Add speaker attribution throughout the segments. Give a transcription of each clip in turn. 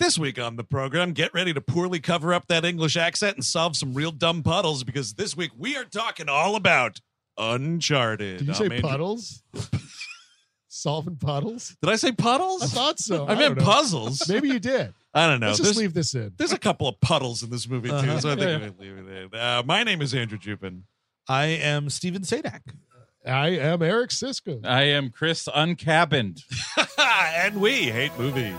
Speaker 1: This week on the program, get ready to poorly cover up that English accent and solve some real dumb puddles because this week we are talking all about Uncharted. Oh,
Speaker 2: Did you
Speaker 1: I'm
Speaker 2: say
Speaker 1: Andrew-
Speaker 2: puddles? Solving puddles?
Speaker 1: Did I say puddles?
Speaker 2: I thought so.
Speaker 1: I
Speaker 2: don't
Speaker 1: meant
Speaker 2: know.
Speaker 1: puzzles.
Speaker 2: Maybe you did.
Speaker 1: I don't know.
Speaker 2: Let's
Speaker 1: There's,
Speaker 2: just leave this in.
Speaker 1: there's a couple of puddles in this movie, too,
Speaker 3: Uh-huh.
Speaker 1: so I think we leave it in. Uh, my name is Andrew Jupin.
Speaker 3: I am Steven Sadak.
Speaker 2: I am
Speaker 1: Uh,
Speaker 2: Eric Sisko.
Speaker 4: I am Chris Uncabined.
Speaker 1: and we hate movies.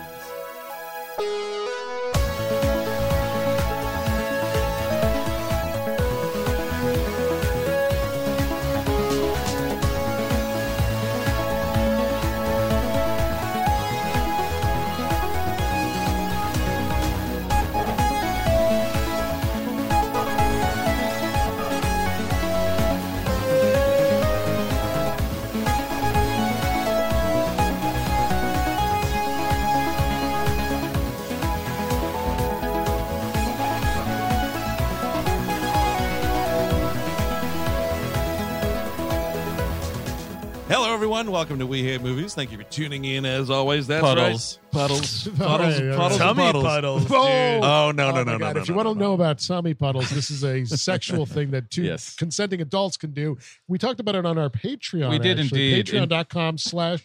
Speaker 1: Hello, everyone. Welcome to We Hate Movies. Thank you for tuning in, as always. That's
Speaker 4: Puddles.
Speaker 1: right. Puddles. Puddles.
Speaker 2: All right, all right.
Speaker 1: puddles.
Speaker 3: Tummy
Speaker 1: puddles.
Speaker 3: puddles, dude.
Speaker 1: Oh, no,
Speaker 2: Oh
Speaker 1: no,
Speaker 2: my
Speaker 1: no, no,
Speaker 2: God.
Speaker 1: no.
Speaker 2: If you
Speaker 1: no,
Speaker 2: want to
Speaker 1: no.
Speaker 2: know about tummy puddles, this is a sexual thing that two
Speaker 4: Yes.
Speaker 2: consenting adults can do. We talked about it on our Patreon.
Speaker 4: We did
Speaker 2: actually.
Speaker 4: indeed.
Speaker 2: Patreon.com slash,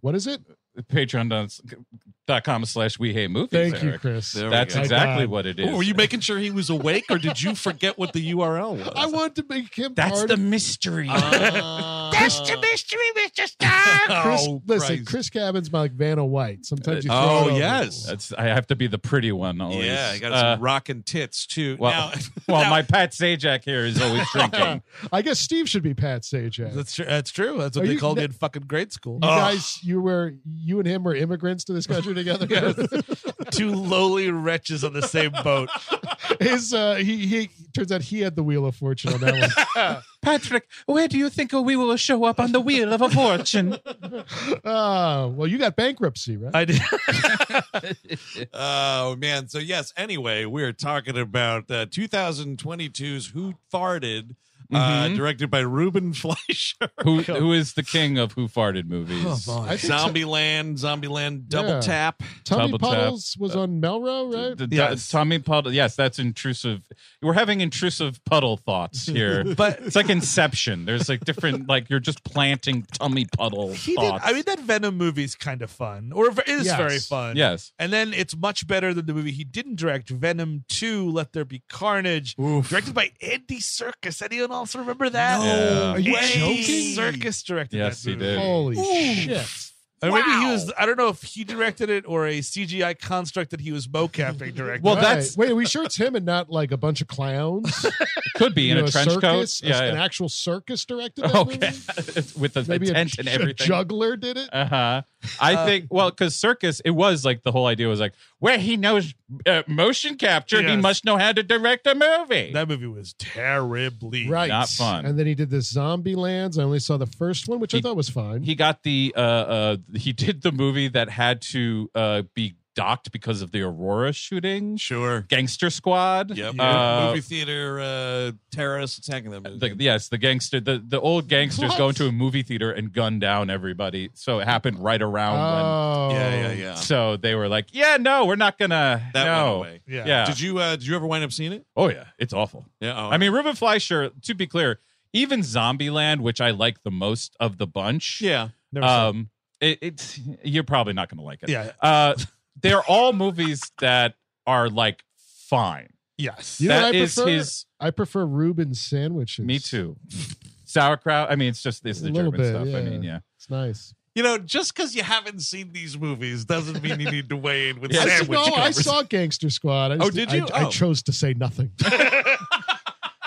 Speaker 2: what is it?
Speaker 4: Patreon.com slash we hate movies.
Speaker 2: Thank you,
Speaker 4: Eric.
Speaker 2: Chris.
Speaker 1: There we
Speaker 4: That's
Speaker 1: go.
Speaker 2: My
Speaker 4: exactly
Speaker 2: God.
Speaker 4: what it is.
Speaker 1: Oh, were you making sure he was awake, or did you forget what the URL was?
Speaker 2: I wanted to make him
Speaker 4: That's
Speaker 2: part
Speaker 4: the
Speaker 2: of
Speaker 4: mystery.
Speaker 1: That's the mystery, Mr. Star.
Speaker 2: Chris,
Speaker 1: oh,
Speaker 2: listen,
Speaker 1: Christ.
Speaker 2: Chris Cabin's my like Vanna White. Sometimes you throw
Speaker 1: Oh,
Speaker 2: it over.
Speaker 1: yes.
Speaker 4: That's I have to be the pretty one always.
Speaker 1: Yeah, I got
Speaker 4: Uh,
Speaker 1: some rockin' tits too.
Speaker 4: well,
Speaker 1: now,
Speaker 4: well,
Speaker 1: now-
Speaker 4: my Pat Sajak here is always drinking.
Speaker 2: I guess Steve should be Pat Sajak.
Speaker 3: That's true. That's true. That's what
Speaker 2: Are
Speaker 3: they
Speaker 2: you-
Speaker 3: called
Speaker 2: that-
Speaker 3: me in fucking grade school.
Speaker 2: you
Speaker 1: Ugh.
Speaker 2: guys, you were you and him were immigrants to this country together.
Speaker 3: Two lowly wretches on the same boat.
Speaker 2: His uh, he he turns out he had the wheel of fortune on that
Speaker 4: Patrick, where do you think we will show up on the wheel of a fortune?
Speaker 2: one. Uh, well, you got bankruptcy, right?
Speaker 3: I did.
Speaker 1: Oh man. So yes. Anyway, we're talking about uh, 2022's Who Farted, uh,
Speaker 4: Mhm.
Speaker 1: directed by Ruben Fleischer.
Speaker 4: who who is the king of who farted movies?
Speaker 3: Oh, boy.
Speaker 2: I think
Speaker 1: Zombieland, Zombieland, Double
Speaker 2: Yeah.
Speaker 1: Tap.
Speaker 2: Tommy
Speaker 4: Double tap.
Speaker 2: Puddles was on Melrose, right?
Speaker 4: The- the-
Speaker 1: Yes.
Speaker 4: Tommy Puddle. Yes, that's intrusive. We're having intrusive puddle thoughts here.
Speaker 3: But
Speaker 4: It's like Inception. There's like different, like you're just planting tummy puddle
Speaker 3: he did.
Speaker 4: thoughts.
Speaker 3: I mean, that Venom movie's kind of fun, or it is
Speaker 2: Yes.
Speaker 3: very fun.
Speaker 4: yes.
Speaker 3: And then it's much better than the movie he didn't direct, Venom 2, Let There Be Carnage, directed by Andy Circus. Anyone else remember that?
Speaker 4: Yeah.
Speaker 2: Are you
Speaker 3: Andy
Speaker 2: joking?
Speaker 3: Circus directed
Speaker 4: Yes,
Speaker 3: that
Speaker 4: he
Speaker 3: movie.
Speaker 4: did.
Speaker 2: Holy shit!
Speaker 3: Or maybe he was, I don't know if he directed it or a CGI construct that he was mocapping directed.
Speaker 4: Well,
Speaker 2: Right.
Speaker 4: that's-
Speaker 2: wait. Are we sure it's him and not like a bunch of clowns
Speaker 4: Could be
Speaker 2: You
Speaker 4: in
Speaker 2: know,
Speaker 4: a trench
Speaker 2: circus,
Speaker 4: coat. Yeah.
Speaker 2: an
Speaker 4: yeah.
Speaker 2: actual circus directed. That
Speaker 4: okay.
Speaker 2: movie?
Speaker 4: With a, a
Speaker 2: Maybe a,
Speaker 4: tent and
Speaker 2: a
Speaker 4: everything.
Speaker 2: juggler did it.
Speaker 4: uh-huh. I
Speaker 3: Uh,
Speaker 4: think well, because circus, it was like the whole idea was like where he knows uh, motion capture, he
Speaker 3: Yes.
Speaker 4: must know how to direct a movie.
Speaker 3: that movie was terribly.
Speaker 2: Right.
Speaker 4: Not fun.
Speaker 2: And then he did the Zombie Lands. I only saw the first one, which I
Speaker 4: He-
Speaker 2: thought was fine.
Speaker 4: he got the uh, uh he did the movie that had to uh be docked because of the Aurora shooting,
Speaker 1: Sure.
Speaker 4: Gangster Squad.
Speaker 1: Yep.
Speaker 4: Uh,
Speaker 1: Movie theater uh, terrorists attacking them.
Speaker 4: the, yes, the gangster, the, the old gangsters
Speaker 2: What?
Speaker 4: go into a movie theater and gun down everybody. So it happened right around
Speaker 2: oh,
Speaker 1: yeah, yeah, yeah.
Speaker 4: when. Uh-huh. So they were like, "Yeah, no, we're not gonna."
Speaker 1: That went
Speaker 4: no.
Speaker 1: away.
Speaker 3: Yeah.
Speaker 4: Yeah.
Speaker 1: Did you uh, did you ever wind up seeing it?
Speaker 4: oh yeah, it's awful.
Speaker 1: Yeah. Oh,
Speaker 4: I mean, Ruben Fleischer. To be clear, even Zombieland, which I like the most of the bunch,
Speaker 1: yeah.
Speaker 3: Never saw it.
Speaker 4: um, it, it's you're probably not gonna like it.
Speaker 3: yeah.
Speaker 4: Uh, they're all movies that are like fine.
Speaker 3: Yes.
Speaker 2: You know what
Speaker 4: That
Speaker 2: I
Speaker 4: is
Speaker 2: prefer?
Speaker 4: his.
Speaker 2: I prefer Reuben sandwiches.
Speaker 4: Me too. Sauerkraut. I mean, it's just it's
Speaker 2: A
Speaker 4: the
Speaker 2: little
Speaker 4: German
Speaker 2: bit,
Speaker 4: stuff. I
Speaker 2: yeah.
Speaker 4: mean, yeah.
Speaker 2: It's nice.
Speaker 1: You know, just because you haven't seen these movies doesn't mean you need to weigh in with
Speaker 4: Yeah.
Speaker 2: I,
Speaker 1: sandwich.
Speaker 2: saw- no, I
Speaker 1: covers.
Speaker 2: saw Gangster Squad. I
Speaker 1: Oh, did you?
Speaker 2: I, I
Speaker 1: Oh.
Speaker 2: chose to say nothing.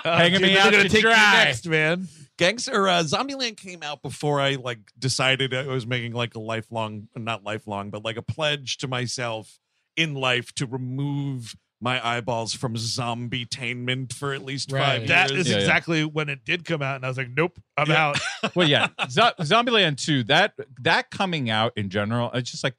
Speaker 4: Hanging me out
Speaker 3: Uh, They're
Speaker 4: to
Speaker 3: gonna take you
Speaker 4: dry.
Speaker 3: next, man.
Speaker 1: Gangster uh, Zombieland came out before I like decided I was making like a lifelong, not lifelong, but like a pledge to myself in life to remove my eyeballs from zombie tainment for at least
Speaker 2: Right.
Speaker 1: five
Speaker 3: That
Speaker 1: years.
Speaker 3: is
Speaker 4: Yeah, yeah.
Speaker 3: exactly when it did come out, and I was like, "Nope, I'm
Speaker 1: Yeah.
Speaker 3: out."
Speaker 4: Well, yeah. Zo- Zombieland two. That that coming out in general. It's just like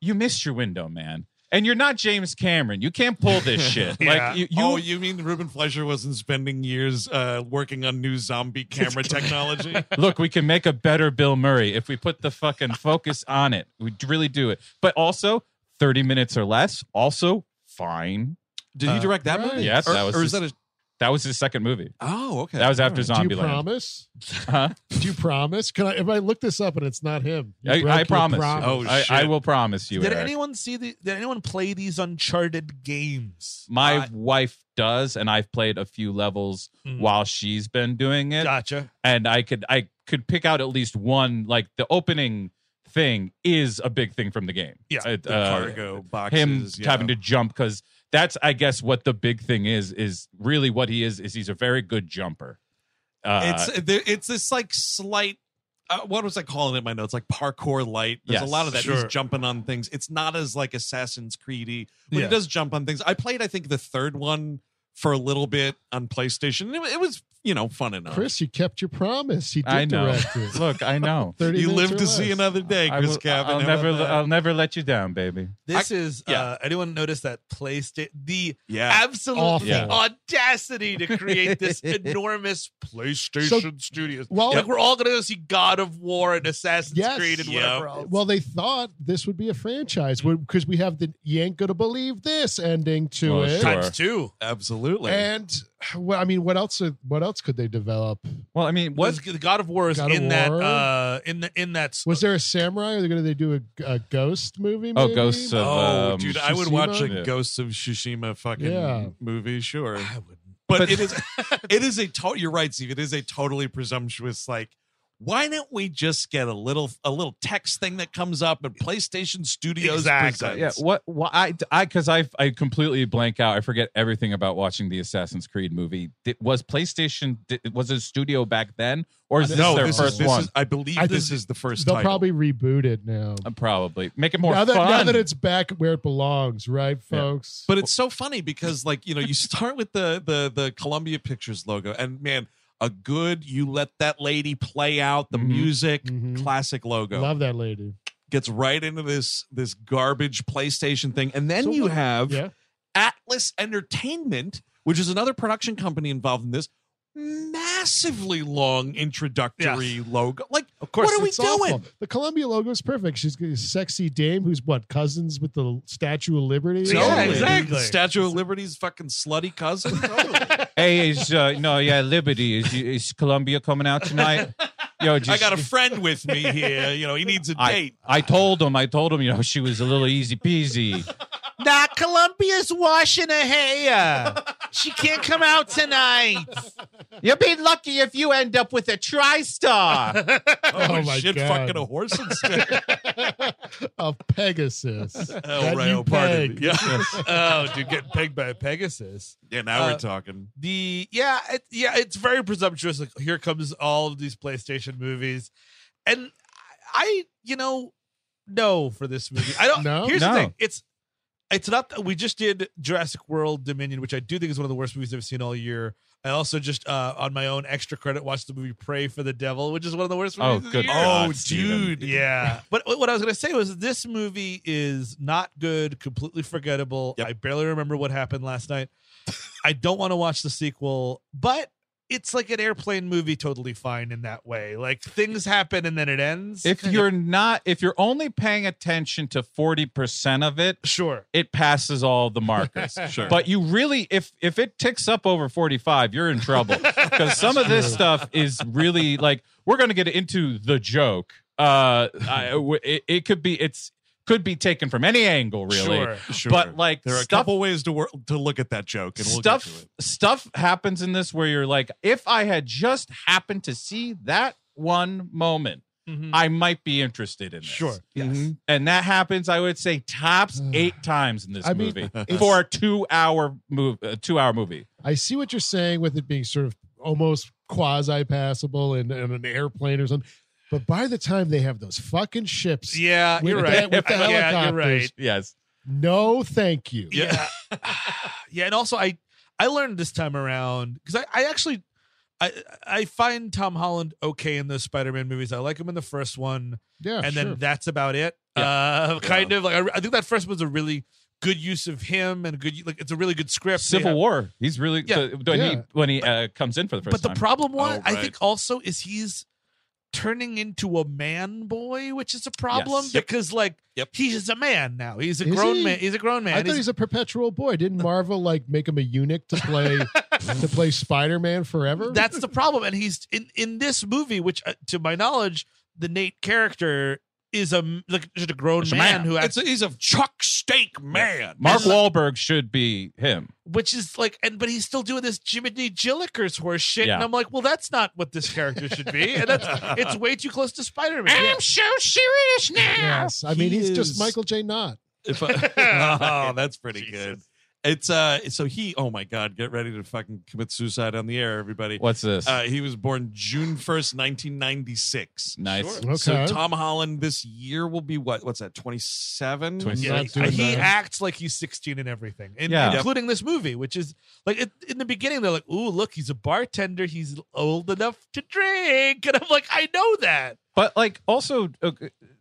Speaker 4: you missed your window, man. And you're not James Cameron. You can't pull this shit.
Speaker 3: Yeah.
Speaker 4: Like you. you
Speaker 1: oh, you mean Ruben Fleischer wasn't spending years uh, working on new zombie camera technology?
Speaker 4: Look, we can make a better Bill Murray if we put the fucking focus on it. We really do it. But also, 30 minutes or less, also fine.
Speaker 1: Did he
Speaker 3: Uh,
Speaker 1: direct that
Speaker 2: right.
Speaker 1: movie?
Speaker 4: Yes,
Speaker 1: or,
Speaker 4: that was
Speaker 1: or is
Speaker 4: his-
Speaker 1: that a?
Speaker 4: That was his second movie.
Speaker 1: Oh, okay.
Speaker 4: That was after
Speaker 2: All right, Do you
Speaker 4: Zombieland.
Speaker 2: promise?
Speaker 4: Huh?
Speaker 2: Do you promise? Can I? If I look this up and it's not him, you
Speaker 4: I,
Speaker 2: broke
Speaker 4: I
Speaker 2: your
Speaker 4: promise.
Speaker 1: Oh,
Speaker 4: I, I
Speaker 1: shit.
Speaker 4: will promise you.
Speaker 3: did
Speaker 4: Eric.
Speaker 3: anyone see the? Did anyone play these Uncharted games?
Speaker 4: My
Speaker 3: Uh,
Speaker 4: wife does, and I've played a few levels
Speaker 3: Mm.
Speaker 4: while she's been doing it,
Speaker 3: gotcha.
Speaker 4: and I could I could pick out at least one. Like the opening thing is a big thing from the game.
Speaker 1: yeah,
Speaker 4: It,
Speaker 1: the
Speaker 4: uh,
Speaker 1: cargo boxes.
Speaker 4: him
Speaker 1: yeah.
Speaker 4: having to jump because that's I guess what the big thing is is really what he is is he's a very good jumper. Uh,
Speaker 1: it's there, it's this like slight. Uh, what was I calling it in my notes? Like parkour light. There's
Speaker 4: Yes,
Speaker 1: a lot of that. He's
Speaker 3: sure.
Speaker 1: jumping on things. It's not as like Assassin's Creedy, but
Speaker 3: Yeah.
Speaker 1: he does jump on things. I played, I think, the third one for a little bit on PlayStation. It, wa- it was, you know, fun enough.
Speaker 2: Chris, you kept your promise. He did
Speaker 4: I know.
Speaker 2: direct it.
Speaker 4: look, I know.
Speaker 2: 30
Speaker 1: you
Speaker 2: minutes
Speaker 1: live
Speaker 2: or
Speaker 1: to see
Speaker 2: less.
Speaker 1: another day,
Speaker 4: I
Speaker 1: Chris
Speaker 4: will-
Speaker 1: Gavin.
Speaker 4: I'll
Speaker 1: How about
Speaker 4: never
Speaker 1: that?
Speaker 4: I'll never let you down, baby.
Speaker 3: This is
Speaker 1: yeah.
Speaker 3: uh, anyone notice that PlayStation the
Speaker 1: yeah.
Speaker 3: absolute
Speaker 2: Awful.
Speaker 4: Yeah.
Speaker 3: audacity to create this enormous PlayStation Studios.
Speaker 2: Well,
Speaker 3: like we're all gonna go see God of War and Assassin's
Speaker 2: Yes.
Speaker 3: Creed and
Speaker 1: Yeah.
Speaker 3: whatever else.
Speaker 2: Well, they thought this would be a
Speaker 4: Mm.
Speaker 2: franchise because we have the "You ain't gonna believe this" ending to
Speaker 4: Well,
Speaker 2: it,
Speaker 4: sure.
Speaker 3: times two.
Speaker 1: Absolutely.
Speaker 2: and well, I mean, what else? What else could they develop?
Speaker 4: Well, I mean,
Speaker 3: Was
Speaker 4: was
Speaker 3: the God of War is
Speaker 2: God of
Speaker 3: in that
Speaker 2: War?
Speaker 3: uh in the in that
Speaker 2: Was there a samurai? Are they going to do a, a ghost movie?
Speaker 4: oh
Speaker 2: maybe?
Speaker 4: ghosts of
Speaker 1: oh,
Speaker 4: um,
Speaker 1: dude, I would watch a
Speaker 4: Yeah.
Speaker 1: Ghosts of Tsushima fucking
Speaker 2: Yeah.
Speaker 1: movie, sure.
Speaker 3: I would
Speaker 1: But,
Speaker 4: But-
Speaker 1: it is it is a total you're right, Steve. It is a totally presumptuous like why don't we just get a little a little text thing that comes up and PlayStation Studios
Speaker 3: Exactly,
Speaker 4: yeah.
Speaker 1: presents.
Speaker 4: What? Why? I I because I I completely blank out. I forget everything about watching the Assassin's Creed movie. Did, was PlayStation did, was it a studio back then, or is this
Speaker 1: no,
Speaker 4: their
Speaker 1: this
Speaker 4: first
Speaker 1: is, this
Speaker 4: one?
Speaker 1: is I believe
Speaker 2: I
Speaker 1: this
Speaker 2: think
Speaker 1: is the 1st
Speaker 2: They'll
Speaker 1: title.
Speaker 2: probably reboot it now.
Speaker 4: Uh, Probably make it more
Speaker 2: now, that,
Speaker 4: fun.
Speaker 2: now that it's back where it belongs, right, folks?
Speaker 1: But it's so funny because like, you know, you start with the the the Columbia Pictures logo and man, a good you let that lady play out the
Speaker 4: Mhm.
Speaker 1: music
Speaker 2: Mhm.
Speaker 1: classic logo.
Speaker 2: love that lady.
Speaker 1: gets right into this this garbage PlayStation thing, and then
Speaker 2: So
Speaker 1: you
Speaker 2: what-
Speaker 1: have
Speaker 2: Yeah,
Speaker 1: Atlas Entertainment, which is another production company involved in this. Massively long introductory logo. Like,
Speaker 3: of course
Speaker 1: What are we
Speaker 2: It's awful.
Speaker 1: doing?
Speaker 2: The Columbia logo is perfect. She's got a sexy dame who's what cousins with the Statue of Liberty.
Speaker 3: Yeah,
Speaker 1: totally.
Speaker 3: exactly.
Speaker 1: Statue of Liberty's fucking slutty cousin.
Speaker 4: hey, is uh, no, yeah, Liberty is is Columbia coming out tonight? Yo, just,
Speaker 1: I got a friend with me here. You know, he needs a
Speaker 4: I-
Speaker 1: date.
Speaker 4: I told him, I told him, you know, she was a little easy peasy.
Speaker 3: Now Columbia's washing her hair. She can't come out tonight.
Speaker 4: You'll be lucky if you end up with a TriStar.
Speaker 1: Oh,
Speaker 2: Oh, my
Speaker 1: shit,
Speaker 2: God.
Speaker 1: fucking a horse instead.
Speaker 2: of Pegasus.
Speaker 1: oh,
Speaker 2: That
Speaker 1: right,
Speaker 2: you
Speaker 1: oh, pardon me.
Speaker 2: pegged.
Speaker 1: Yeah.
Speaker 3: oh, dude, getting pegged by a Pegasus.
Speaker 1: yeah, now
Speaker 3: Uh,
Speaker 1: we're talking.
Speaker 3: the yeah it, yeah it's very presumptuous like here comes all of these playstation movies and i you know no for this movie i don't
Speaker 2: No?
Speaker 3: here's
Speaker 4: No.
Speaker 3: the thing it's it's not that we just did jurassic world dominion which i do think is one of the worst movies i've seen all year i also just uh on my own extra credit watched the movie pray for the devil which is one of the worst
Speaker 4: Oh,
Speaker 3: movies of the
Speaker 4: good
Speaker 3: year.
Speaker 4: God,
Speaker 1: Oh,
Speaker 4: Steven.
Speaker 1: dude.
Speaker 3: Yeah. But wh- what I was going to say was this movie is not good, completely forgettable.
Speaker 1: Yep.
Speaker 3: I barely remember what happened last night. I don't want to watch the sequel, but it's like an airplane movie, totally fine in that way. Like things happen and then it ends.
Speaker 4: if you're not, if you're only paying attention to forty percent of it,
Speaker 3: sure.
Speaker 4: it passes all the markers.
Speaker 1: Sure.
Speaker 4: But you really, if if it ticks up over forty five, you're in trouble because some of this stuff is really like we're going to get into the joke. Uh, I, w- it, it could be it's could be taken from any angle, really.
Speaker 3: Sure.
Speaker 1: sure.
Speaker 4: But like
Speaker 1: there are a
Speaker 4: stuff
Speaker 1: couple ways to work, to look at that joke, and we'll
Speaker 4: stuff
Speaker 1: get to it.
Speaker 4: stuff happens in this where you're like if i had just happened to see that one moment
Speaker 3: Mhm.
Speaker 4: i might be interested in this
Speaker 3: Sure. Yes.
Speaker 1: Mhm.
Speaker 4: and that happens i would say tops eight times in this
Speaker 2: I mean,
Speaker 4: movie
Speaker 2: it's-
Speaker 4: for a two hour move a two hour movie
Speaker 2: I see what you're saying with it being sort of almost quasi passable and, and an airplane or something. But by the time they have those fucking ships,
Speaker 3: Yeah,
Speaker 2: With
Speaker 3: you're
Speaker 2: the-
Speaker 3: right.
Speaker 2: with the
Speaker 3: yeah, you're right.
Speaker 2: helicopters.
Speaker 4: yes
Speaker 2: no, thank you.
Speaker 3: yeah yeah and also i i learned this time around because I, I actually i i find tom holland okay in those spider-man movies i like him in the first one
Speaker 2: Yeah,
Speaker 3: and
Speaker 2: Oh, sure.
Speaker 3: then that's about it uh kind of like I, I think that first one's a really good use of him and good like it's a really good script They
Speaker 4: civil
Speaker 3: have-
Speaker 4: war he's really
Speaker 3: Yeah.
Speaker 4: so when he
Speaker 2: Yeah.
Speaker 4: when he uh, comes in for the first
Speaker 3: but the
Speaker 4: time
Speaker 3: problem
Speaker 1: Oh,
Speaker 3: one i
Speaker 1: right.
Speaker 3: think also is he's turning into a man boy, which is a problem
Speaker 4: Yes.
Speaker 1: Yep.
Speaker 3: because like
Speaker 1: Yep.
Speaker 3: he's a man now. He's a
Speaker 2: Is
Speaker 3: grown
Speaker 2: he?
Speaker 3: man. He's a grown man.
Speaker 2: I thought
Speaker 3: He's-
Speaker 2: he's a perpetual boy. Didn't Marvel like make him a eunuch to play to play Spider Man forever?
Speaker 3: That's the problem. And he's in in this movie, which uh, to my knowledge, the Nate character is a m- like just a grown
Speaker 1: It's a
Speaker 3: man, who
Speaker 1: It's
Speaker 3: acts,
Speaker 1: a- he's a chuck steak man.
Speaker 4: Mark
Speaker 1: It's-
Speaker 4: Wahlberg should be him.
Speaker 3: which is like, and but he's still doing this Jiminy Jillikers horse shit.
Speaker 4: Yeah.
Speaker 3: And I'm like, well, that's not what this character should be. And that's it's way too close to Spider Man.
Speaker 4: so serious
Speaker 2: yes. I mean,
Speaker 1: He
Speaker 2: he's just
Speaker 1: is-
Speaker 2: Michael J. Knott.
Speaker 1: If I, oh, that's pretty
Speaker 3: Jesus.
Speaker 1: good. It's uh, so he. Oh my God, get ready to fucking commit suicide on the air, everybody.
Speaker 4: What's this?
Speaker 1: Uh, he was born June first, nineteen ninety six.
Speaker 4: nice.
Speaker 2: Okay.
Speaker 1: So Tom Holland this year will be what? What's that? Twenty seven.
Speaker 4: 27.
Speaker 3: Yeah,
Speaker 2: Not doing
Speaker 3: he
Speaker 2: that.
Speaker 3: acts like he's 16 and everything, in,
Speaker 4: Yeah.
Speaker 3: including this movie, which is like it, in the beginning they're like, "Ooh, look, he's a bartender. He's old enough to drink," and I'm like, "I know that."
Speaker 4: But like, also, uh,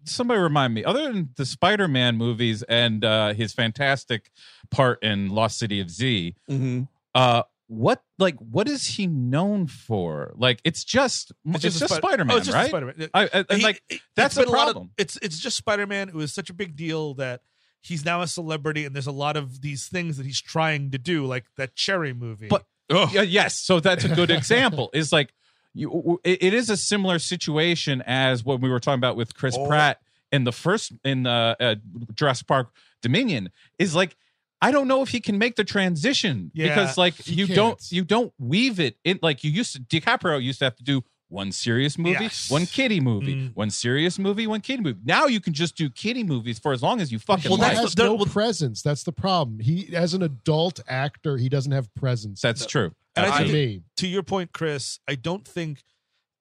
Speaker 4: somebody remind me. Other than the Spider-Man movies and uh, his fantastic part in Lost City of Z,
Speaker 1: Mhm.
Speaker 4: uh, what like what is he known for? Like, it's just it's,
Speaker 3: just
Speaker 4: just,
Speaker 3: a Spid-
Speaker 4: Spider-Man,
Speaker 3: oh, it's just
Speaker 4: right?
Speaker 3: Spider-Man.
Speaker 4: I, I, and
Speaker 3: He-
Speaker 4: like,
Speaker 3: it-
Speaker 4: that's
Speaker 3: it's
Speaker 4: the
Speaker 3: been lot of-
Speaker 4: problem.
Speaker 3: it's it's just Spider Man. It was such a big deal that he's now a celebrity, and there's a lot of these things that he's trying to do, like that Cherry movie.
Speaker 4: But- yeah, yes. So that's a good example. Is like, you, w- it it is a similar situation as what we were talking about with Chris
Speaker 1: Oh.
Speaker 4: Pratt in the first in uh, uh, Jurassic Park Dominion. Is like, I don't know if he can make the transition
Speaker 3: Yeah,
Speaker 4: because like
Speaker 2: he
Speaker 4: you don't
Speaker 2: can't.
Speaker 4: you don't weave it in like you used to. DiCaprio used to have to do one serious movie,
Speaker 3: Yes.
Speaker 4: one kiddie movie,
Speaker 3: Mm.
Speaker 4: one serious movie, one kiddie movie. Now you can just do kiddie movies for as long as you fucking
Speaker 3: Well,
Speaker 2: he
Speaker 4: like.
Speaker 3: that's
Speaker 2: has
Speaker 3: the-
Speaker 2: no
Speaker 3: well-
Speaker 2: presence. That's the problem. He, as an adult actor, he doesn't have presence.
Speaker 4: that's true.
Speaker 3: And I
Speaker 2: to
Speaker 3: think-
Speaker 4: Absolutely.
Speaker 2: me.
Speaker 3: to your point, Chris, I don't think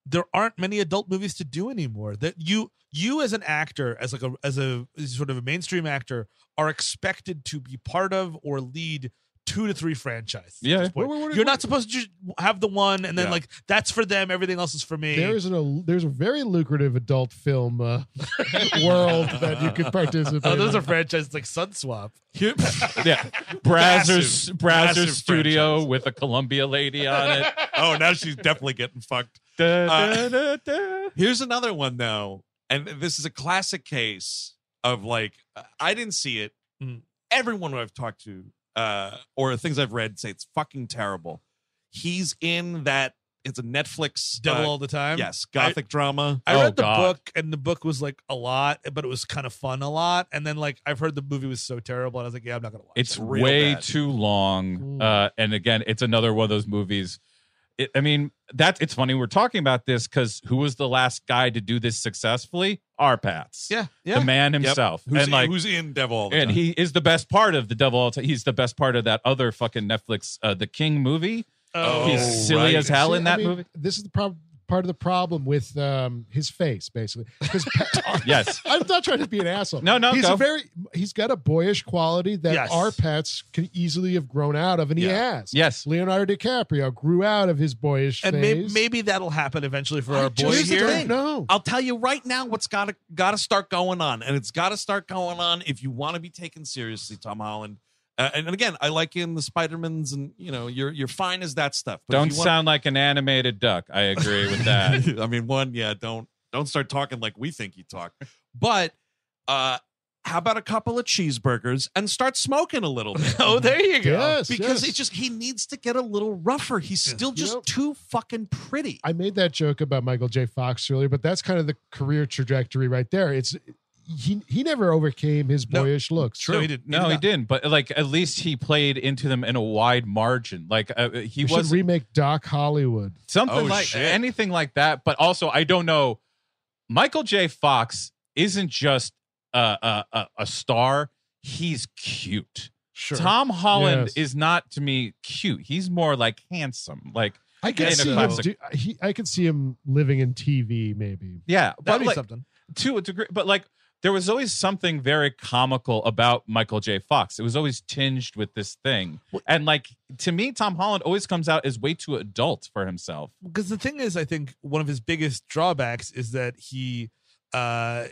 Speaker 3: there aren't many adult movies to do anymore. That you you as an actor, as like a as a as sort of a mainstream actor, are expected to be part of or lead two to three franchises. at
Speaker 4: Yeah.
Speaker 3: this point.
Speaker 2: Where- where- where-
Speaker 3: You're not supposed to just have the one and then
Speaker 1: Yeah.
Speaker 3: like that's for them, everything else is for me.
Speaker 2: There is an, there's a very lucrative adult film uh, world that you could participate.
Speaker 3: oh, those
Speaker 2: in.
Speaker 3: are franchises like Sunswap.
Speaker 1: Here-
Speaker 4: yeah, Brazzers
Speaker 1: Massive,
Speaker 4: Brazzers
Speaker 1: massive
Speaker 4: Studio
Speaker 1: franchise.
Speaker 4: with a Columbia lady on it.
Speaker 1: oh, now she's definitely getting fucked.
Speaker 4: Da,
Speaker 1: Uh,
Speaker 4: da, da, da.
Speaker 1: Here's another one though, and this is a classic case of like uh, I didn't see it.
Speaker 3: Mm.
Speaker 1: Everyone who I've talked to uh, or things I've read say it's fucking terrible. He's in that. It's a Netflix.
Speaker 3: Devil
Speaker 1: uh,
Speaker 3: all the time.
Speaker 1: yes, gothic drama.
Speaker 3: I
Speaker 4: Oh,
Speaker 3: read the
Speaker 4: God.
Speaker 3: book, and the book was like a lot, but it was kind of fun a lot. And then like I've heard the movie was so terrible, and I was like, yeah, I'm not gonna watch.
Speaker 4: It's
Speaker 1: real
Speaker 4: way
Speaker 1: bad.
Speaker 4: too long.
Speaker 2: Mm.
Speaker 4: Uh, and again, it's another one of those movies. It, I mean, that it's funny we're talking about this because who was the last guy to do this successfully? Our Pats.
Speaker 3: Yeah,
Speaker 4: The man himself.
Speaker 1: Who's,
Speaker 4: and like
Speaker 1: who's in Devil all the
Speaker 4: and
Speaker 1: time?
Speaker 4: he is the best part of the devil. All Time- He's the best part of that other fucking Netflix uh, The King movie.
Speaker 3: Uh,
Speaker 1: Oh,
Speaker 4: He's silly
Speaker 1: right.
Speaker 4: as hell
Speaker 2: See,
Speaker 4: in
Speaker 2: I
Speaker 4: that
Speaker 2: mean,
Speaker 4: movie.
Speaker 2: This is the prob- part of the problem with um, his face, basically. Because
Speaker 4: Yes.
Speaker 2: I'm not trying to be an asshole.
Speaker 4: No, no,
Speaker 2: he's
Speaker 4: go.
Speaker 2: a very he's got a boyish quality that
Speaker 3: Yes.
Speaker 2: our pets can easily have grown out of, and he has.
Speaker 4: Yes.
Speaker 2: Leonardo DiCaprio grew out of his boyish
Speaker 3: and
Speaker 2: phase.
Speaker 3: maybe, maybe that'll happen eventually for
Speaker 2: I
Speaker 3: our boy
Speaker 2: just
Speaker 3: here.
Speaker 2: don't know.
Speaker 1: I'll tell you right now what's got to got to start going on, and it's got to start going on if you want to be taken seriously, Tom Holland. Uh, and, and again, I like in the Spider-Mans, and you know, you're you're fine as that stuff. But if
Speaker 4: Don't
Speaker 1: you want-
Speaker 4: sound like an animated duck. I agree with that.
Speaker 1: I mean, one, yeah, don't don't start talking like we think you talk. But uh, how about a couple of cheeseburgers and start smoking a little bit?
Speaker 3: Oh, there you go.
Speaker 2: Yes,
Speaker 1: because
Speaker 2: yes.
Speaker 1: it's just he needs to get a little rougher. He's still just
Speaker 2: Yep.
Speaker 1: too fucking pretty.
Speaker 2: I made that joke about Michael J. Fox earlier, but that's kind of the career trajectory right there. It's he he never overcame his
Speaker 3: No,
Speaker 2: boyish looks.
Speaker 3: true. No, he didn't. He
Speaker 4: No,
Speaker 3: did
Speaker 4: he
Speaker 3: not.
Speaker 4: didn't. But like, at least he played into them in a wide margin. Like uh, he
Speaker 2: You should
Speaker 4: was
Speaker 2: remake Doc Hollywood.
Speaker 4: something
Speaker 1: Oh,
Speaker 4: like
Speaker 1: shit.
Speaker 4: anything like that. But also, I don't know. Michael J. Fox isn't just uh, uh, uh, a star; he's cute.
Speaker 2: Sure.
Speaker 4: Tom Holland
Speaker 2: Yes.
Speaker 4: is not to me cute. He's more like handsome. Like
Speaker 2: I
Speaker 4: in
Speaker 2: can
Speaker 4: a
Speaker 2: see him.
Speaker 4: classic.
Speaker 2: do- he, I can see him living in TV, maybe.
Speaker 4: yeah,
Speaker 3: That'd
Speaker 4: but
Speaker 3: be
Speaker 4: like,
Speaker 3: something.
Speaker 4: to a degree, but like there was always something very comical about Michael J. Fox. It was always tinged with this thing.
Speaker 3: Well-
Speaker 4: And like to me, Tom Holland always comes out as way too adult for himself.
Speaker 3: Because the thing is, I think one of his biggest drawbacks is that he, uh,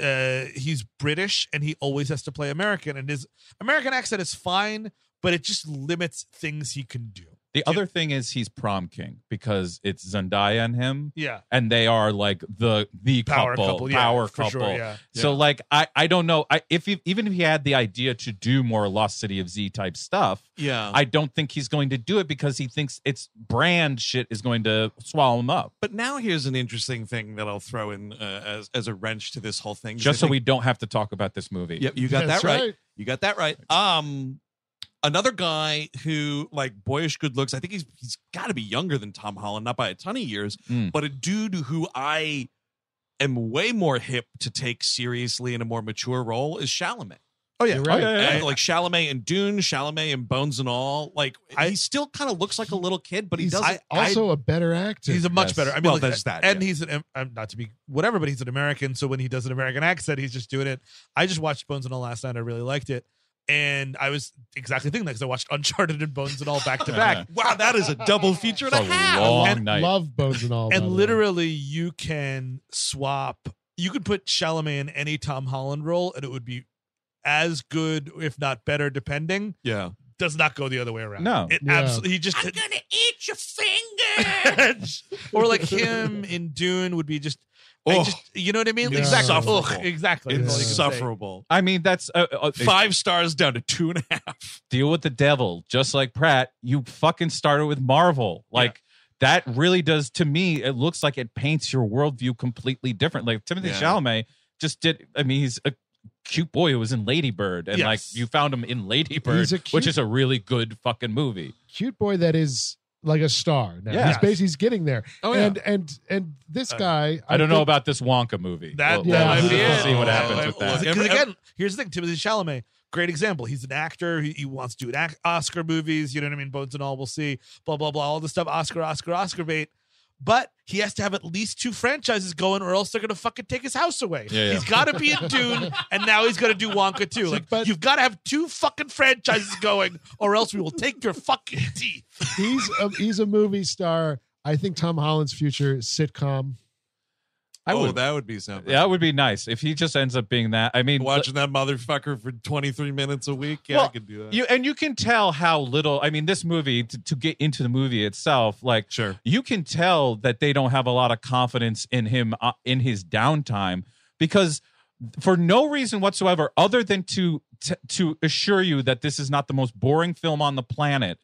Speaker 3: uh, he's British and he always has to play American, and his American accent is fine, but it just limits things he can do.
Speaker 4: The other thing is he's prom king because it's Zendaya and him,
Speaker 3: Yeah.
Speaker 4: and they are like the the
Speaker 3: Power
Speaker 4: couple,
Speaker 3: couple, yeah,
Speaker 4: power
Speaker 3: for
Speaker 4: couple.
Speaker 3: sure, yeah.
Speaker 4: So like I I don't know I if he, even if he had the idea to do more Lost City of Z type stuff,
Speaker 1: Yeah.
Speaker 4: I don't think he's going to do it because he thinks it's brand shit is going to swallow him up.
Speaker 1: but now here's an interesting thing that I'll throw in uh, as as a wrench to this whole thing. 'cause
Speaker 4: Just
Speaker 1: I
Speaker 4: so
Speaker 1: think-
Speaker 4: we don't have to talk about this movie.
Speaker 1: Yep, you got
Speaker 2: That's
Speaker 1: that right. You got that right. Um, another guy who like boyish good looks. I think he's he's got to be younger than Tom Holland, not by a ton of years,
Speaker 4: Mm.
Speaker 1: but a dude who I am way more hip to take seriously in a more mature role is Chalamet.
Speaker 3: Oh
Speaker 2: You're right.
Speaker 4: yeah,
Speaker 1: And, like Chalamet and Dune, Chalamet and Bones and all. Like he still kind of looks like a little kid, but he
Speaker 2: He's
Speaker 1: doesn't.
Speaker 2: also a better actor.
Speaker 3: He's a much
Speaker 4: Yes.
Speaker 3: better. I mean,
Speaker 1: Well,
Speaker 3: like,
Speaker 1: there's that,
Speaker 3: and
Speaker 1: yeah.
Speaker 3: he's an um, not to be whatever, but he's an American. So when he does an American accent, he's just doing it. I just watched Bones and All last night. I really liked it, and I was exactly thinking that because I watched Uncharted and Bones and All back to back.
Speaker 1: wow, that is a double feature and
Speaker 4: It's
Speaker 1: a
Speaker 4: a
Speaker 1: half.
Speaker 4: long
Speaker 3: And
Speaker 4: night.
Speaker 2: Love Bones and all. by the
Speaker 3: And
Speaker 2: way.
Speaker 3: literally, you can swap. You could put Chalamet in any Tom Holland role, and it would be as good, if not better, depending.
Speaker 1: yeah,
Speaker 3: Does not go the other way around.
Speaker 4: No.
Speaker 3: it
Speaker 2: Yeah.
Speaker 3: absolutely. He just
Speaker 1: gonna eat your finger.
Speaker 3: or like him in Dune would be just. I
Speaker 1: Oh,
Speaker 3: just- you know what I mean?
Speaker 2: Yeah.
Speaker 3: Exactly.
Speaker 1: Insufferable.
Speaker 3: Ugh, exactly. That's all you can say.
Speaker 1: insufferable.
Speaker 4: I mean, that's uh, uh,
Speaker 1: Five stars down to two and a half.
Speaker 4: deal with the devil, just like Pratt. You fucking started with Marvel. Like that really does to me. It looks like it paints your worldview completely different. Like Timothy
Speaker 1: Yeah.
Speaker 4: Chalamet just did. I mean, he's a cute boy who was in Lady Bird, and like
Speaker 3: Yes.
Speaker 4: you found him in Lady Bird,
Speaker 2: He's a cute-
Speaker 4: which is a really good fucking movie.
Speaker 2: cute boy that is like a star. Now.
Speaker 4: Yeah.
Speaker 2: He's basically he's getting there.
Speaker 4: Oh
Speaker 2: And and and this
Speaker 3: Uh,
Speaker 2: guy,
Speaker 4: I don't know
Speaker 2: think-
Speaker 4: about this Wonka movie.
Speaker 3: That,
Speaker 4: We'll-
Speaker 3: that
Speaker 4: we'll
Speaker 3: might be
Speaker 4: we'll
Speaker 3: it.
Speaker 4: see what
Speaker 1: Oh,
Speaker 4: happens
Speaker 1: I-
Speaker 4: with that.
Speaker 1: look,
Speaker 3: Because
Speaker 1: Every-
Speaker 3: again, here's the thing: Timothy Chalamet, great example. He's an actor. He, he wants to do an ac- Oscar movies. You know what I mean? Bones and all. We'll see. Blah blah blah. All this stuff. Oscar, Oscar, Oscar bait. But he has to have at least two franchises going, or else they're gonna fucking take his house away.
Speaker 4: Yeah, yeah.
Speaker 3: He's got to be in Dune, and now he's gonna do Wonka too. Like
Speaker 2: But-
Speaker 3: you've got to have two fucking franchises going, or else we will take your fucking teeth.
Speaker 2: he's a, he's a movie star. I think Tom Holland's future sitcom.
Speaker 4: I
Speaker 1: oh,
Speaker 4: would.
Speaker 1: that would be something.
Speaker 4: that would be nice if he just ends up being that. I mean,
Speaker 1: Watching that motherfucker for 23 minutes a week. Yeah, I
Speaker 4: Well,
Speaker 1: could do that.
Speaker 4: you and you can tell how little. I mean, this movie to, to get into the movie itself, like
Speaker 1: sure.
Speaker 4: you can tell that they don't have a lot of confidence in him uh, in his downtime because for no reason whatsoever other than to t- to assure you that this is not the most boring film on the planet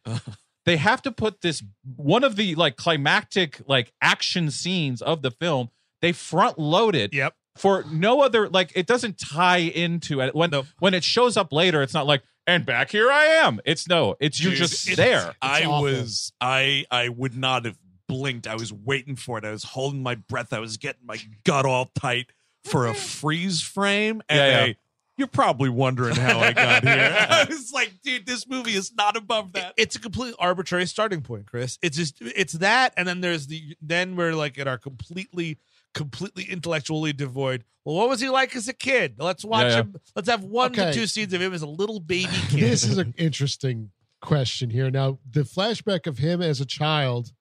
Speaker 4: they have to put this one of the like climactic like action scenes of the film they front load it
Speaker 3: Yep.
Speaker 4: for no other like it doesn't tie into it when
Speaker 3: Nope.
Speaker 4: when it shows up later it's not like and back here i am it's no it's you're
Speaker 1: Dude,
Speaker 4: just
Speaker 1: it's-
Speaker 4: there
Speaker 1: I
Speaker 2: awful.
Speaker 1: was, I, I would not have blinked. I was waiting for it. I was holding my breath. I was getting my gut all tight for a freeze frame. And
Speaker 4: Yeah, yeah.
Speaker 1: a- you're probably wondering how I got here. I was like, dude, this movie is not above that.
Speaker 3: It's a completely arbitrary starting point, Chris. It's just it's that, and then there's the then we're like in our completely completely intellectually devoid. Well, what was he like as a kid? Let's watch
Speaker 4: Yeah, yeah.
Speaker 3: him. Let's have one
Speaker 2: Okay.
Speaker 3: to two scenes of him as a little baby kid.
Speaker 2: This is an interesting question here. Now, the flashback of him as a child.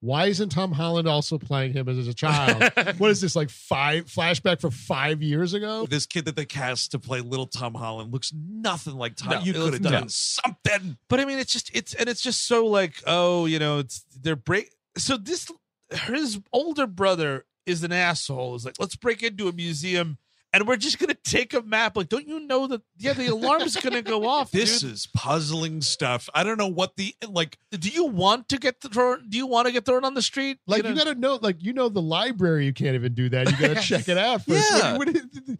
Speaker 2: Why isn't Tom Holland also playing him as a child? what is this like five flashback for five years ago?
Speaker 1: This kid that they cast to play little Tom Holland looks nothing like Tom.
Speaker 4: No,
Speaker 1: you
Speaker 4: it
Speaker 1: could have
Speaker 4: looks-
Speaker 1: done
Speaker 4: no.
Speaker 1: something.
Speaker 3: But I mean, it's just it's and it's just so like oh, you know, it's they're break. So this his older brother is an asshole. Is like let's break into a museum. And we're just gonna take a map. Like, don't you know that? Yeah, the alarm's gonna go off.
Speaker 1: This
Speaker 3: dude.
Speaker 1: is puzzling stuff. I don't know what the like.
Speaker 3: do you want to get thrown? Do you want to get thrown on the street?
Speaker 2: Like you,
Speaker 3: know?
Speaker 2: gotta know, like you know the library. You can't even do that. You gotta check it out first.
Speaker 1: Yeah.
Speaker 2: What- what-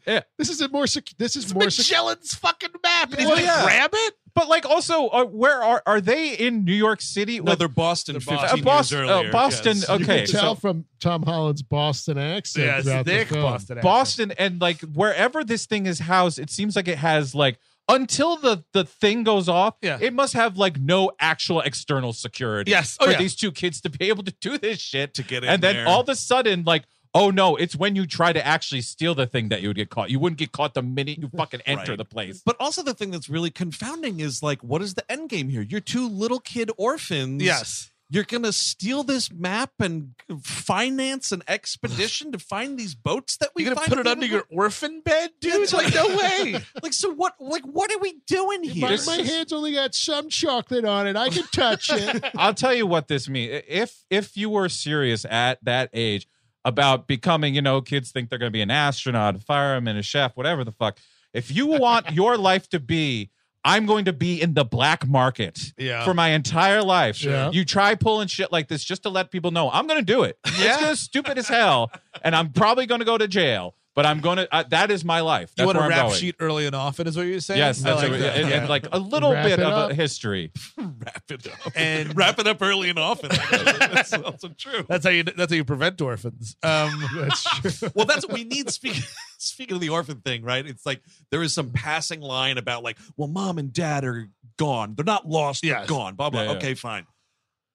Speaker 4: Yeah.
Speaker 2: This is a more. Sec- this is
Speaker 3: it's
Speaker 2: more. sec-
Speaker 3: Magellan's fucking map, and he's
Speaker 4: Well,
Speaker 3: gonna
Speaker 4: yeah.
Speaker 3: grab it.
Speaker 4: But like, also, uh, where are are they in New York City?
Speaker 1: No,
Speaker 4: Like,
Speaker 1: they're Boston. oh,
Speaker 3: They're
Speaker 1: 15
Speaker 3: Boston.
Speaker 1: years
Speaker 4: Uh, Bos- uh,
Speaker 1: earlier.
Speaker 4: Boston,
Speaker 1: Yes.
Speaker 4: okay.
Speaker 2: You can tell
Speaker 4: so-
Speaker 2: from Tom Holland's Boston accent.
Speaker 3: Yeah,
Speaker 2: throughout
Speaker 3: it's
Speaker 2: the
Speaker 3: thick
Speaker 2: film.
Speaker 3: Boston. accent.
Speaker 4: Boston, and like wherever this thing is housed, it seems like it has like until the the thing goes off.
Speaker 3: Yeah.
Speaker 4: it must have like no actual external security.
Speaker 3: Yes. Oh,
Speaker 4: for
Speaker 3: yeah.
Speaker 4: these two kids to be able to do this shit
Speaker 1: To get in
Speaker 4: and then
Speaker 1: there.
Speaker 4: all of a sudden like. Oh no! It's when you try to actually steal the thing that you would get caught. You wouldn't get caught the minute you fucking enter
Speaker 1: Right.
Speaker 4: the place.
Speaker 1: But also the thing that's really confounding is like, what is the end game here? You're two little kid orphans.
Speaker 3: Yes,
Speaker 1: You're gonna steal this map and finance an expedition to find these boats that we
Speaker 3: You're gonna
Speaker 1: find
Speaker 3: put
Speaker 1: at
Speaker 3: it
Speaker 1: the
Speaker 3: under
Speaker 1: end of
Speaker 3: your orphan bed,
Speaker 1: the-
Speaker 3: dude?
Speaker 1: It's like no way. Like so, what? Like what are we doing here?
Speaker 2: My,
Speaker 4: This
Speaker 2: my
Speaker 4: is-
Speaker 2: hands only got some chocolate on it. I can touch it.
Speaker 4: I'll tell you what this means. If if you were serious at that age about becoming, you know, kids think they're going to be an astronaut, a fireman, a chef, whatever the fuck. If you want your life to be, I'm going to be in the black market
Speaker 3: yeah.
Speaker 4: for my entire life.
Speaker 2: Yeah.
Speaker 4: You try pulling shit like this just to let people know I'm going to do it. It's just stupid as hell, and I'm probably going to go to jail. But I'm going to. Uh, that is my life. That's
Speaker 3: you want
Speaker 4: where
Speaker 3: a
Speaker 4: I'm
Speaker 3: rap
Speaker 4: going.
Speaker 3: sheet early and often is what you're saying.
Speaker 4: Yes,
Speaker 3: I
Speaker 4: that's
Speaker 3: like
Speaker 4: a,
Speaker 3: that.
Speaker 4: and,
Speaker 3: Yeah.
Speaker 4: and like a little
Speaker 2: Wrap
Speaker 4: bit
Speaker 2: it
Speaker 4: of a
Speaker 2: up.
Speaker 4: history.
Speaker 1: wrap it up
Speaker 3: And-
Speaker 1: wrap it up early and often. That's also true.
Speaker 3: That's how you. That's how you prevent orphans. Um,
Speaker 2: That's true.
Speaker 1: Well, that's what we need. Speaking speaking of the orphan thing, right? It's like there is some passing line about like, well, mom and dad are gone. They're not lost. They're
Speaker 3: Yes.
Speaker 1: gone. Blah blah.
Speaker 4: Yeah, yeah.
Speaker 1: Okay, fine.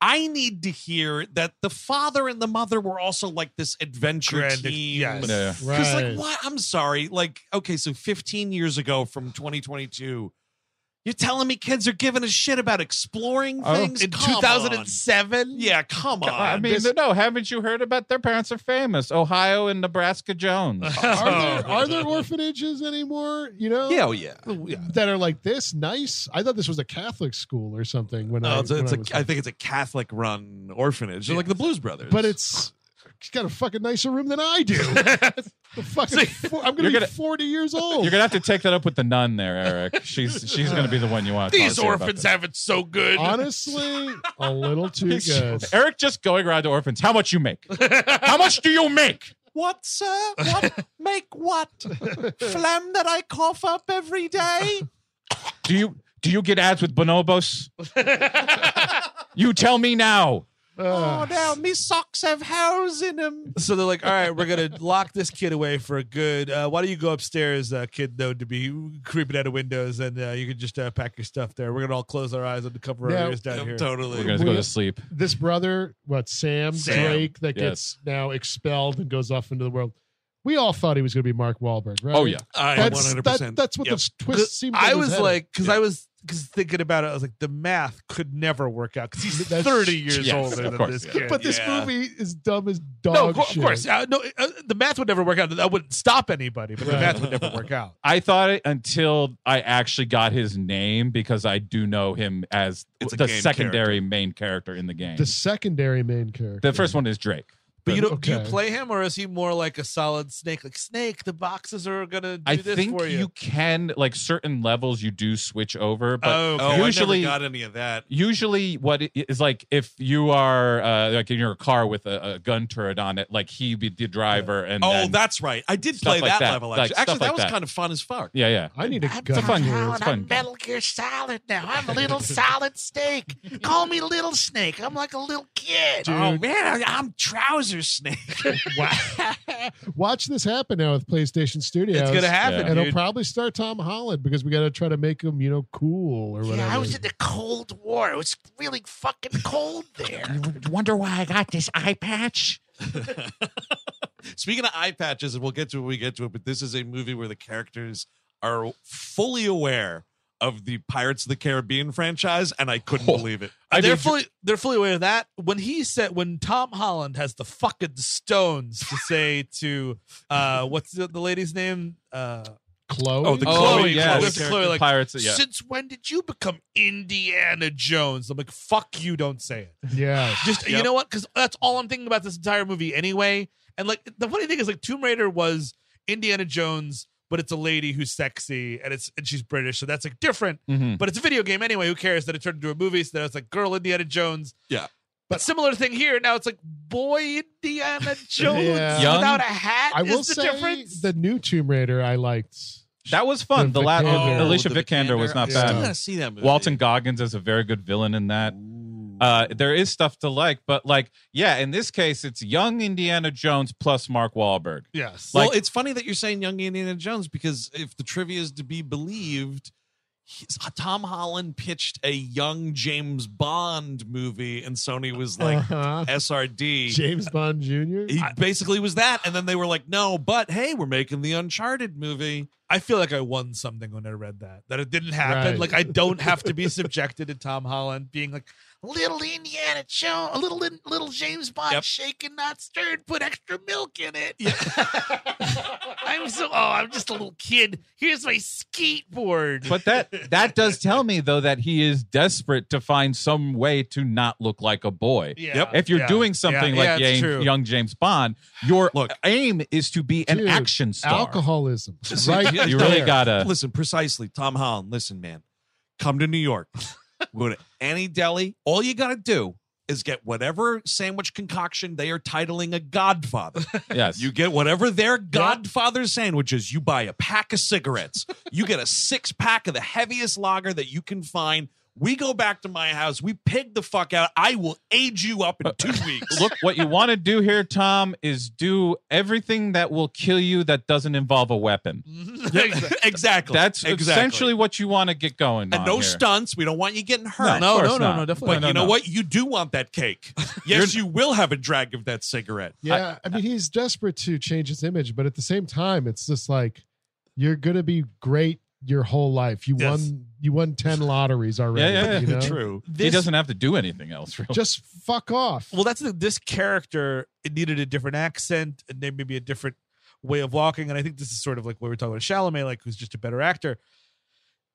Speaker 1: I need to hear that the father and the mother were also like this adventure
Speaker 3: Grand-
Speaker 1: team.
Speaker 3: yes.
Speaker 4: Yeah.
Speaker 1: Because
Speaker 2: Right.
Speaker 1: like what? I'm sorry. Like okay, so 15 years ago from 2022. You're telling me kids are giving a shit about exploring
Speaker 4: Oh.
Speaker 1: things
Speaker 3: in
Speaker 1: Come on.
Speaker 3: 2007.
Speaker 1: Yeah, come on.
Speaker 4: I mean,
Speaker 2: this-
Speaker 4: no, haven't you heard about their parents are famous? Ohio and Nebraska Jones.
Speaker 2: Are there
Speaker 1: Oh.
Speaker 2: are there orphanages anymore? You know,
Speaker 1: yeah, oh, yeah.
Speaker 2: that are like this nice. I thought this was a Catholic school or something. When I,
Speaker 1: No, Oh, it's, a-
Speaker 2: when
Speaker 1: it's
Speaker 2: I
Speaker 1: a-
Speaker 2: was-
Speaker 1: I think it's a Catholic run orphanage, like the Blues Brothers.
Speaker 2: but it's she's got a fucking nicer room than I do. The fucking four, I'm gonna
Speaker 4: You're
Speaker 2: be
Speaker 4: gonna-
Speaker 2: forty years
Speaker 4: You're
Speaker 2: old.
Speaker 4: gonna have to take that up with the nun there, Eric. She's she's gonna be the one you want. to
Speaker 3: These
Speaker 4: talk to about
Speaker 3: orphans
Speaker 4: this.
Speaker 3: have it so good.
Speaker 2: Honestly, a little too good.
Speaker 4: Eric just going around to orphans. How much you make? How much do you make?
Speaker 1: what, sir? What make what phlegm that I cough up every day?
Speaker 4: Do you do you get ads with bonobos? you tell me now.
Speaker 1: Oh,
Speaker 2: Uh,
Speaker 1: now me socks have holes in them.
Speaker 3: so they're like, all right, we're gonna lock this kid away for a good. Uh, why don't you go upstairs, uh, kid? Known to be creeping out of windows, and uh, you can just uh, pack your stuff there. We're gonna all close our eyes and cover
Speaker 2: Yeah.
Speaker 3: our ears down here.
Speaker 4: We're
Speaker 1: Totally.
Speaker 4: gonna go to sleep.
Speaker 2: this brother, what Sam,
Speaker 1: Sam.
Speaker 2: Drake, that
Speaker 4: Yes.
Speaker 2: gets now expelled and goes off into the world. We all thought he was going to be Mark Wahlberg, right?
Speaker 4: Oh yeah.
Speaker 1: I
Speaker 2: that's
Speaker 1: 100%.
Speaker 2: that, that's what
Speaker 1: Yep.
Speaker 2: the twist seemed.
Speaker 3: I
Speaker 2: it
Speaker 3: was
Speaker 2: headed.
Speaker 3: like, because
Speaker 1: Yeah.
Speaker 3: I was because thinking about it, I was like, the math could never work out because he's
Speaker 2: That's-
Speaker 3: thirty years
Speaker 4: Yes,
Speaker 3: older
Speaker 4: of
Speaker 3: than
Speaker 4: course,
Speaker 3: this
Speaker 4: yeah.
Speaker 3: kid.
Speaker 2: but this
Speaker 1: Yeah.
Speaker 2: movie is dumb as dog
Speaker 3: no, of, cour- of
Speaker 2: shit.
Speaker 3: course, uh, no, uh, the math would never work out. That wouldn't stop anybody, but the
Speaker 2: Right.
Speaker 3: math would never work out.
Speaker 4: I thought it until I actually got his name because I do know him as
Speaker 1: It's a
Speaker 4: the
Speaker 1: game
Speaker 4: secondary main character in the game.
Speaker 2: The secondary main character.
Speaker 4: the first one is Drake.
Speaker 3: But you
Speaker 2: But-
Speaker 3: don't do you
Speaker 2: okay.
Speaker 3: play him or is he more like a solid snake? Like snake, the boxes are gonna do
Speaker 4: I
Speaker 3: this
Speaker 4: think
Speaker 3: for you.
Speaker 4: can like certain levels you do switch over, but
Speaker 3: Oh, okay.
Speaker 1: Oh,
Speaker 4: Usually-
Speaker 1: I never got any of that.
Speaker 4: usually what it is like if you are uh, like in your car with a, a gun turret on it, like he be the driver and
Speaker 1: Oh,
Speaker 4: then-
Speaker 1: that's right. I did
Speaker 4: Stuff
Speaker 1: play
Speaker 4: like
Speaker 1: that,
Speaker 4: that.
Speaker 1: level.
Speaker 4: Like,
Speaker 1: Actually, actually
Speaker 4: stuff
Speaker 1: that
Speaker 4: like
Speaker 1: was
Speaker 4: that.
Speaker 1: kind of fun as fuck.
Speaker 4: yeah, yeah.
Speaker 2: I need a
Speaker 5: I'm
Speaker 2: gun.
Speaker 5: Tom
Speaker 4: fun.
Speaker 5: Holland.
Speaker 4: It's fun.
Speaker 5: Oh, I'm Metal Gear Solid now. I'm a little solid snake. Call me Little Snake. I'm like a little kid.
Speaker 2: Dude.
Speaker 1: Oh man, I, I'm trouser snake.
Speaker 2: Watch this happen now with PlayStation Studios.
Speaker 3: it's gonna happen,
Speaker 4: Yeah.
Speaker 2: And
Speaker 3: dude.
Speaker 2: it'll probably start Tom Holland because we got to try to make him, you know, cool or whatever.
Speaker 5: Yeah, I was in the Cold War. It was really fucking cold there.
Speaker 4: wonder why I got this eye patch?
Speaker 1: Speaking of eye patches, and we'll get to it when we get to it, but this is a movie where the characters are fully aware of the Pirates of the Caribbean franchise, and I couldn't
Speaker 4: Oh.
Speaker 1: believe it.
Speaker 4: I
Speaker 3: they're
Speaker 4: mean,
Speaker 3: fully they're fully aware of that. When he said when Tom Holland has the fucking stones to say to uh what's the, the lady's name? Uh
Speaker 2: Chloe.
Speaker 1: Oh, the
Speaker 4: Oh,
Speaker 1: Chloe-
Speaker 4: yes.
Speaker 1: Chloe
Speaker 4: The
Speaker 3: character.
Speaker 4: pirates. Yeah.
Speaker 3: since when did you become Indiana Jones? I'm like, fuck you, don't say it.
Speaker 2: yeah.
Speaker 3: Just you
Speaker 1: Yep.
Speaker 3: know what? Because that's all I'm thinking about this entire movie anyway. And like the funny thing is, like Tomb Raider was Indiana Jones, but it's a lady who's sexy and it's and she's British, so that's like different.
Speaker 4: Mhm.
Speaker 3: But it's a video game anyway. Who cares that it turned into a movie? So then it's like girl Indiana Jones.
Speaker 1: Yeah.
Speaker 3: But similar thing here. Now it's like boy Indiana Jones
Speaker 2: Yeah.
Speaker 4: Young.
Speaker 3: without a hat.
Speaker 2: I will
Speaker 3: is the
Speaker 2: say
Speaker 3: difference.
Speaker 2: the new Tomb Raider I liked.
Speaker 4: That was fun.
Speaker 2: The
Speaker 4: The, last
Speaker 2: Vikander.
Speaker 4: Oh, Alicia
Speaker 1: Oh, the
Speaker 4: Vikander was not
Speaker 1: I
Speaker 2: Yeah.
Speaker 1: still
Speaker 4: bad.
Speaker 1: gotta see that movie.
Speaker 4: Walton Goggins is a very good villain in that. Uh, there is stuff to like, but like, yeah, in this case, it's young Indiana Jones plus Mark Wahlberg.
Speaker 3: yes.
Speaker 1: well,
Speaker 4: like-
Speaker 1: it's funny that you're saying young Indiana Jones because if the trivia is to be believed, he's- Tom Holland pitched a young James Bond movie, and Sony was like
Speaker 2: Uh-huh.
Speaker 1: SRD.
Speaker 2: James Bond Jr.
Speaker 1: he basically was that, and then they were like, "No, but hey, we're making the Uncharted movie."
Speaker 3: I feel like I won something when I read that. That it didn't happen.
Speaker 2: Right.
Speaker 3: Like I don't have to be subjected to Tom Holland being like,
Speaker 5: little Indiana Jones, a little little James Bond,
Speaker 1: Yep.
Speaker 5: shaken not stirred. Put extra milk in it. I'm so oh, I'm just a little kid. Here's my skateboard.
Speaker 4: But that that does tell me though that he is desperate to find some way to not look like a boy.
Speaker 3: Yeah.
Speaker 1: Yep.
Speaker 4: If you're
Speaker 3: Yeah.
Speaker 4: doing something
Speaker 3: Yeah, yeah,
Speaker 4: like Yang-
Speaker 3: it's true.
Speaker 4: young James Bond, your
Speaker 1: Look.
Speaker 4: aim is to be an
Speaker 2: Dude,
Speaker 4: action star.
Speaker 2: Alcoholism. Right.
Speaker 4: You really
Speaker 2: there.
Speaker 4: gotta.
Speaker 1: listen, precisely, Tom Holland. Listen, man, come to New York, go to any deli. All you got to do is get whatever sandwich concoction they are titling a Godfather.
Speaker 4: Yes.
Speaker 1: You get whatever their Godfather sandwich is. You buy a pack of cigarettes. you get a six pack of the heaviest lager that you can find. We go back to my house. We pig the fuck out. I will age you up in two weeks.
Speaker 4: look what you want to do here tom is do everything that will kill you that doesn't involve a weapon
Speaker 1: exactly.
Speaker 4: that's
Speaker 1: exactly.
Speaker 4: essentially what you want to get going
Speaker 1: And
Speaker 4: on
Speaker 1: no
Speaker 4: here.
Speaker 1: stunts. We don't want you getting hurt.
Speaker 4: No,
Speaker 3: No,
Speaker 4: Of
Speaker 3: no,
Speaker 4: course
Speaker 3: no,
Speaker 4: not.
Speaker 3: no, definitely.
Speaker 1: But
Speaker 4: no,
Speaker 1: you know
Speaker 4: no.
Speaker 1: what? You do want that cake. Yes, you will have a drag of that cigarette.
Speaker 2: Yeah, I, mean, he's desperate to change his image, but at the same time, it's just like you're gonna be great your whole life. You
Speaker 3: Yes.
Speaker 2: won, you won ten lotteries already.
Speaker 4: Yeah, yeah, yeah.
Speaker 2: you know?
Speaker 1: True.
Speaker 4: he
Speaker 3: This-
Speaker 4: doesn't have to do anything else really
Speaker 2: Just fuck off.
Speaker 3: Well, that's the, this character. It needed a different accent and then maybe a different way of walking. And I think this is sort of like what we were talking about Chalamet, like who's just a better actor.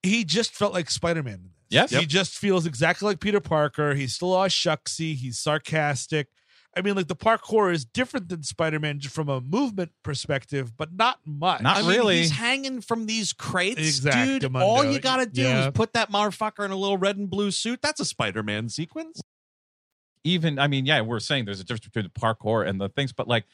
Speaker 3: He just felt like Spider Man. in this.
Speaker 4: Yes.
Speaker 3: he
Speaker 4: Yep.
Speaker 3: just feels exactly like Peter Parker. He's still all shucksy. He's sarcastic. I mean, like the parkour is different than Spider Man from a movement perspective, but not much.
Speaker 4: Not
Speaker 1: I mean,
Speaker 4: really.
Speaker 1: he's hanging from these crates, dude.
Speaker 3: Exactamundo.
Speaker 1: All you gotta do
Speaker 2: Yeah.
Speaker 1: is put that motherfucker in a little red and blue suit. That's a Spider-Man sequence.
Speaker 4: even i mean yeah we're saying there's a difference between the parkour and the things but like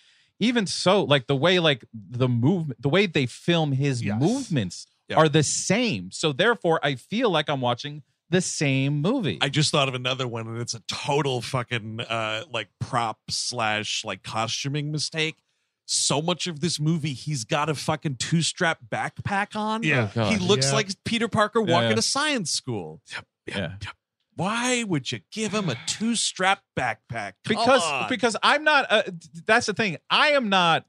Speaker 4: even so like the way like the movement the way they film his
Speaker 3: Yes.
Speaker 4: movements
Speaker 1: Yeah.
Speaker 4: are the same so therefore i feel like i'm watching the same movie
Speaker 1: I just thought of another one, and it's a total fucking uh, like prop slash like costuming mistake. So much of this movie, he's got a fucking two strap backpack on.
Speaker 3: Yeah.
Speaker 4: God.
Speaker 1: he looks
Speaker 2: Yeah.
Speaker 1: like Peter Parker walking
Speaker 4: Yeah.
Speaker 1: to science school.
Speaker 4: yeah
Speaker 1: Why would you give him a two strap backpack? Come
Speaker 4: because
Speaker 1: on.
Speaker 4: because I'm not. Uh, that's the thing. I am not.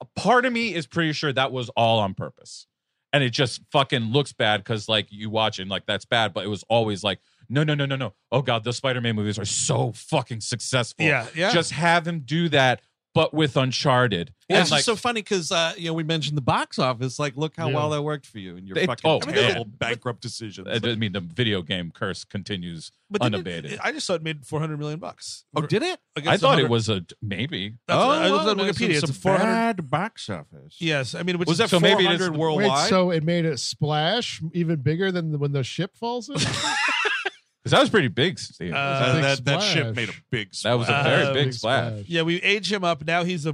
Speaker 4: A part of me is pretty sure that was all on purpose, and it just fucking looks bad because like you watch it and like that's bad, but it was always like no no no no no. Oh god, the Spider-Man movies are so fucking successful.
Speaker 3: Yeah, yeah.
Speaker 4: Just have him do that, but with Uncharted.
Speaker 1: Yeah,
Speaker 4: And,
Speaker 1: it's
Speaker 4: like,
Speaker 1: just so funny because uh, you know we mentioned the box office. Like, look how
Speaker 2: Yeah.
Speaker 1: well that worked for you and your
Speaker 4: It-
Speaker 1: fucking
Speaker 4: oh,
Speaker 1: terrible
Speaker 4: yeah.
Speaker 1: bankrupt decisions.
Speaker 4: I mean, the video game curse continues.
Speaker 3: but then it-
Speaker 4: unabated.
Speaker 3: I just saw it made 400 million bucks.
Speaker 1: oh, did it?
Speaker 4: I
Speaker 3: Against
Speaker 4: thought it
Speaker 3: 100
Speaker 4: was a maybe.
Speaker 3: That's
Speaker 1: oh,
Speaker 3: what I looked
Speaker 1: well,
Speaker 3: on
Speaker 1: there's
Speaker 3: Wikipedia. It's
Speaker 1: some
Speaker 3: a 400.
Speaker 1: bad box office.
Speaker 3: Yes, I mean, which
Speaker 1: was that
Speaker 3: is-
Speaker 4: So maybe it is-
Speaker 1: 400
Speaker 2: Wait,
Speaker 1: worldwide?
Speaker 2: so it made a splash even bigger than the- when the ship falls in.
Speaker 4: Because that was pretty big, Steve.
Speaker 1: Uh,
Speaker 2: Big
Speaker 1: that, that ship
Speaker 2: splash.
Speaker 1: made a big. Splash.
Speaker 4: that was a
Speaker 3: Uh,
Speaker 4: very big,
Speaker 2: Big
Speaker 4: splash.
Speaker 2: splash.
Speaker 3: Yeah, we age him up. Now he's a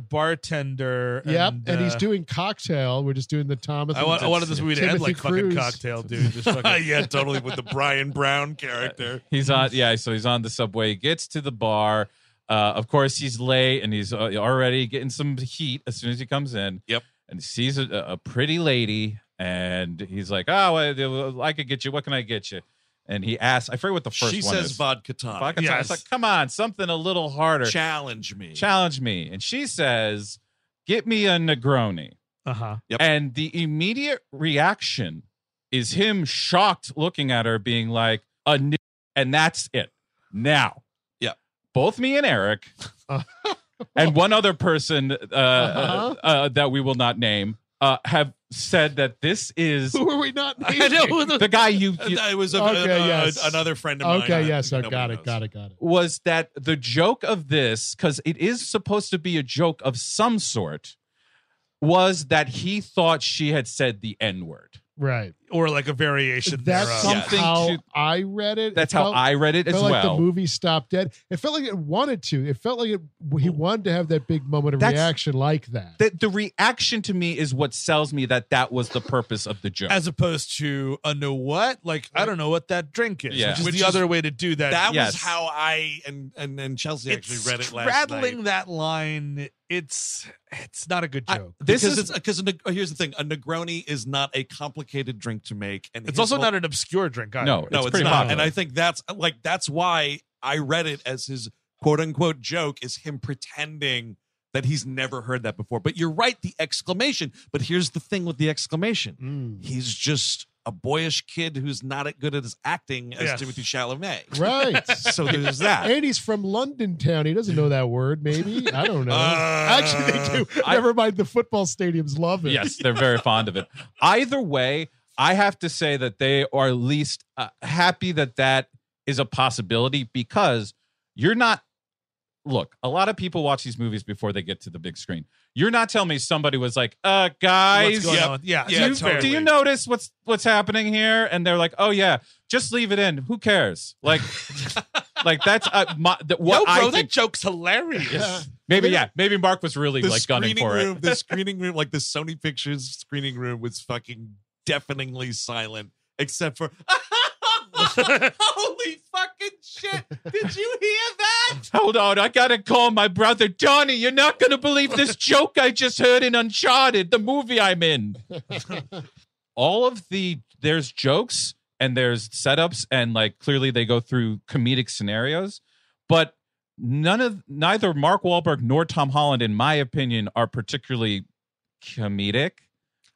Speaker 3: bartender.
Speaker 2: yep, and he's
Speaker 3: uh,
Speaker 2: doing cocktail. We're just doing the Thomas.
Speaker 3: I, wa- I wanted this movie to end
Speaker 2: Timothy
Speaker 3: like
Speaker 2: Cruz.
Speaker 3: fucking cocktail, dude. Just fucking,
Speaker 1: yeah, totally with the Brian Brown character.
Speaker 4: He's on, yeah. So he's on the subway. He gets to the bar. Uh, of course, he's late and he's uh, already getting some heat as soon as he comes in.
Speaker 1: Yep.
Speaker 4: And he sees a, a pretty lady, and he's like, "Oh, I, I could get you. What can I get you?" And he asks, "I forget what the first
Speaker 1: She
Speaker 4: one
Speaker 1: says
Speaker 4: is."
Speaker 1: vodka tonic.
Speaker 4: Vodka tonic. It's
Speaker 3: Yes.
Speaker 4: like, "Come on, something a little harder.
Speaker 1: Challenge me.
Speaker 4: Challenge me." And she says, "Get me a Negroni."
Speaker 3: uh huh.
Speaker 1: Yep.
Speaker 4: And the immediate reaction is him shocked looking at her, being like, a n- and that's it. Now.
Speaker 1: Yeah.
Speaker 4: Both me and Eric
Speaker 2: Uh,
Speaker 4: and one other person uh,
Speaker 2: Uh-huh.
Speaker 4: uh, uh, that we will not name uh, have said that this is
Speaker 2: Who are we not?
Speaker 3: I know who the,
Speaker 4: the guy you,
Speaker 1: Uh,
Speaker 4: you
Speaker 1: It was a,
Speaker 2: Okay,
Speaker 1: a- a-
Speaker 2: yes.
Speaker 1: another friend of mine.
Speaker 2: Okay, yes, I
Speaker 1: Nobody
Speaker 2: got it,
Speaker 1: knows.
Speaker 2: got it, got it.
Speaker 4: was that the joke of this, because it is supposed to be a joke of some sort, was that he thought she had said the N word.
Speaker 2: Right.
Speaker 3: or like a variation
Speaker 2: That's
Speaker 3: thereof.
Speaker 1: Yes.
Speaker 2: somehow
Speaker 4: Something to-
Speaker 2: I read it.
Speaker 4: That's
Speaker 2: It
Speaker 4: how
Speaker 2: felt-
Speaker 4: I read it as
Speaker 2: felt like
Speaker 4: well.
Speaker 2: the movie stopped dead. It felt like it wanted to. It felt like it, he wanted to have that big moment of
Speaker 4: That's-
Speaker 2: reaction like that.
Speaker 4: the, the reaction to me is what sells me that that was the purpose of the joke.
Speaker 3: As opposed to a know what, like I don't know what that drink is,
Speaker 4: Yeah.
Speaker 3: which is
Speaker 1: Which
Speaker 3: the
Speaker 1: is-
Speaker 3: other way to do that.
Speaker 1: That
Speaker 4: Yes.
Speaker 1: was how I and and, and Chelsea actually
Speaker 3: it's
Speaker 1: read it last night.
Speaker 3: straddling that line. It's it's not a good
Speaker 1: I-
Speaker 3: joke.
Speaker 4: This
Speaker 1: because it's
Speaker 4: is-
Speaker 1: because a neg- oh, here's the thing: a Negroni is not a complicated drink to make, and
Speaker 3: it's
Speaker 1: his
Speaker 3: also
Speaker 1: whole-
Speaker 3: not an obscure drink. Either.
Speaker 4: no,
Speaker 1: no, it's,
Speaker 4: pretty
Speaker 1: not.
Speaker 4: popular.
Speaker 1: And I think that's like that's why I read it as his quote unquote joke is him pretending that he's never heard that before. But you're right, the exclamation. But here's the thing with the exclamation:
Speaker 2: Mm.
Speaker 1: he's just a boyish kid who's not as good at his acting as
Speaker 3: Yes.
Speaker 1: Timothy Chalamet.
Speaker 2: Right.
Speaker 1: So there's that.
Speaker 2: And he's from London town. He doesn't know that word, maybe. I don't know.
Speaker 1: Uh,
Speaker 2: Actually, they do.
Speaker 4: I-
Speaker 2: Never mind. The football stadiums love it.
Speaker 4: Yes, they're very fond of it. Either way, I have to say that they are at least uh, happy that that is a possibility because you're not. Look, a lot of people watch these movies before they get to the big screen. You're not telling me somebody was like, "Uh,
Speaker 3: What's
Speaker 4: guys,
Speaker 3: going
Speaker 1: Yep.
Speaker 3: on? Yeah,
Speaker 1: Yeah,
Speaker 4: do, you,
Speaker 3: that's fair.
Speaker 4: do you notice what's what's happening here?" And they're like, "Oh yeah, just leave it in. Who cares?" Like, like that's uh, my, th- what
Speaker 5: no, bro,
Speaker 4: I
Speaker 5: that
Speaker 4: think.
Speaker 5: joke's hilarious.
Speaker 2: Yeah.
Speaker 4: Maybe yeah, maybe Mark was really
Speaker 1: The
Speaker 4: like gunning
Speaker 1: screening
Speaker 4: for it.
Speaker 1: room, the screening room, like the Sony Pictures screening room was fucking deafeningly silent, except for Holy fucking shit. Did you hear that?
Speaker 4: Hold on, I gotta call my brother Johnny. You're not gonna believe this joke I just heard in Uncharted, the movie I'm in. All of the there's jokes and there's setups, and like clearly they go through comedic scenarios, but none of neither Mark Wahlberg nor Tom Holland, in my opinion, are particularly comedic.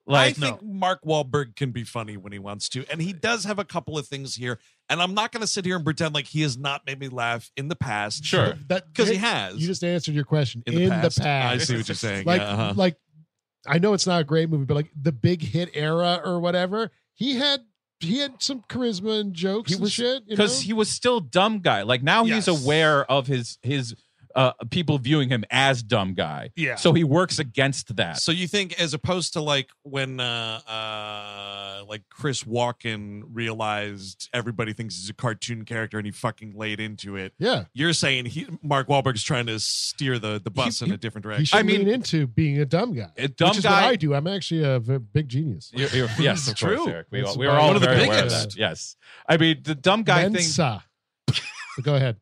Speaker 1: I
Speaker 4: Like
Speaker 1: think Mark Wahlberg can be funny when he wants to, and he does have a couple of things here. And I'm not going to sit here and pretend like he has not made me laugh in the past,
Speaker 4: sure.
Speaker 2: That
Speaker 1: because he
Speaker 2: You
Speaker 1: has.
Speaker 2: just answered your question in the past.
Speaker 1: I see what you're saying.
Speaker 2: Like,
Speaker 1: yeah, uh-huh.
Speaker 2: like, I know it's not a great movie, but like the big hit era or whatever, he had he had some charisma and jokes
Speaker 4: He
Speaker 2: and
Speaker 4: was-
Speaker 2: shit. you
Speaker 4: because
Speaker 2: know?
Speaker 4: he was still dumb guy. Like now
Speaker 3: Yes.
Speaker 4: he's aware of his his uh, people viewing him as dumb guy.
Speaker 3: Yeah.
Speaker 4: So he works against that.
Speaker 1: So you think, as opposed to like when, uh, uh, like Chris Walken realized everybody thinks he's a cartoon character and he fucking laid into it.
Speaker 2: yeah,
Speaker 1: You're saying he, Mark Wahlberg's trying to steer the the bus in a different
Speaker 2: he
Speaker 1: direction.
Speaker 2: should
Speaker 4: I mean-
Speaker 2: lean into being a dumb guy.
Speaker 4: A dumb
Speaker 2: which is
Speaker 4: guy-
Speaker 2: What I do. I'm actually a v- big genius.
Speaker 4: You're- you're- yes, of
Speaker 1: True.
Speaker 4: course, Eric. We,
Speaker 2: It's
Speaker 4: we
Speaker 2: about
Speaker 4: are all
Speaker 2: one of the
Speaker 4: very aware of
Speaker 2: biggest.
Speaker 4: that. Yes. I mean, the dumb guy thing.
Speaker 2: Mensa. But Go ahead.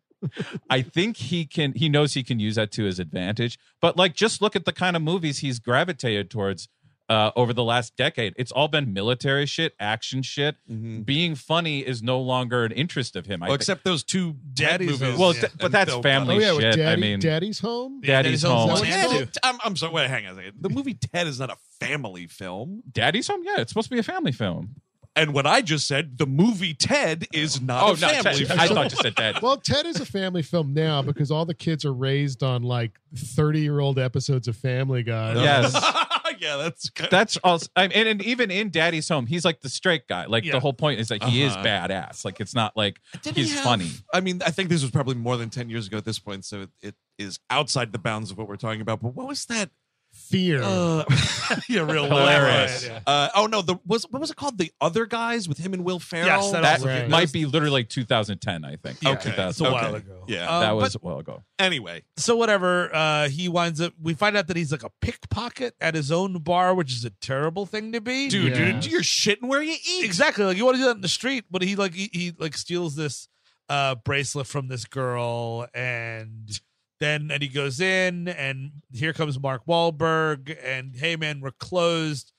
Speaker 4: I think he can. He knows he can use that to his advantage. But like, just look at the kind of movies he's gravitated towards uh, over the last decade. It's all been military shit, action shit.
Speaker 2: Hmm.
Speaker 1: Mhm.
Speaker 4: Being funny is no longer an interest of him. I
Speaker 1: Well,
Speaker 4: think.
Speaker 1: except those two dead
Speaker 3: Daddy's
Speaker 1: movies.
Speaker 3: Home.
Speaker 4: well,
Speaker 3: yeah.
Speaker 4: th- but
Speaker 1: And
Speaker 4: that's
Speaker 1: Bill Oh,
Speaker 4: family
Speaker 2: oh yeah,
Speaker 4: shit.
Speaker 2: with Daddy,
Speaker 4: I mean,
Speaker 2: Daddy's home.
Speaker 4: Daddy's
Speaker 3: Daddy's Home.
Speaker 4: home.
Speaker 2: Is that what it's
Speaker 1: Ted-
Speaker 2: called?
Speaker 1: I'm, I'm sorry. Wait, hang on a second. The movie Ted is not a family film,
Speaker 4: Daddy's Home. Yeah, it's supposed to be a family film.
Speaker 1: and what I just said, the movie Ted is not
Speaker 2: Uh,
Speaker 4: Oh,
Speaker 1: a
Speaker 4: no,
Speaker 1: family.
Speaker 4: Ted.
Speaker 1: film.
Speaker 4: I thought you said that.
Speaker 2: Well, Ted is a family film now because all the kids are raised on like 30 year old episodes of Family Guy.
Speaker 4: yes.
Speaker 1: yeah, that's kind
Speaker 4: That's also, I mean, and, and even in Daddy's Home, he's like the straight guy. Like
Speaker 3: Yeah.
Speaker 4: the whole point is that he is
Speaker 1: Uh-huh.
Speaker 4: badass. Like it's not like
Speaker 1: Didn't
Speaker 4: he's
Speaker 1: he have-
Speaker 4: funny.
Speaker 1: I mean, I think this was probably more than ten years ago at this point, so it, it is outside the bounds of what we're talking about. But what was that?
Speaker 2: Fear.
Speaker 4: Oh,
Speaker 1: Uh, yeah, real
Speaker 4: Hilarious.
Speaker 1: loud. Uh, oh no, the was what was it called? The other guys with him and Will Ferrell.
Speaker 3: Yes, that
Speaker 4: That
Speaker 3: also-
Speaker 2: Right.
Speaker 4: might be literally 2010, I think.
Speaker 3: Yeah,
Speaker 4: Okay,
Speaker 3: it's a while
Speaker 1: okay.
Speaker 3: ago.
Speaker 1: yeah.
Speaker 4: that
Speaker 3: Um,
Speaker 4: was a while ago.
Speaker 1: anyway,
Speaker 3: so whatever uh he winds up we find out that he's like a pickpocket at his own bar which is a terrible thing to be
Speaker 1: dude,
Speaker 2: Yeah.
Speaker 1: dude, you're shitting where you eat.
Speaker 3: exactly like you want to do that in the street but he like he, he like steals this uh bracelet from this girl and then and he goes in and here comes Mark Wahlberg and hey man we're closed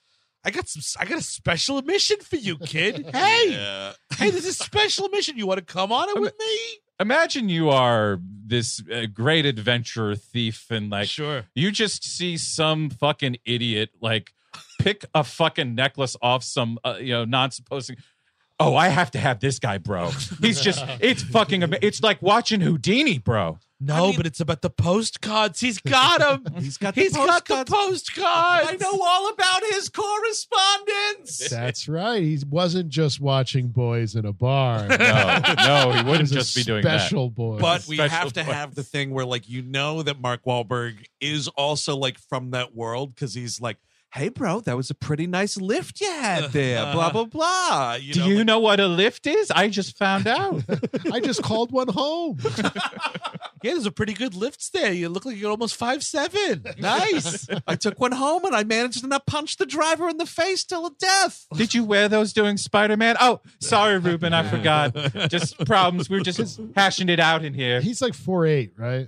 Speaker 3: I got some I got a special admission for you kid hey
Speaker 1: Yeah.
Speaker 3: hey this is special admission you want to come on it with me
Speaker 4: Imagine you are this uh, great adventurer thief and like
Speaker 3: sure
Speaker 4: you just see some fucking idiot like pick a fucking necklace off some uh, you know non supposing oh i have to have this guy bro he's just it's fucking ama- it's like watching houdini bro
Speaker 3: no
Speaker 1: I mean-
Speaker 3: but it's about the postcards he's got him
Speaker 1: He's got the
Speaker 3: He's got the
Speaker 1: postcards.
Speaker 3: postcards.
Speaker 1: I know all about his correspondence.
Speaker 2: That's right. He wasn't just watching boys in a bar.
Speaker 4: no no he
Speaker 2: He
Speaker 4: wouldn't
Speaker 2: was a
Speaker 4: just be doing that
Speaker 2: special boys.
Speaker 1: But we
Speaker 4: Special
Speaker 1: have to
Speaker 4: place.
Speaker 1: have the thing where, like, you know that Mark Wahlberg is also like from that world because he's like, "Hey, bro, that was a pretty nice lift you had there." Blah blah blah. You
Speaker 4: do
Speaker 1: know,
Speaker 4: you
Speaker 1: like-
Speaker 4: know what a lift is i just found out
Speaker 2: I just called one home.
Speaker 3: Yeah, there's a pretty good lifts there. You look like you're almost five seven. Nice.
Speaker 1: I took one home and I managed to not punch the driver in the face till death.
Speaker 4: did you wear those doing spider-man oh sorry ruben i forgot just problems we were just hashing it out in here
Speaker 2: He's like four eight, right?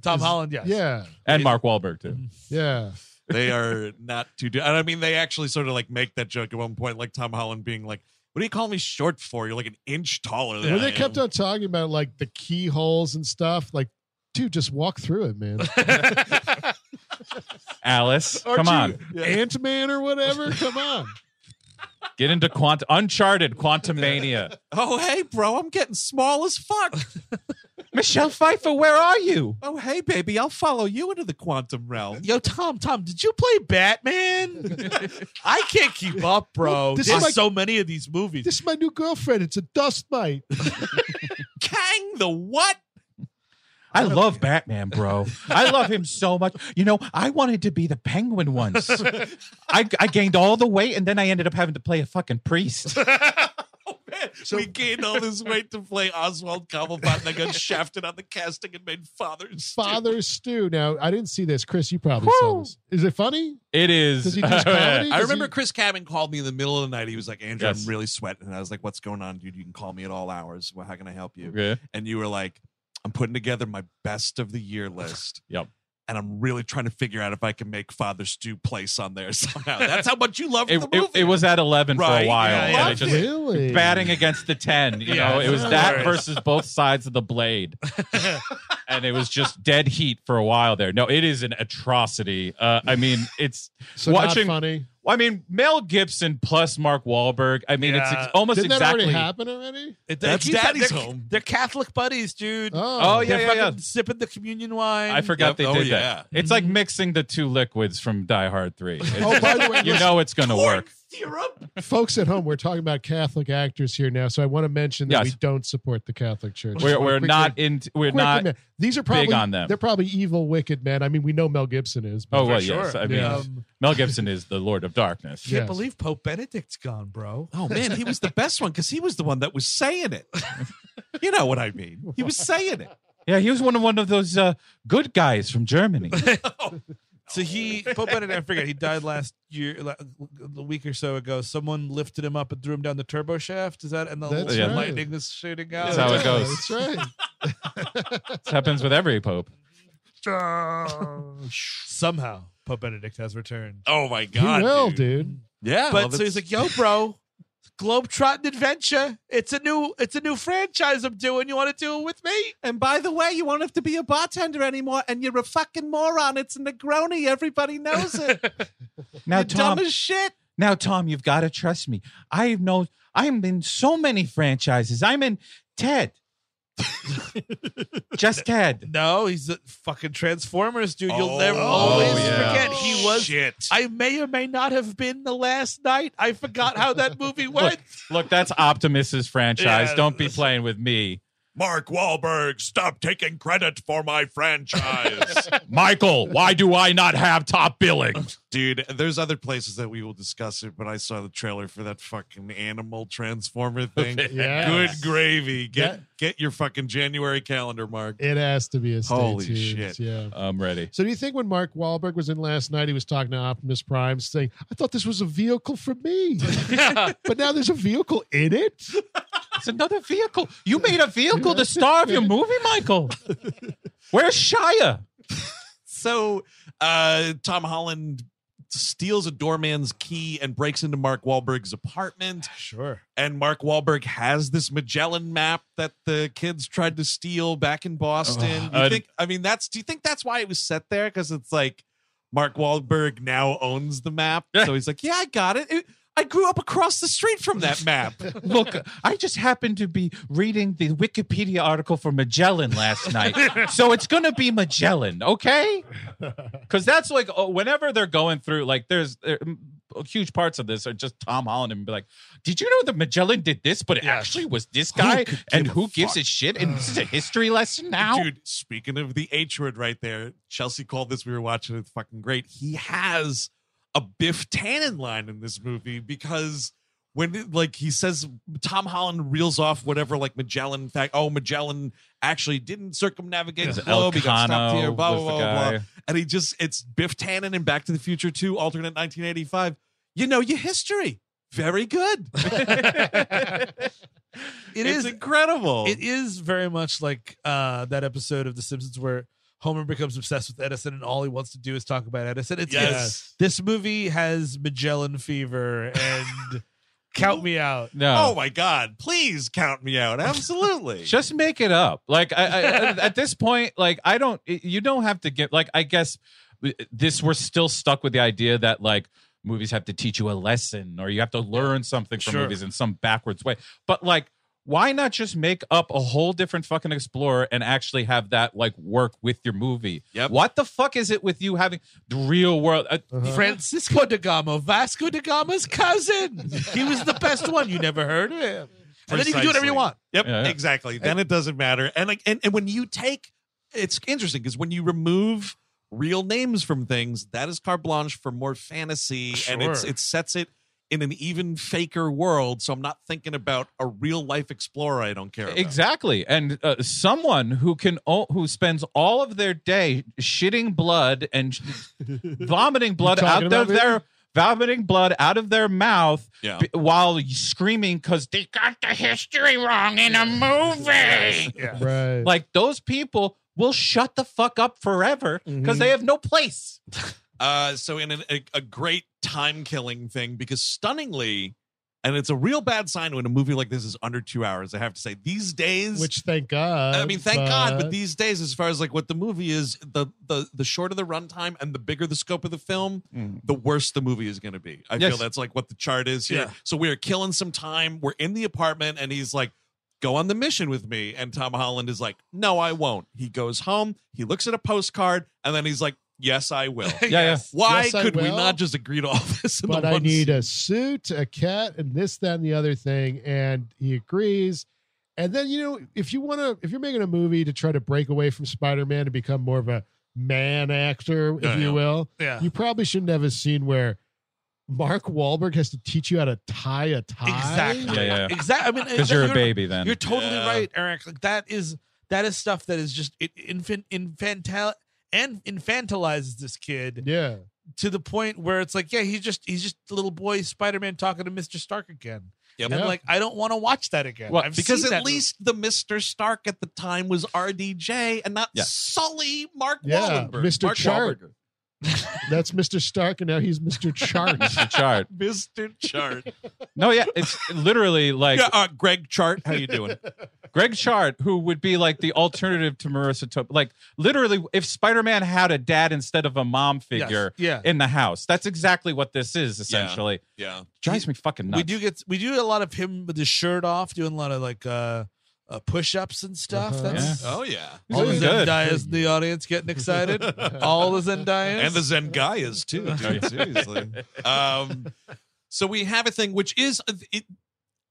Speaker 3: Tom Holland, yes.
Speaker 2: Yeah.
Speaker 4: and mark Wahlberg too
Speaker 2: Yeah.
Speaker 1: They are not too. Do- and I mean, they actually sort of like make that joke at one point, like Tom Holland being like, "What do you call me short for? You're like an inch taller than
Speaker 2: When
Speaker 1: I
Speaker 2: they
Speaker 1: am."
Speaker 2: kept on talking about like the keyholes and stuff, like, dude, just walk through it, man.
Speaker 4: alice
Speaker 2: Aren't
Speaker 4: come on
Speaker 2: you Ant Man or whatever. Come on.
Speaker 4: Get into quant Uncharted Quantumania.
Speaker 1: Oh, hey, bro, I'm getting small as fuck.
Speaker 4: Michelle Pfeiffer, where are you?
Speaker 1: Oh, hey, baby, I'll follow you into the quantum realm.
Speaker 3: Yo, Tom, Tom, did you play Batman? I can't keep up, bro.
Speaker 2: This is
Speaker 3: There's
Speaker 2: like-
Speaker 3: so many of these movies.
Speaker 2: This is my new girlfriend. It's a dust mite.
Speaker 1: Kang the what?
Speaker 4: I love Batman, bro. I love him so much. You know, I wanted to be the penguin once. I, I gained all the weight and then I ended up having to play a fucking priest.
Speaker 1: Oh, man, we gained all this weight to play Oswald Cobblepot and I got shafted on the casting and made fathers.
Speaker 2: Father Stew. Now, I didn't see this. Chris, you probably saw this. Is it funny?
Speaker 4: It is.
Speaker 2: Does he do comedy?
Speaker 1: I
Speaker 2: Does
Speaker 1: remember
Speaker 2: he-
Speaker 1: Chris Cabin called me in the middle of the night. He was like, Andrew,
Speaker 4: Yes.
Speaker 1: I'm really sweating. And I was like, What's going on, dude? You can call me at all hours. Well, how can I help you?
Speaker 4: Okay.
Speaker 1: And you were like, I'm putting together my best of the year list.
Speaker 4: Yep.
Speaker 1: And I'm really trying to figure out if I can make Father Stew place on there somehow. That's how much you loved
Speaker 4: It,
Speaker 1: the
Speaker 4: it,
Speaker 1: movie.
Speaker 4: it was at 11 for
Speaker 1: Right,
Speaker 4: a while.
Speaker 1: yeah,
Speaker 4: and
Speaker 1: yeah.
Speaker 4: it just
Speaker 2: really?
Speaker 4: batting against the 10. You
Speaker 3: Yeah,
Speaker 4: know, it was
Speaker 2: no
Speaker 4: that
Speaker 1: worries.
Speaker 4: versus both sides of the blade. and it was just dead heat for a while there. No, it is an atrocity. Uh, I mean, it's
Speaker 2: So
Speaker 4: Watching-
Speaker 2: not funny.
Speaker 4: I mean, Mel Gibson plus Mark Wahlberg. I mean, it's
Speaker 3: Yeah.
Speaker 4: ex- almost
Speaker 2: Didn't that
Speaker 4: exactly.
Speaker 2: already happen already?
Speaker 3: It-
Speaker 1: That's
Speaker 3: he's-
Speaker 1: Daddy's
Speaker 3: they're,
Speaker 1: home.
Speaker 3: They're Catholic buddies, dude.
Speaker 4: Oh, yeah,
Speaker 3: they're
Speaker 4: yeah,
Speaker 3: fucking
Speaker 4: yeah.
Speaker 3: sipping the communion wine.
Speaker 4: I forgot
Speaker 1: Yep.
Speaker 4: they
Speaker 1: Oh,
Speaker 4: did that. It's like mixing the two liquids from Die Hard 3. It's-
Speaker 2: Mm-hmm. Oh, by the way,
Speaker 4: you
Speaker 2: listen,
Speaker 4: know it's going to work.
Speaker 1: Syrup?
Speaker 2: folks at home, we're talking about Catholic actors here now, so I want to mention that
Speaker 4: Yes.
Speaker 2: we don't support the Catholic Church.
Speaker 4: We're,
Speaker 2: Just
Speaker 4: we're
Speaker 2: quickly-
Speaker 4: not in. We're
Speaker 2: quickly,
Speaker 4: not.
Speaker 2: man. These are probably
Speaker 4: on them.
Speaker 2: They're probably evil, wicked men. I mean, we know Mel Gibson is. but-
Speaker 4: Oh well,
Speaker 3: sure.
Speaker 4: yes. I mean,
Speaker 2: Yeah. Um,
Speaker 4: Mel Gibson is the Lord of Darkness.
Speaker 3: Can't
Speaker 2: Yes.
Speaker 3: believe Pope Benedict's gone, bro.
Speaker 1: Oh, man, he was the best one because he was the one that was saying it. you know what I mean? He was saying it.
Speaker 4: Yeah, he was one of one of those uh, good guys from Germany.
Speaker 3: So he Pope Benedict. I forget he died last year, la- a week or so ago. Someone lifted him up and threw him down the turbo shaft. Is that and the
Speaker 2: That's
Speaker 3: whole
Speaker 4: Yeah.
Speaker 2: right.
Speaker 3: lightning is shooting out?
Speaker 4: That's how
Speaker 2: Yeah,
Speaker 4: it goes.
Speaker 2: That's right.
Speaker 4: this happens with every pope.
Speaker 3: Somehow Pope Benedict has returned.
Speaker 1: Oh, my
Speaker 2: You
Speaker 1: God.
Speaker 2: will,
Speaker 1: dude.
Speaker 2: dude.
Speaker 1: Yeah. well,
Speaker 3: but so he's
Speaker 1: that's-
Speaker 3: like, "Yo, bro, globetrotting adventure. It's a new, it's a new franchise I'm doing. You want to do it with me?
Speaker 1: And by the way, you won't have to be a bartender anymore, and you're a fucking moron. It's a Negroni. Everybody knows it.
Speaker 4: Now,
Speaker 1: you're
Speaker 4: Tom.
Speaker 1: dumb as shit.
Speaker 4: Now, Tom, you've got to trust me. I know. I'm in so many franchises. I'm in Ted. Just Ted.
Speaker 3: No, he's a fucking Transformers dude. You'll
Speaker 1: Oh,
Speaker 3: never always
Speaker 4: yeah.
Speaker 3: forget he was.
Speaker 1: Shit.
Speaker 3: I may or may not have been the last night. I forgot how that movie went.
Speaker 4: Look, that's Optimus's franchise.
Speaker 3: Yeah.
Speaker 4: Don't be playing with me,
Speaker 1: Mark Wahlberg, stop taking credit for my franchise.
Speaker 4: Michael. Why do I not have top billing?
Speaker 1: Dude, there's other places that we will discuss it, but I saw the trailer for that fucking animal transformer thing.
Speaker 2: Yeah.
Speaker 1: Good gravy. Get
Speaker 2: Yeah.
Speaker 1: get your fucking January calendar, Mark.
Speaker 2: It has to be a stay
Speaker 1: Holy
Speaker 2: tuned.
Speaker 1: shit.
Speaker 2: Yeah.
Speaker 4: I'm ready.
Speaker 2: So do you think when Mark Wahlberg was in last night, he was talking to Optimus Prime, saying, "I thought this was a vehicle for me, but now there's a vehicle in it."
Speaker 4: It's another vehicle. You made a vehicle to starve your movie, Michael. Where's Shia?
Speaker 1: So uh Tom Holland steals a doorman's key and breaks into Mark Wahlberg's apartment.
Speaker 3: Sure.
Speaker 1: and Mark Wahlberg has this Magellan map that the kids tried to steal back in Boston.
Speaker 4: Ugh.
Speaker 1: you
Speaker 4: I'd-
Speaker 1: think? I mean, that's. Do you think that's why it was set there? Because it's like Mark Wahlberg now owns the map,
Speaker 4: Yeah.
Speaker 1: so he's like, "Yeah, I got it. It- I grew up across the street from that map."
Speaker 4: Look, I just happened to be reading the Wikipedia article for Magellan last night. so it's going to be Magellan, okay? Because that's like oh, whenever they're going through, like, there's there, huge parts of this are just Tom Holland and be like, did you know that Magellan did this, but it actually was this guy? and who gives a shit? And this is a history lesson now?
Speaker 1: Dude, speaking of the H word right there, Chelsea called this. We were watching it. Fucking great. He has a Biff Tannen line in this movie because when like he says Tom Holland reels off whatever like Magellan fact. Oh, Magellan actually didn't circumnavigate the globe. He got stopped
Speaker 4: Elcano
Speaker 1: here. Blah
Speaker 4: was
Speaker 1: blah
Speaker 4: the
Speaker 1: blah,
Speaker 4: guy.
Speaker 1: blah. And he just it's Biff Tannen in Back to the Future 2, alternate 1985. You know your history. Very good.
Speaker 3: It
Speaker 1: it's
Speaker 3: is.
Speaker 1: incredible.
Speaker 3: It is very much like uh, that episode of The Simpsons where Homer becomes obsessed with Edison, and all he wants to do is talk about Edison. It's,
Speaker 1: yes.
Speaker 3: it's- this movie has Magellan fever, and count me out.
Speaker 4: No.
Speaker 1: Oh my God! Please count me out. Absolutely.
Speaker 4: just make it up like I, I at this point like i don't you don't have to get like i guess this we're still stuck with the idea that like movies have to teach you a lesson or you have to learn something from
Speaker 3: Sure.
Speaker 4: movies in some backwards way. But like, why not just make up a whole different fucking explorer and actually have that like work with your movie?
Speaker 1: Yep.
Speaker 4: What the fuck is it with you having the real world? uh,
Speaker 2: Uh-huh.
Speaker 1: Uh-huh.
Speaker 3: Francisco da Gama, Vasco da Gama's cousin. He was the best one. You never heard of him. And then you can do whatever
Speaker 1: Precisely.
Speaker 3: you want.
Speaker 1: Yep,
Speaker 4: Yeah, yeah.
Speaker 1: exactly. Then it doesn't matter. And like, and, and when you take, it's interesting because when you remove real names from things, that is carte blanche for more fantasy, and it's
Speaker 3: Sure.
Speaker 1: it sets it in an even faker world. So I'm not thinking about a real life explorer. I don't care. About.
Speaker 4: Exactly, and uh, someone who can o- who spends all of their day shitting blood and sh- vomiting blood
Speaker 2: talking
Speaker 4: out of
Speaker 2: about me?
Speaker 4: their vomiting blood out of their mouth
Speaker 1: Yeah.
Speaker 4: b- while screaming because they got the history wrong in a movie.
Speaker 2: Right.
Speaker 4: Like those people will shut the fuck up forever because they have no place.
Speaker 1: Uh, so in an, a, a great time killing thing, because stunningly, and it's a real bad sign when a movie like this is under two hours. I have to say, these days,
Speaker 2: Which thank God.
Speaker 1: I mean, thank God. But these days, as far as like what the movie is, the the the shorter the runtime and the bigger the scope of the film, the worse the movie is going to be. I feel
Speaker 4: Yes.
Speaker 1: that's like what the chart is here.
Speaker 3: Yeah.
Speaker 1: So we are killing some time. We're in the apartment, and he's like, "Go on the mission with me." And Tom Holland is like, "No, I won't." He goes home. He looks at a postcard, and then he's like, "Yes, I will."
Speaker 4: Yeah, yeah.
Speaker 1: Why
Speaker 2: Yes, I
Speaker 1: could we
Speaker 2: will.
Speaker 1: not just agree to all this? In
Speaker 2: but
Speaker 1: the
Speaker 2: I
Speaker 1: one
Speaker 2: need a suit, a cat, and this, that, and the other thing. And he agrees. And then, you know, if you want to, if you're making a movie to try to break away from Spider Man to become more of a man actor, if
Speaker 1: Yeah,
Speaker 2: you
Speaker 1: yeah.
Speaker 2: will,
Speaker 3: Yeah.
Speaker 2: you probably shouldn't have a scene where Mark Wahlberg has to teach you how to tie a tie.
Speaker 3: Exactly.
Speaker 4: Yeah, yeah.
Speaker 3: Exactly. I mean,
Speaker 4: Because you're a baby, then.
Speaker 3: You're totally
Speaker 1: Yeah.
Speaker 3: right, Eric. Like that is that is stuff that is just it infant infantil and infantilizes this kid
Speaker 2: Yeah.
Speaker 3: to the point where it's like, yeah, he's just he's just a little boy Spider-Man talking to Mr. Stark again.
Speaker 1: Yep.
Speaker 3: And
Speaker 2: Yeah.
Speaker 3: like I don't want to watch that again.
Speaker 4: Well,
Speaker 3: I've
Speaker 1: because
Speaker 3: seen
Speaker 1: at
Speaker 3: that movie.
Speaker 1: least the Mr. Stark at the time was RDJ and not
Speaker 4: Yeah.
Speaker 1: Sully Mark
Speaker 2: Yeah,
Speaker 1: Wahlberg.
Speaker 2: Mr.
Speaker 1: Mark
Speaker 2: Chart.
Speaker 1: Wahlberger.
Speaker 2: That's Mr. Stark, and now he's Mr. Chart.
Speaker 4: The chart.
Speaker 1: Mr. Chart.
Speaker 4: No, yeah, it's literally like
Speaker 1: yeah, uh, Greg Chart, how you doing?
Speaker 4: Greg Chart, who would be like the alternative to Marissa Tomei. Like literally, if Spider-Man had a dad instead of a mom
Speaker 3: Yes.
Speaker 4: figure
Speaker 3: Yeah.
Speaker 4: in the house, that's exactly what this is essentially.
Speaker 1: Yeah.
Speaker 4: Drives me fucking nuts.
Speaker 3: We do get we do a lot of him with his shirt off, doing a lot of like uh, uh push-ups and stuff.
Speaker 2: Uh-huh.
Speaker 3: That's
Speaker 1: Oh yeah.
Speaker 3: all the
Speaker 4: He's doing good.
Speaker 3: Zendayas in the audience getting excited. all the Zendayas
Speaker 1: And the Zen Gaias too, dude.
Speaker 4: Oh, yeah.
Speaker 1: Seriously. Um so we have a thing which is it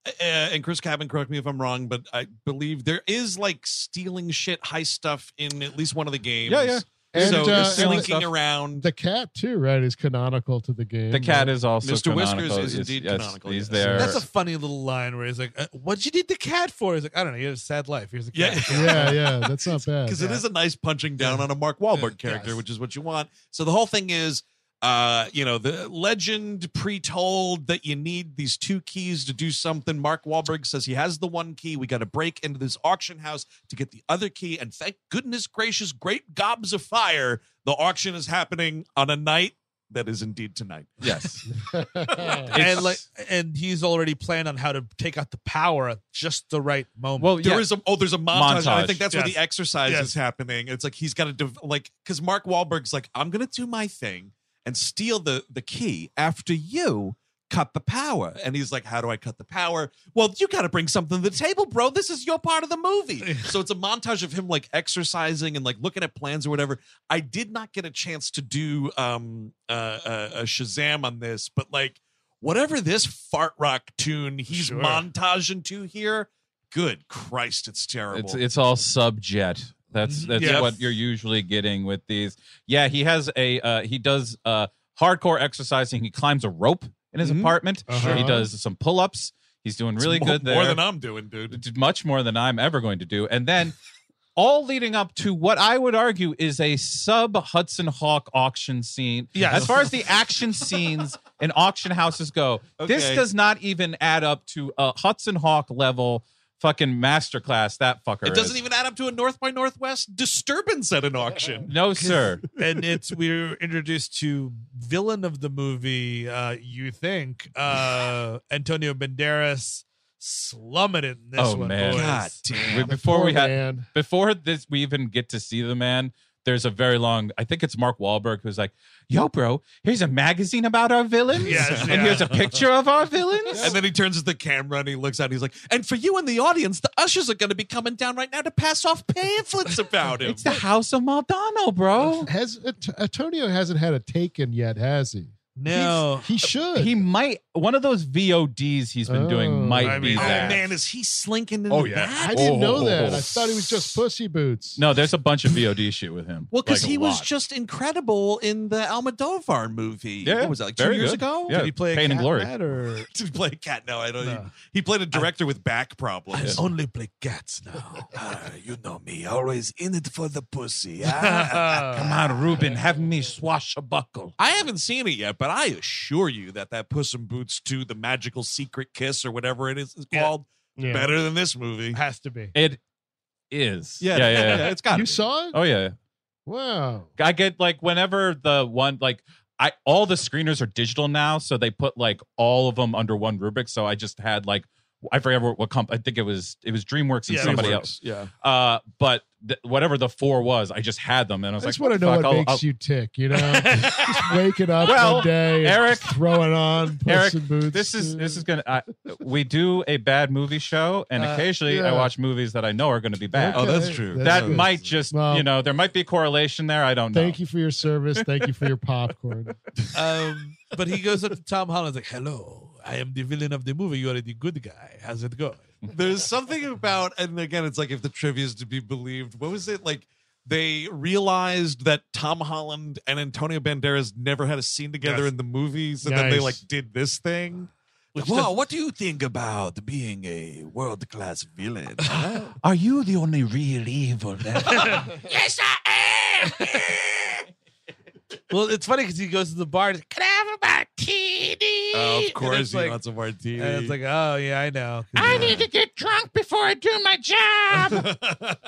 Speaker 1: uh, and Chris Cabin, correct me if I'm wrong, but I believe there is like stealing shit, high stuff in at least one of the games.
Speaker 4: Yeah, yeah.
Speaker 2: And,
Speaker 1: so
Speaker 2: uh,
Speaker 1: they're
Speaker 2: and-
Speaker 1: slinking
Speaker 4: Stuff.
Speaker 1: around.
Speaker 2: The cat, too, right, is canonical to the game.
Speaker 4: The cat is also
Speaker 1: Mr. Whiskers
Speaker 4: canonical.
Speaker 1: is
Speaker 4: Yes,
Speaker 1: indeed
Speaker 4: yes,
Speaker 1: canonical, yes.
Speaker 4: He's there.
Speaker 3: That's a funny little line where he's like, uh, "What'd you need the cat for?" He's like, "I don't know. You had a sad life. Here's a cat."
Speaker 1: Yeah.
Speaker 2: Yeah, yeah. That's not bad.
Speaker 1: because it is a nice punching down on a Mark Wahlberg
Speaker 3: Yeah.
Speaker 1: character,
Speaker 3: Yes.
Speaker 1: which is what you want. So the whole thing is, uh, you know, the legend pre-told that you need these two keys to do something. Mark Wahlberg says he has the one key. We got to break into this auction house to get the other key. And thank goodness gracious, great gobs of fire! The auction is happening on a night that is indeed tonight.
Speaker 4: yes.
Speaker 2: yeah.
Speaker 4: It's-
Speaker 3: And like, and he's already planned on how to take out the power at just the right moment.
Speaker 4: well,
Speaker 1: There
Speaker 4: yeah.
Speaker 1: is a oh, there's a montage. and I
Speaker 4: Montage.
Speaker 1: think that's where
Speaker 3: Yes.
Speaker 1: the exercise
Speaker 3: Yes.
Speaker 1: is happening. It's like he's got to div- like because Mark Wahlberg's like I'm gonna do my thing and steal the the key after you cut the power. And he's like, how do I cut the power? Well, you got to bring something to the table, bro. This is your part of the movie. so it's a montage of him like exercising and like looking at plans or whatever. I did not get a chance to do um uh, uh, a Shazam on this, but like whatever this fart rock tune he's
Speaker 3: Sure.
Speaker 1: montaging to here, good Christ, it's terrible.
Speaker 4: It's it's all subjet. That's
Speaker 1: Mm-hmm.
Speaker 4: that's
Speaker 3: Yeah.
Speaker 4: what you're usually getting with these. Yeah, he has a uh, he does uh, hardcore exercising. He climbs a rope in his
Speaker 1: Mhm.
Speaker 4: apartment.
Speaker 2: Sure.
Speaker 4: He does some pull ups. He's doing
Speaker 1: It's
Speaker 4: really
Speaker 1: mo-
Speaker 4: good there.
Speaker 1: More than I'm doing, dude.
Speaker 4: d- much more than I'm ever going to do. And then all leading up to what I would argue is a sub Hudson Hawk auction scene.
Speaker 3: Yes.
Speaker 4: As far as the action scenes in auction houses go, this
Speaker 1: Okay.
Speaker 4: does not even add up to a Hudson Hawk level fucking masterclass that fucker.
Speaker 1: It doesn't
Speaker 4: is.
Speaker 1: even add up to a North by Northwest disturbance at an auction.
Speaker 4: No, sir.
Speaker 3: and it's we're introduced to villain of the movie. Uh, you think uh, Antonio Banderas slumming it in this
Speaker 4: Oh,
Speaker 3: one,
Speaker 4: man.
Speaker 3: boys.
Speaker 1: God damn.
Speaker 4: Before we had
Speaker 2: man.
Speaker 4: before this we even get to see the man there's a very long. I think it's Mark Wahlberg who's like, "Yo, bro, here's a magazine about our villains,
Speaker 1: Yes,
Speaker 4: and
Speaker 1: yeah.
Speaker 4: here's a picture of our villains."
Speaker 1: And then he turns to the camera and he looks out and he's like, and for you in the audience, the ushers are going to be coming down right now to pass off pamphlets about him.
Speaker 4: it's the House of Maldonado, bro.
Speaker 2: Has At- Antonio hasn't had a taken yet, has he?
Speaker 3: No.
Speaker 2: He should.
Speaker 4: He might one of those VODs he's been
Speaker 2: Oh.
Speaker 4: doing might
Speaker 1: I
Speaker 4: be
Speaker 1: mean, oh
Speaker 4: that.
Speaker 1: man, is he slinking in
Speaker 4: Oh,
Speaker 1: the
Speaker 4: yeah.
Speaker 1: back?
Speaker 2: I didn't
Speaker 4: Oh.
Speaker 2: know that. I thought he was just pussy boots.
Speaker 4: No, there's a bunch of VOD shit with him.
Speaker 1: Well, because
Speaker 4: Like, a
Speaker 1: he was
Speaker 4: lot.
Speaker 1: just incredible in the Almodovar movie.
Speaker 4: Yeah,
Speaker 1: what was that like two
Speaker 4: very
Speaker 1: years
Speaker 4: good.
Speaker 1: ago?
Speaker 4: Yeah.
Speaker 3: Did he play a
Speaker 4: Pain and
Speaker 3: cat
Speaker 4: Glory.
Speaker 3: Rat or-
Speaker 1: Did he play a cat? No, I don't.
Speaker 3: No.
Speaker 1: He, he played a director with back problems.
Speaker 3: only play cats now.
Speaker 1: Ah, you know me, always in it for the pussy. Ah,
Speaker 4: Come on, Ruben, have me swashbuckle.
Speaker 1: I haven't seen it yet, but I assure you that that Puss in Boots 2, The Magical Secret Kiss, or whatever it is is
Speaker 3: Yeah.
Speaker 1: called,
Speaker 2: Yeah.
Speaker 1: better than this movie.
Speaker 3: Has to be.
Speaker 4: It is. yeah, yeah. yeah.
Speaker 1: It's got
Speaker 2: You saw it?
Speaker 4: Oh yeah.
Speaker 2: Wow.
Speaker 4: I get like whenever the one like I all the screeners are digital now, so they put like all of them under one rubric. So I just had like I forget what, what comp. I think it was it was DreamWorks and
Speaker 3: Yeah,
Speaker 4: somebody
Speaker 3: DreamWorks.
Speaker 4: else.
Speaker 1: Yeah.
Speaker 4: Uh, but th- whatever the four was, I just had them, and
Speaker 2: I
Speaker 4: I was
Speaker 2: just
Speaker 4: like,
Speaker 2: want to know
Speaker 4: fuck,
Speaker 2: what
Speaker 4: I'll-
Speaker 2: makes
Speaker 4: I'll-
Speaker 2: you tick, you know? just waking up
Speaker 4: Well,
Speaker 2: one day and
Speaker 4: Eric-
Speaker 2: just throwing on puss
Speaker 4: Eric,
Speaker 2: in boots.
Speaker 4: This is this is gonna. I, we do a bad movie show, and
Speaker 3: Uh,
Speaker 4: occasionally I
Speaker 2: yeah.
Speaker 4: watch movies that I know are going to be bad.
Speaker 1: Oh, that's true.
Speaker 2: that's
Speaker 4: that
Speaker 2: good.
Speaker 4: might just
Speaker 2: Well-
Speaker 4: you know there might be a correlation there. I don't know.
Speaker 2: Thank you for your service. Thank you for your popcorn.
Speaker 3: Um, but he goes up to Tom Holland's like, "Hello, I am the villain of the movie. You are the good guy. How's it going?"
Speaker 1: There's something about, and again, it's like if the trivia is to be believed, what was it like? They realized that Tom Holland and Antonio Banderas never had a scene together
Speaker 3: Yes.
Speaker 1: in the movies, and then they
Speaker 2: Nice.
Speaker 1: like did this thing.
Speaker 3: Which
Speaker 1: Well,
Speaker 3: does-
Speaker 1: what do you think about being a world class villain?
Speaker 4: Are you the only real evil?
Speaker 5: yes, I am.
Speaker 3: Well, it's funny because he goes to the bar. And,
Speaker 5: Can I have a martini?
Speaker 1: Oh, of course,
Speaker 3: it's
Speaker 1: he
Speaker 3: like-
Speaker 1: wants a martini.
Speaker 3: and it's like, "Oh yeah, I know.
Speaker 5: I need to get drunk before I do my job.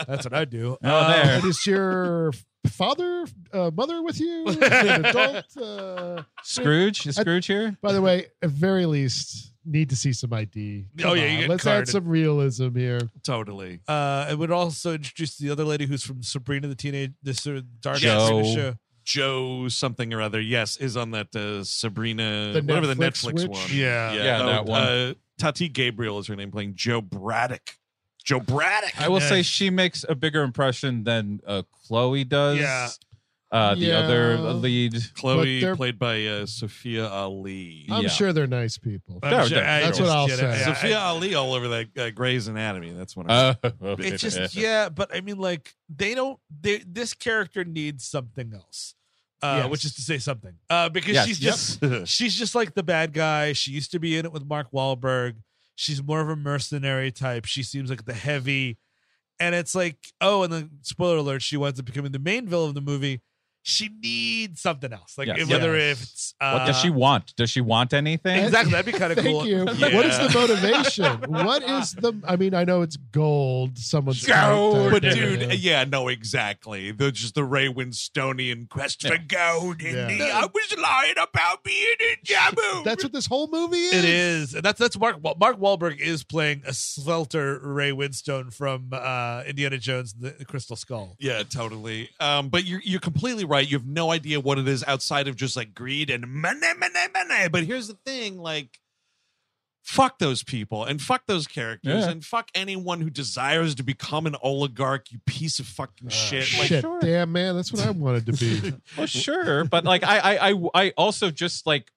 Speaker 3: That's what I do."
Speaker 4: Oh,
Speaker 3: Um,
Speaker 4: there.
Speaker 2: Uh, And is your father, uh, mother with you? Is it an adult? Uh,
Speaker 4: Scrooge? Is Scrooge here?
Speaker 2: by the way, at very least, need to see some ID.
Speaker 3: Oh, yeah, you get
Speaker 2: let's add
Speaker 3: carded.
Speaker 2: some realism here.
Speaker 1: totally.
Speaker 3: Uh, and would also introduce the other lady who's from Sabrina the Teenage, this sort of dark
Speaker 4: Joe.
Speaker 3: Sabrina show.
Speaker 1: Joe something or other, yes, is on that uh, Sabrina,
Speaker 2: The
Speaker 1: whatever the Netflix
Speaker 2: Netflix witch?
Speaker 1: one.
Speaker 3: Yeah.
Speaker 4: Yeah, that one.
Speaker 1: Uh, Tati Gabriel is her name, playing Joe Braddock. Joe Braddock.
Speaker 4: I will
Speaker 3: Yeah.
Speaker 4: say she makes a bigger impression than uh, Chloe does.
Speaker 3: Yeah.
Speaker 4: Uh, the
Speaker 2: Yeah.
Speaker 4: other lead.
Speaker 2: But
Speaker 1: Chloe,
Speaker 2: they're-
Speaker 1: played by uh, Sophia Ali.
Speaker 2: I'm
Speaker 4: Yeah.
Speaker 2: sure they're nice people.
Speaker 4: There, there.
Speaker 2: That's
Speaker 3: I-
Speaker 2: what I'll
Speaker 3: yeah,
Speaker 2: say.
Speaker 3: yeah, I-
Speaker 1: Sophia Ali all over that uh, Grey's Anatomy. That's what I'm
Speaker 4: Uh,
Speaker 3: it's just yeah but i mean like they don't they this character needs something else uh
Speaker 2: Yes.
Speaker 3: which is to say something uh because
Speaker 4: Yes.
Speaker 3: she's
Speaker 4: Yep.
Speaker 3: just she's just like the bad guy she used to be in it with mark Wahlberg. she's more of a mercenary type she seems like the heavy and it's like oh and then spoiler alert she winds up becoming the main villain of the movie she needs something else like
Speaker 4: Yes.
Speaker 3: whether
Speaker 2: Yes.
Speaker 3: if it's uh
Speaker 4: What does she want? Does she want anything?
Speaker 3: exactly that'd be kind of
Speaker 2: Thank
Speaker 3: cool
Speaker 2: you.
Speaker 1: Yeah.
Speaker 2: What is the motivation? what is the? I mean, I know it's gold. Someone's
Speaker 4: Gold.
Speaker 1: But
Speaker 2: typed it.
Speaker 3: uh,
Speaker 1: dude, yeah, no, exactly. The, just the Ray Winstonian quest for gold. In
Speaker 2: Yeah.
Speaker 1: the, I was lying about being in Jabu.
Speaker 2: that's what this whole movie is.
Speaker 3: It is. And that's that's Mark Wa- Mark Wahlberg is playing a svelter Ray Winstone from uh, Indiana Jones and the Crystal Skull.
Speaker 1: Yeah, totally. Um, but you're you're completely right. You have no idea what it is outside of just like greed and money, money, money. But here's the thing: like, fuck those people and fuck those characters
Speaker 4: Yeah.
Speaker 1: and fuck anyone who desires to become an oligarch. You piece of fucking shit. Like,
Speaker 2: Shit, damn man, that's what I wanted to be.
Speaker 4: Well, sure, but like I, I, I, I also just like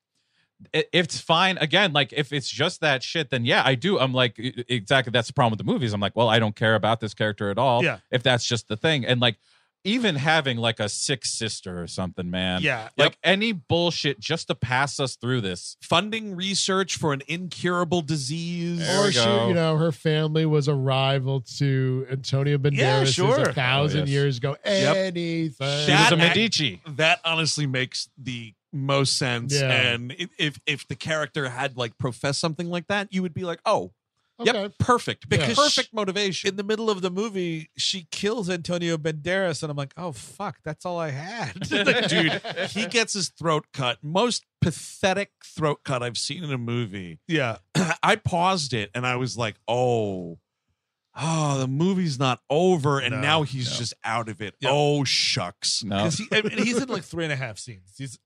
Speaker 4: i- it's fine. Again, like if it's just that shit, then yeah, I do. I'm like e- exactly that's the problem with the movies. I'm like, well, I don't care about this character at all.
Speaker 3: Yeah.
Speaker 4: if that's just the thing, and like even having like a sick sister or something, man.
Speaker 3: Yeah.
Speaker 4: Like any bullshit just to pass us through this.
Speaker 1: funding research for an incurable disease.
Speaker 4: There
Speaker 2: or
Speaker 4: we
Speaker 2: she,
Speaker 4: go.
Speaker 2: you know, her family was a rival to Antonio Banderas
Speaker 3: sure.
Speaker 2: a thousand
Speaker 4: Oh, yes.
Speaker 2: years ago.
Speaker 1: Yep.
Speaker 2: Anything.
Speaker 4: She was
Speaker 1: That
Speaker 4: a
Speaker 1: act-
Speaker 4: Medici.
Speaker 1: that honestly makes the most sense.
Speaker 2: Yeah.
Speaker 1: And if, if if the character had like professed something like that, you would be like, oh,
Speaker 2: okay.
Speaker 1: yep, perfect,
Speaker 3: Yeah.
Speaker 1: because perfect motivation.
Speaker 3: In the middle of the movie, she kills Antonio Banderas, and I'm like, oh fuck, that's all I had.
Speaker 1: dude, he gets his throat cut. Most pathetic throat cut I've seen in a movie.
Speaker 3: yeah.
Speaker 1: I paused it and I was like, oh, oh, the movie's not over, and
Speaker 3: No,
Speaker 1: now he's
Speaker 4: no.
Speaker 1: just out of it.
Speaker 3: Yeah.
Speaker 1: Oh shucks.
Speaker 4: No.
Speaker 3: Because
Speaker 5: Uh.
Speaker 3: he, I mean, he's in like three and a half scenes. He's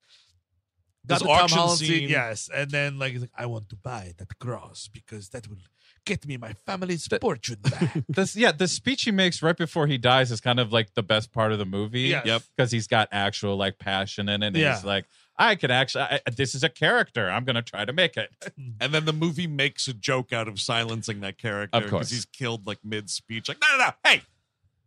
Speaker 1: This
Speaker 3: got the Tom
Speaker 1: auction
Speaker 3: Holland scene,
Speaker 1: scene.
Speaker 3: yes, and then like he's like, I want to buy that cross because that will get me my family's fortune back.
Speaker 4: This, yeah, the speech he makes right before he dies is kind of like the best part of the movie.
Speaker 3: Yes.
Speaker 1: Yep.
Speaker 4: because he's got actual like passion in it. And
Speaker 3: Yeah.
Speaker 4: he's like, I could actually, I, this is a character. I'm gonna try to make it.
Speaker 1: And then the movie makes a joke out of silencing that character
Speaker 4: Of course.
Speaker 1: he's killed like mid speech. Like, no, no, no. Hey,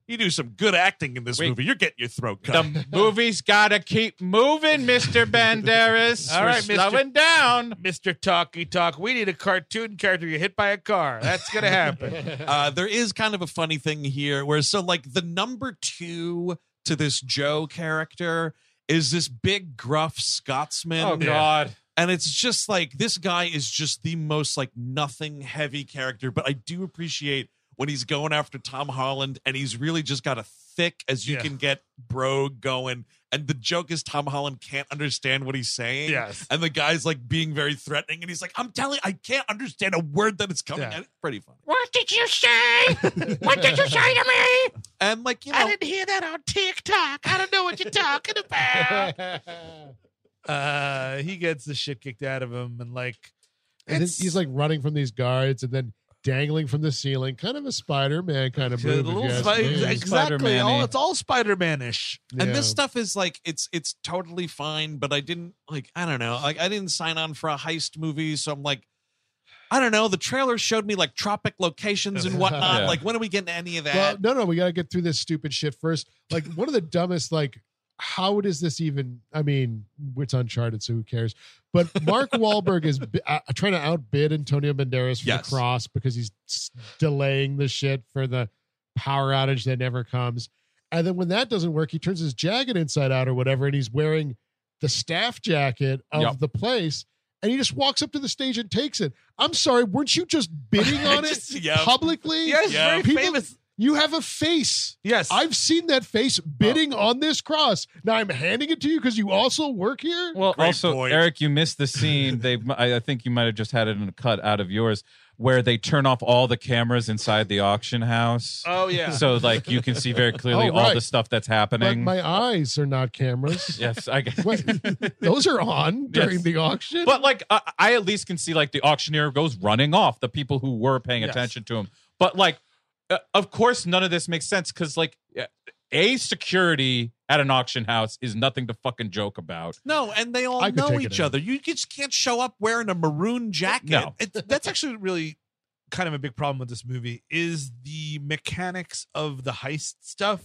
Speaker 1: you do some good acting in this
Speaker 4: Wait.
Speaker 1: movie. You're getting your throat cut.
Speaker 4: The movie's gotta keep moving, Mister Banderas.
Speaker 3: All
Speaker 4: All right,
Speaker 3: right,
Speaker 4: We're
Speaker 3: Mr.
Speaker 4: slowing down.
Speaker 3: Mr. Talky Talk, we need a cartoon character get hit by a car. That's gonna happen.
Speaker 1: uh, there is kind of a funny thing here where so like the number two to this Joe character is this big gruff Scotsman.
Speaker 4: Oh God.
Speaker 1: And it's just like this guy is just the most like nothing heavy character, but I do appreciate when he's going after Tom Holland and he's really just got a thick as you
Speaker 3: Yeah.
Speaker 1: can get bro going. And the joke is Tom Holland can't understand what he's saying.
Speaker 3: yes.
Speaker 1: And the guy's like being very threatening and he's like, I'm telling I can't understand a word that is coming.
Speaker 3: Yeah.
Speaker 1: And it's pretty funny.
Speaker 5: What did you say? What did you say to me?
Speaker 1: And like, you know,
Speaker 5: I didn't hear that on TikTok. I don't know what you're talking about.
Speaker 3: Uh, he gets the shit kicked out of him, and like
Speaker 2: And then
Speaker 3: it's-
Speaker 2: he's like running from these guards and then dangling from the ceiling, kind of a Spider Man kind of
Speaker 3: the
Speaker 2: move. if
Speaker 3: little
Speaker 2: you ask
Speaker 3: spi-
Speaker 2: me.
Speaker 3: exactly. All
Speaker 4: Spider-Man-y.
Speaker 3: it's all Spider-Man-ish.
Speaker 1: And this
Speaker 2: Yeah.
Speaker 1: stuff is like it's it's totally fine, but I didn't like I don't know like I didn't sign on for a heist movie, so I'm like, I don't know. The trailer showed me like tropic locations and whatnot.
Speaker 4: Yeah.
Speaker 1: Like when are we getting any of
Speaker 2: Well,
Speaker 1: that?
Speaker 2: no, no, we got to get through this stupid shit first. Like one of the dumbest, like, how does this even? I mean, it's Uncharted, so who cares? But Mark Wahlberg is bi- uh, trying to outbid Antonio Banderas for
Speaker 1: Yes.
Speaker 2: the cross because he's s- delaying the shit for the power outage that never comes. And then when that doesn't work, he turns his jacket inside out or whatever, and he's wearing the staff jacket of
Speaker 4: Yep.
Speaker 2: the place. And he just walks up to the stage and takes it. I'm sorry, weren't you just bidding
Speaker 1: I
Speaker 2: on it
Speaker 1: just- yeah.
Speaker 2: publicly?
Speaker 3: Yeah, he's
Speaker 1: Yeah.
Speaker 3: very
Speaker 2: People-
Speaker 3: famous.
Speaker 2: You have a face.
Speaker 3: Yes,
Speaker 2: I've seen that face bidding on this cross. Now I'm handing it to you because you also work here.
Speaker 4: Well,
Speaker 1: Great
Speaker 4: also,
Speaker 1: point.
Speaker 4: Eric, you missed the scene. They, I I think you might have just had it in a cut out of yours, where they turn off all the cameras inside the auction house,
Speaker 3: Oh yeah.
Speaker 4: so like you can see very clearly
Speaker 2: Oh,
Speaker 4: all
Speaker 2: right.
Speaker 4: the stuff that's
Speaker 2: but
Speaker 4: happening.
Speaker 2: my eyes are not cameras.
Speaker 4: yes, I guess.
Speaker 2: What- Those are on during
Speaker 4: Yes.
Speaker 2: the auction.
Speaker 4: But like, I, I at least can see like the auctioneer goes running off the people who were paying
Speaker 3: Yes.
Speaker 4: attention to him. But like, uh, of course, none of this makes sense because like, uh, a security at an auction house is nothing to fucking joke about.
Speaker 1: no, and they all
Speaker 2: I could
Speaker 1: know
Speaker 2: take it
Speaker 1: each
Speaker 2: in.
Speaker 1: other. You just can't show up wearing a maroon jacket.
Speaker 4: No.
Speaker 3: it, that's actually really kind of a big problem with this movie is the mechanics of the heist stuff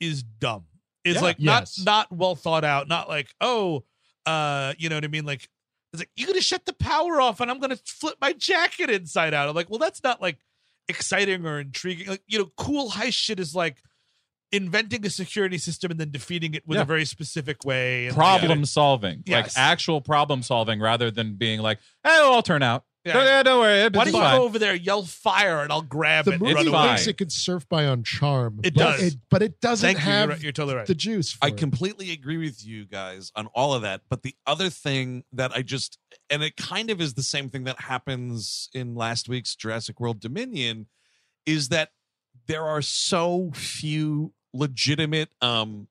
Speaker 3: is dumb. It's
Speaker 4: Yeah.
Speaker 3: like
Speaker 2: Yes.
Speaker 3: not not well thought out. Not like oh, uh, you know what I mean? Like it's like you could have shut the power off and I'm gonna flip my jacket inside out. I'm like, well, that's not like exciting or intriguing. Like you know, cool heist shit is like inventing a security system and then defeating it with
Speaker 4: Yeah.
Speaker 3: a very specific way. and, like,
Speaker 4: problem solving,
Speaker 3: Yes.
Speaker 4: like actual problem solving, rather than being like, "Hey, it'll all turn out."
Speaker 3: Yeah.
Speaker 4: No, yeah, don't worry.
Speaker 3: Why
Speaker 4: Why
Speaker 3: don't
Speaker 4: do
Speaker 3: you
Speaker 4: fine.
Speaker 3: go over there, yell fire, and I'll grab
Speaker 2: the
Speaker 3: it.
Speaker 2: movie
Speaker 3: and run
Speaker 4: it's
Speaker 3: away.
Speaker 2: thinks
Speaker 4: fine.
Speaker 2: it could surf by on charm.
Speaker 3: It
Speaker 2: but
Speaker 3: does.
Speaker 2: but it doesn't
Speaker 3: Thank you. You're,
Speaker 2: have
Speaker 3: right. You're totally right.
Speaker 2: the juice. For
Speaker 1: I
Speaker 2: it.
Speaker 1: completely agree with you guys on all of that. But the other thing that I just, and it kind of is the same thing that happens in last week's Jurassic World Dominion, is that there are so few legitimate, um,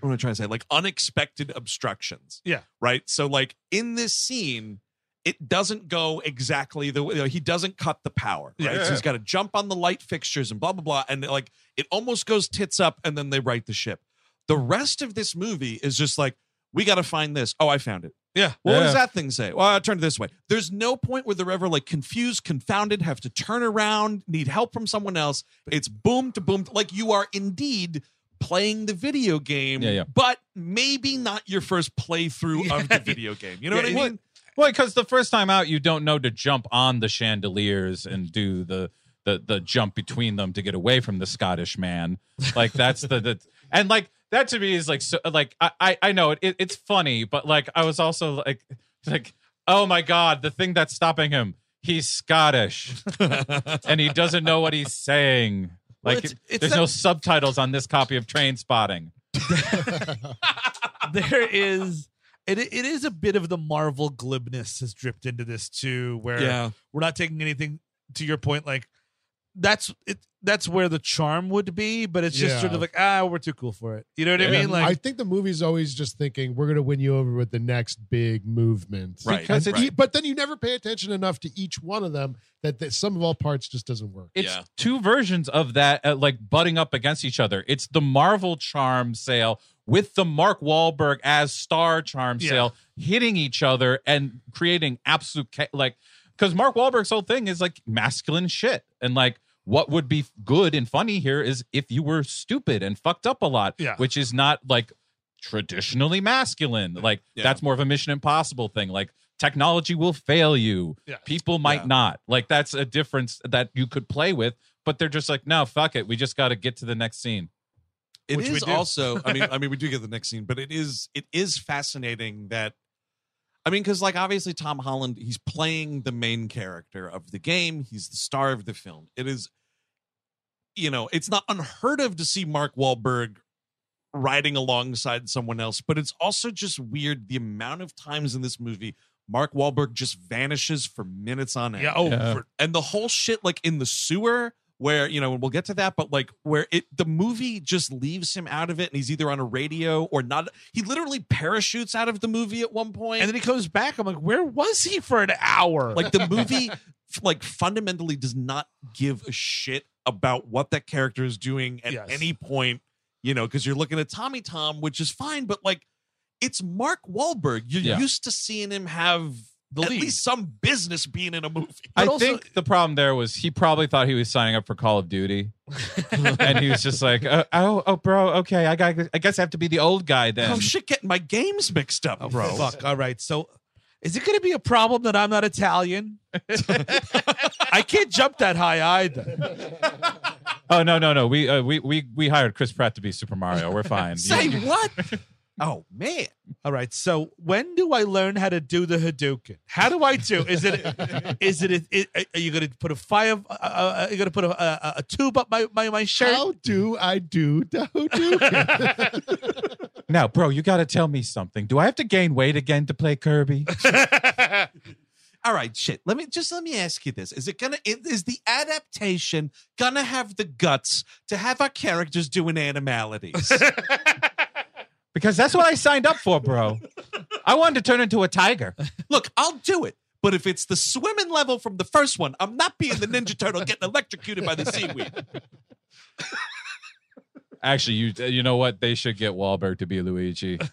Speaker 1: what am I trying to say? Like unexpected obstructions.
Speaker 3: Yeah.
Speaker 1: Right. So, like in this scene, it doesn't go exactly the way you know, he doesn't cut the power. Right.
Speaker 4: Yeah.
Speaker 1: So he's got to jump on the light fixtures and blah, blah, blah. And like it almost goes tits up and then they right the ship. The rest of this movie is just like, we got to find this. Oh, I found it.
Speaker 3: Yeah.
Speaker 1: Well, what
Speaker 4: Yeah.
Speaker 1: does that thing say? Well, I turned it this way. There's no point where they're ever like confused, confounded, have to turn around, need help from someone else. It's boom to boom. Like you are indeed playing the video game,
Speaker 4: Yeah, yeah.
Speaker 1: but maybe not your first playthrough of the video game. You know
Speaker 3: Yeah,
Speaker 1: what I
Speaker 3: it-
Speaker 1: mean?
Speaker 4: Well, because the first time out, you don't know to jump on the chandeliers and do the the the jump between them to get away from the Scottish man. Like that's the the and like that to me is like so like I I, I know it, it it's funny, but like I was also like like oh my god, the thing that's stopping him, he's Scottish, and he doesn't know what he's saying.
Speaker 3: Well,
Speaker 4: Like
Speaker 3: it's- it's
Speaker 4: there's
Speaker 3: that-
Speaker 4: no subtitles on this copy of Train Spotting.
Speaker 3: there is it, it is a bit of the Marvel glibness has dripped into this too, where we're not taking anything to your point. Like that's it. that's where the charm would be, but it's just
Speaker 2: Yeah.
Speaker 3: sort of like ah, we're too cool for it. You know what I
Speaker 4: Yeah.
Speaker 3: mean? Like
Speaker 2: I think the movie's always just thinking we're going to win you over with the next big movement,
Speaker 1: Right,
Speaker 2: Because
Speaker 1: right.
Speaker 2: e- but then you never pay attention enough to each one of them that the sum of all parts just doesn't work.
Speaker 4: it's
Speaker 1: Yeah.
Speaker 4: two versions of that uh, like butting up against each other. It's the Marvel charm sale with the Mark Wahlberg as star charm
Speaker 3: Yeah.
Speaker 4: sale hitting each other and creating absolute ca- like because Mark Wahlberg's whole thing is like masculine shit and like what would be good and funny here is if you were stupid and fucked up a lot,
Speaker 3: Yeah.
Speaker 4: which is not like traditionally masculine. Like
Speaker 1: Yeah.
Speaker 4: that's more of a Mission Impossible thing. Like technology will fail you.
Speaker 3: Yeah.
Speaker 4: People might
Speaker 1: Yeah.
Speaker 4: not. Like that's a difference that you could play with, but they're just like, no, fuck it. We just got to get to the next scene.
Speaker 1: It is
Speaker 3: Which we do.
Speaker 1: also i mean i mean we do get the next scene but it is it is fascinating that i mean because like obviously tom holland he's playing the main character of the game he's the star of the film it is you know it's not unheard of to see mark Wahlberg riding alongside someone else but it's also just weird the amount of times in this movie mark Wahlberg just vanishes for minutes on end
Speaker 3: yeah, oh,
Speaker 4: Yeah.
Speaker 3: for-
Speaker 1: and the whole shit like in the sewer where you know and we'll get to that but like where it the movie just leaves him out of it and he's either on a radio or not he literally parachutes out of the movie at one point
Speaker 3: and then he comes back. I'm like, where was he for an hour?
Speaker 1: like the movie f- like fundamentally does not give a shit about what that character is doing at
Speaker 3: Yes.
Speaker 1: any point you know because you're looking at tommy tom which is fine but like it's mark Wahlberg. you're
Speaker 4: Yeah.
Speaker 1: used to seeing him have
Speaker 3: the
Speaker 1: at
Speaker 3: lead.
Speaker 1: least some business being in a movie
Speaker 4: I
Speaker 1: But also-
Speaker 4: think the problem there was he probably thought he was signing up for Call of Duty, and he was just like, oh, oh, oh, bro, okay, I got, I guess I have to be the old guy then.
Speaker 1: oh shit getting my games mixed up
Speaker 3: Oh,
Speaker 1: bro
Speaker 3: Fuck. All right. So is it going to be a problem that I'm not Italian? I can't jump that high either.
Speaker 4: Oh no, no, no. We, uh, we, we, we hired Chris Pratt to be Super Mario. We're fine.
Speaker 1: Say what? oh man.
Speaker 3: All right. So when do I learn how to do the Hadouken? How do I do? Is it? Is it? it are you going to put a fire? Uh, uh, are you going to put a, a, a tube up my my, my shirt?
Speaker 2: How do I do Dohoduken?
Speaker 4: Now, bro, you got to tell me something. Do I have to gain weight again to play Kirby?
Speaker 1: All right, shit. Let me just let me ask you this: Is it gonna i- is the adaptation gonna have the guts to have our characters doing animalities?
Speaker 4: Because that's what I signed up for, bro. I wanted to turn into a tiger.
Speaker 1: Look, I'll do it, but if it's the swimming level from the first one, I'm not being the Ninja Turtle getting electrocuted by the seaweed.
Speaker 4: Actually, you uh, you know what? They should get Wahlberg to be Luigi. D-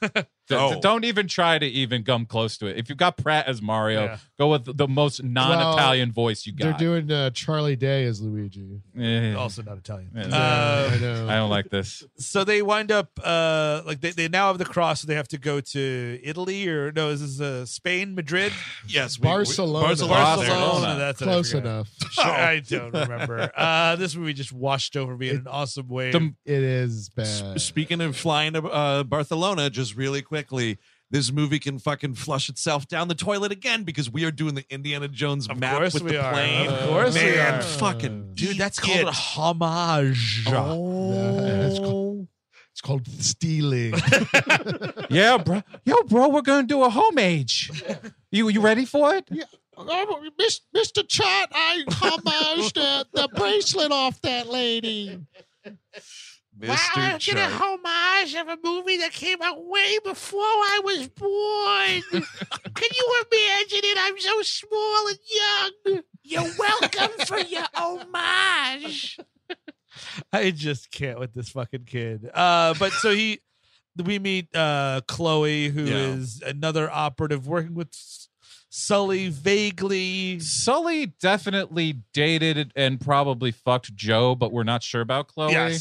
Speaker 1: Oh.
Speaker 4: Don't even try to even come close to it. If you got Pratt as Mario,
Speaker 3: Yeah.
Speaker 4: go with the most non-Italian voice you
Speaker 2: They're
Speaker 4: got.
Speaker 2: doing uh, Charlie Day as Luigi.
Speaker 4: Eh,
Speaker 3: Also not Italian.
Speaker 4: Yeah.
Speaker 3: Uh,
Speaker 2: I know.
Speaker 4: I don't like this.
Speaker 3: so they wind up uh like they, they now have the cross so they have to go to italy or no is this uh spain madrid
Speaker 1: Yes,
Speaker 2: Barcelona.
Speaker 1: Barcelona.
Speaker 4: Barcelona.
Speaker 3: that's what I
Speaker 2: Close
Speaker 3: forgot.
Speaker 2: enough.
Speaker 3: Sure, i don't remember uh this movie just washed over me in an awesome way
Speaker 4: The-
Speaker 2: It is
Speaker 1: S-
Speaker 2: bad.
Speaker 1: Speaking of flying to uh, Barcelona, just really quickly, this movie can fucking flush itself down the toilet again because we are doing the Indiana Jones
Speaker 3: Of
Speaker 1: map
Speaker 3: course
Speaker 1: with
Speaker 3: we
Speaker 1: the
Speaker 3: are.
Speaker 1: plane.
Speaker 3: Of course we
Speaker 1: man,
Speaker 3: are.
Speaker 1: fucking
Speaker 3: dude
Speaker 1: eat
Speaker 3: that's
Speaker 1: it.
Speaker 3: called a homage
Speaker 2: Yeah, it's called- it's called stealing.
Speaker 4: Yeah, bro. Yo, bro, we're gonna do a homage. You you ready for it?
Speaker 2: Oh, Miss- Mr. Chot, I homaged the, the bracelet off that lady.
Speaker 1: Mr. Chart.
Speaker 5: homage of a movie that came out way before I was born. Can you imagine it? I'm so small and young. You're welcome for your homage.
Speaker 3: i just can't with this fucking kid uh but so he we meet uh chloe who is
Speaker 1: Yeah.
Speaker 3: another operative working with S- sully vaguely
Speaker 4: Sully definitely dated and probably fucked Joe, but we're not sure about Chloe.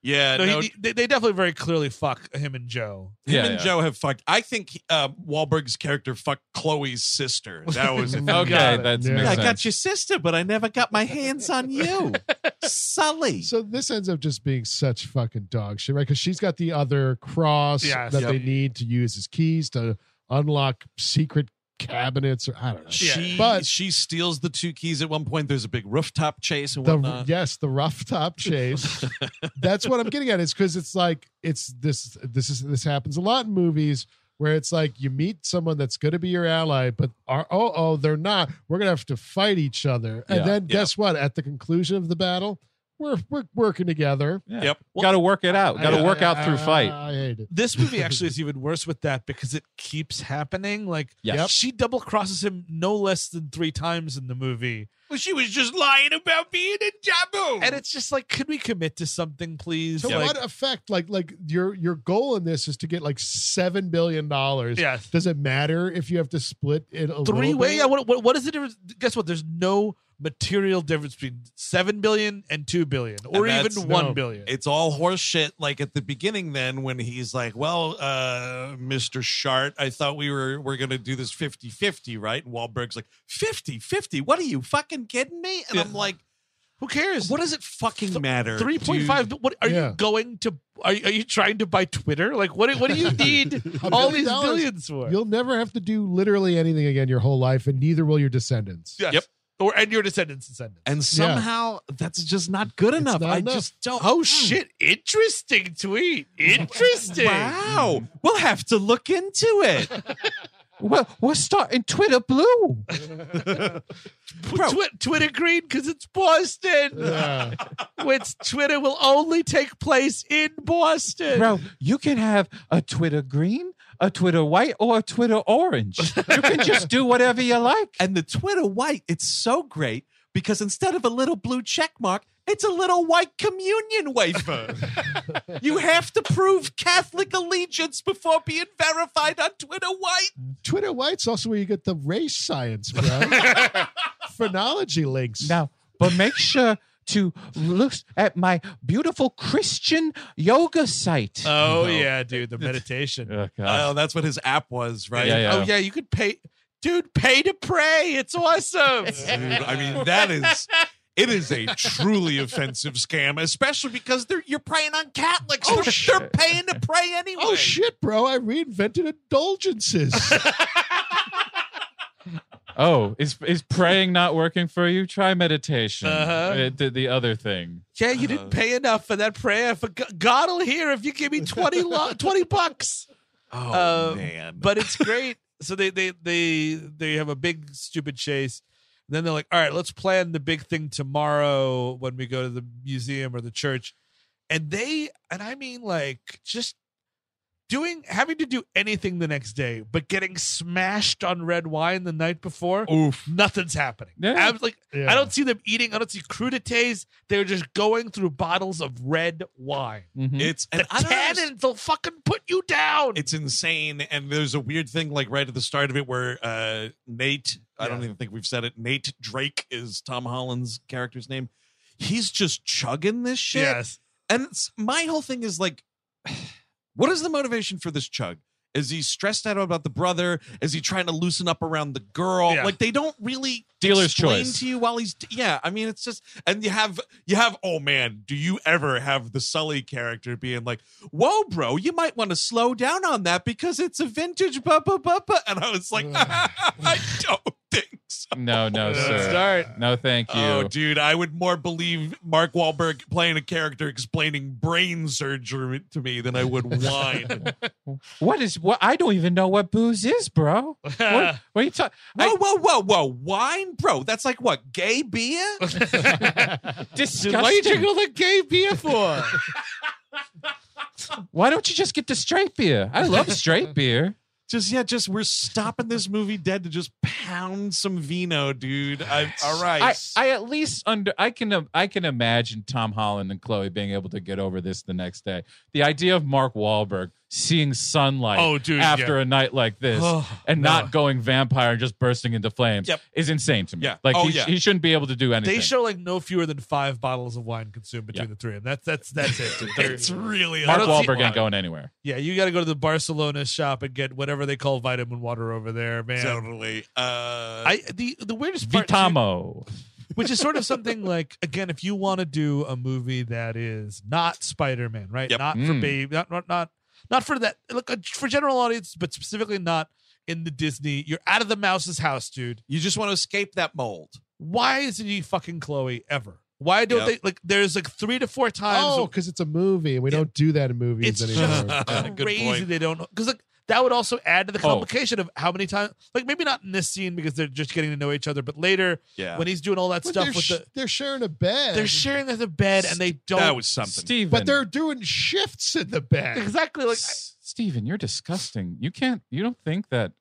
Speaker 1: Yeah,
Speaker 3: no,
Speaker 1: no,
Speaker 3: he-
Speaker 1: him
Speaker 3: they, they definitely very clearly fuck him and joe
Speaker 4: Yeah,
Speaker 1: and
Speaker 4: yeah.
Speaker 1: Joe have fucked. I think uh, Wahlberg's character fucked Chloe's sister. That was it.
Speaker 4: Okay,
Speaker 3: Got it.
Speaker 4: that's
Speaker 2: Yeah.
Speaker 4: makes
Speaker 2: Yeah,
Speaker 1: I
Speaker 4: sense.
Speaker 1: got your sister, but I never got my hands on you, Sully.
Speaker 2: So this ends up just being such fucking dog shit, right? Because she's got the other cross
Speaker 3: Yes.
Speaker 2: that
Speaker 3: Yep.
Speaker 2: they need to use as keys to unlock secret cabinets, or I don't know.
Speaker 1: She
Speaker 2: But-
Speaker 1: she steals the two keys at one point. There's a big rooftop chase and
Speaker 2: The,
Speaker 1: whatnot.
Speaker 2: yes, the rough top chase. That's what I'm getting at. Is because it's like it's this. This is this happens a lot in movies where it's like you meet someone that's going to be your ally, but are oh oh they're not. We're gonna have to fight each other, and
Speaker 4: Yeah,
Speaker 2: then
Speaker 1: yeah.
Speaker 2: guess what? At the conclusion of the battle, we're we're working together.
Speaker 4: Yeah.
Speaker 1: Yep.
Speaker 4: Got to work it out. Got
Speaker 2: I-
Speaker 4: to work
Speaker 2: I-
Speaker 4: out through
Speaker 2: I-
Speaker 4: fight.
Speaker 2: I hate it.
Speaker 3: This movie actually is even worse with that because it keeps happening. Like
Speaker 4: Yes.
Speaker 2: Yep.
Speaker 3: she double crosses him no less than three times in the movie,
Speaker 1: Well, she was just lying about being in Jabu.
Speaker 3: and it's just like, could we commit to something, please?
Speaker 2: To
Speaker 3: Like-
Speaker 2: what effect? Like like your your goal in this is to get like seven billion dollars.
Speaker 3: Yes.
Speaker 2: Does it matter if you have to split it a
Speaker 3: three
Speaker 2: little
Speaker 3: way.
Speaker 2: bit?
Speaker 3: I, what, what, what is the difference? Guess what? There's no material difference between seven billion and two billion, or
Speaker 1: that's-
Speaker 3: even one
Speaker 2: no.
Speaker 3: billion.
Speaker 1: it's all horse shit. Like at the beginning, then when he's like, "Well, uh, Mister Shart, I thought we were we're gonna do this 50-50, right?" And Wahlberg's like, "50-50? What are you fucking kidding me?" And I'm like,
Speaker 3: Who cares?
Speaker 1: "What does it fucking matter?"
Speaker 3: Three point five. What are
Speaker 2: Yeah.
Speaker 3: you going to? Are you, are you trying to buy Twitter? Like, what? What do you need
Speaker 2: A
Speaker 3: all
Speaker 2: billion
Speaker 3: these
Speaker 2: dollars,
Speaker 3: billions for?
Speaker 2: You'll never have to do literally anything again your whole life, and neither will your descendants.
Speaker 3: Yes. Or and your descendants' descendants.
Speaker 1: And somehow that's just not good enough.
Speaker 2: not
Speaker 1: I
Speaker 2: enough.
Speaker 1: just don't.
Speaker 4: hmm.
Speaker 3: oh shit! Interesting tweet. Interesting.
Speaker 1: Wow, we'll have to look into it.
Speaker 4: Well, we're starting Twitter blue.
Speaker 1: Bro.
Speaker 3: Twi- Twitter green because it's Boston.
Speaker 2: Yeah.
Speaker 3: Which Twitter will only take place in Boston.
Speaker 4: Bro, you can have a Twitter green, a Twitter white, or a Twitter orange. You can just do whatever you like.
Speaker 1: and the Twitter white, it's so great because instead of a little blue check mark, it's a little white communion wafer. you have to prove Catholic allegiance before being verified on Twitter white.
Speaker 2: Twitter White's also where you get the race science, bro. Phrenology links.
Speaker 4: Now, but make sure to look at my beautiful Christian yoga site.
Speaker 3: Oh yeah, dude, the meditation.
Speaker 4: oh,
Speaker 1: Oh, that's what his app was, right?
Speaker 4: Yeah, yeah.
Speaker 3: Oh yeah, you could pay, dude. Pay to pray. It's awesome.
Speaker 1: Dude, I mean, that is. It is a truly offensive scam, especially because they're you're preying on Catholics. Oh, they're, they're paying to pray anyway.
Speaker 2: Oh shit, bro! I reinvented indulgences.
Speaker 4: Oh, is is praying not working for you? Try meditation.
Speaker 3: Uh-huh.
Speaker 4: It did the other thing.
Speaker 3: yeah, you didn't pay enough for that prayer. For G- God'll hear if you give me 20, lo- 20 bucks.
Speaker 1: Oh,
Speaker 3: Um,
Speaker 1: man.
Speaker 3: But it's great. So they they they they have a big stupid chase. Then they're like, all right, let's plan the big thing tomorrow when we go to the museum or the church. And they and I mean like just doing having to do anything the next day, but getting smashed on red wine the night before.
Speaker 1: Oof.
Speaker 3: Nothing's happening.
Speaker 4: Yeah.
Speaker 3: I was like,
Speaker 2: Yeah.
Speaker 3: I don't see them eating. I don't see crudités. They're just going through bottles of red wine.
Speaker 1: It's and
Speaker 3: The
Speaker 1: I don't understand-
Speaker 3: tannins will fucking put you down.
Speaker 1: it's insane and there's a weird thing like right at the start of it where uh nate i don't
Speaker 3: Yeah.
Speaker 1: even think we've said it nate drake is tom holland's character's name he's just chugging this shit
Speaker 3: yes.
Speaker 1: and it's, my whole thing is like what is the motivation for this chug is he stressed out about the brother is he trying to loosen up around the girl
Speaker 3: Yeah.
Speaker 1: like they don't really
Speaker 4: Dealer's
Speaker 1: explain
Speaker 4: choice.
Speaker 1: to you while he's yeah i mean it's just and you have you have oh man do you ever have the sully character being like whoa bro you might want to slow down on that because it's a vintage bu- bu- bu- bu-" and i was like i don't think so
Speaker 4: No, no, sir.
Speaker 3: Start.
Speaker 4: No, thank you.
Speaker 1: Oh, dude, I would more believe Mark Wahlberg playing a character explaining brain surgery to me than I would wine.
Speaker 4: what is what? I don't even know what booze is, bro. What, what are you talking?
Speaker 1: whoa, whoa, whoa, whoa, wine, bro. That's like what gay beer?
Speaker 4: Disgusting.
Speaker 3: Why you drinking all that gay beer for?
Speaker 4: Why don't you just get the straight beer? I love straight beer.
Speaker 1: just yeah, just we're stopping this movie dead to just pound some vino, dude. I, all right,
Speaker 4: I, I at least under I can um, I can imagine Tom Holland and Chloe being able to get over this the next day. The idea of Mark Wahlberg seeing sunlight
Speaker 3: Oh, dude, Oh,
Speaker 4: after a night like this
Speaker 1: Oh,
Speaker 4: and not going vampire and just bursting into flames
Speaker 1: Yep.
Speaker 4: is insane to me.
Speaker 1: Yeah.
Speaker 4: Like
Speaker 1: Oh,
Speaker 4: he, sh-
Speaker 1: yeah.
Speaker 4: he shouldn't be able to do anything.
Speaker 3: They show like no fewer than five bottles of wine consumed between
Speaker 4: Yeah.
Speaker 3: the three of them. That's that's that's it. They're-
Speaker 1: it's really
Speaker 4: Mark
Speaker 3: I don't see-
Speaker 4: Wahlberg ain't going anywhere.
Speaker 3: yeah, you got to go to the Barcelona shop and get whatever they call vitamin water over there, man.
Speaker 1: totally. Uh,
Speaker 3: I the the weirdest part, too,
Speaker 4: Vitamo.
Speaker 3: which is sort of something like again, if you want to do a movie that is not Spider Man, right?
Speaker 1: Yep.
Speaker 3: Not for
Speaker 4: Mm.
Speaker 3: baby, not not not not for that look uh, for general audience, but specifically not in the Disney. You're out of the mouse's house, dude.
Speaker 1: you just want to escape that mold.
Speaker 3: why isn't he fucking Chloe ever? Why don't
Speaker 1: Yep. Oh,
Speaker 3: they like? There's like three to four times.
Speaker 2: oh, because it's a movie, and we don't do that in movies
Speaker 3: it's
Speaker 2: anymore.
Speaker 3: just
Speaker 1: Good
Speaker 3: crazy
Speaker 1: point.
Speaker 3: they don't because like that would also add to the
Speaker 4: Oh.
Speaker 3: complication of how many times, like maybe not in this scene because they're just getting to know each other, but later
Speaker 1: Yeah.
Speaker 3: when he's doing all that
Speaker 2: But
Speaker 3: stuff
Speaker 2: they're,
Speaker 3: with
Speaker 2: sh-
Speaker 3: the,
Speaker 2: they're sharing a bed.
Speaker 3: they're sharing the bed and they don't.
Speaker 1: that was something.
Speaker 4: Steven.
Speaker 2: but they're doing shifts in the bed.
Speaker 3: exactly like
Speaker 4: S- Steven, you're disgusting. You can't. You don't think that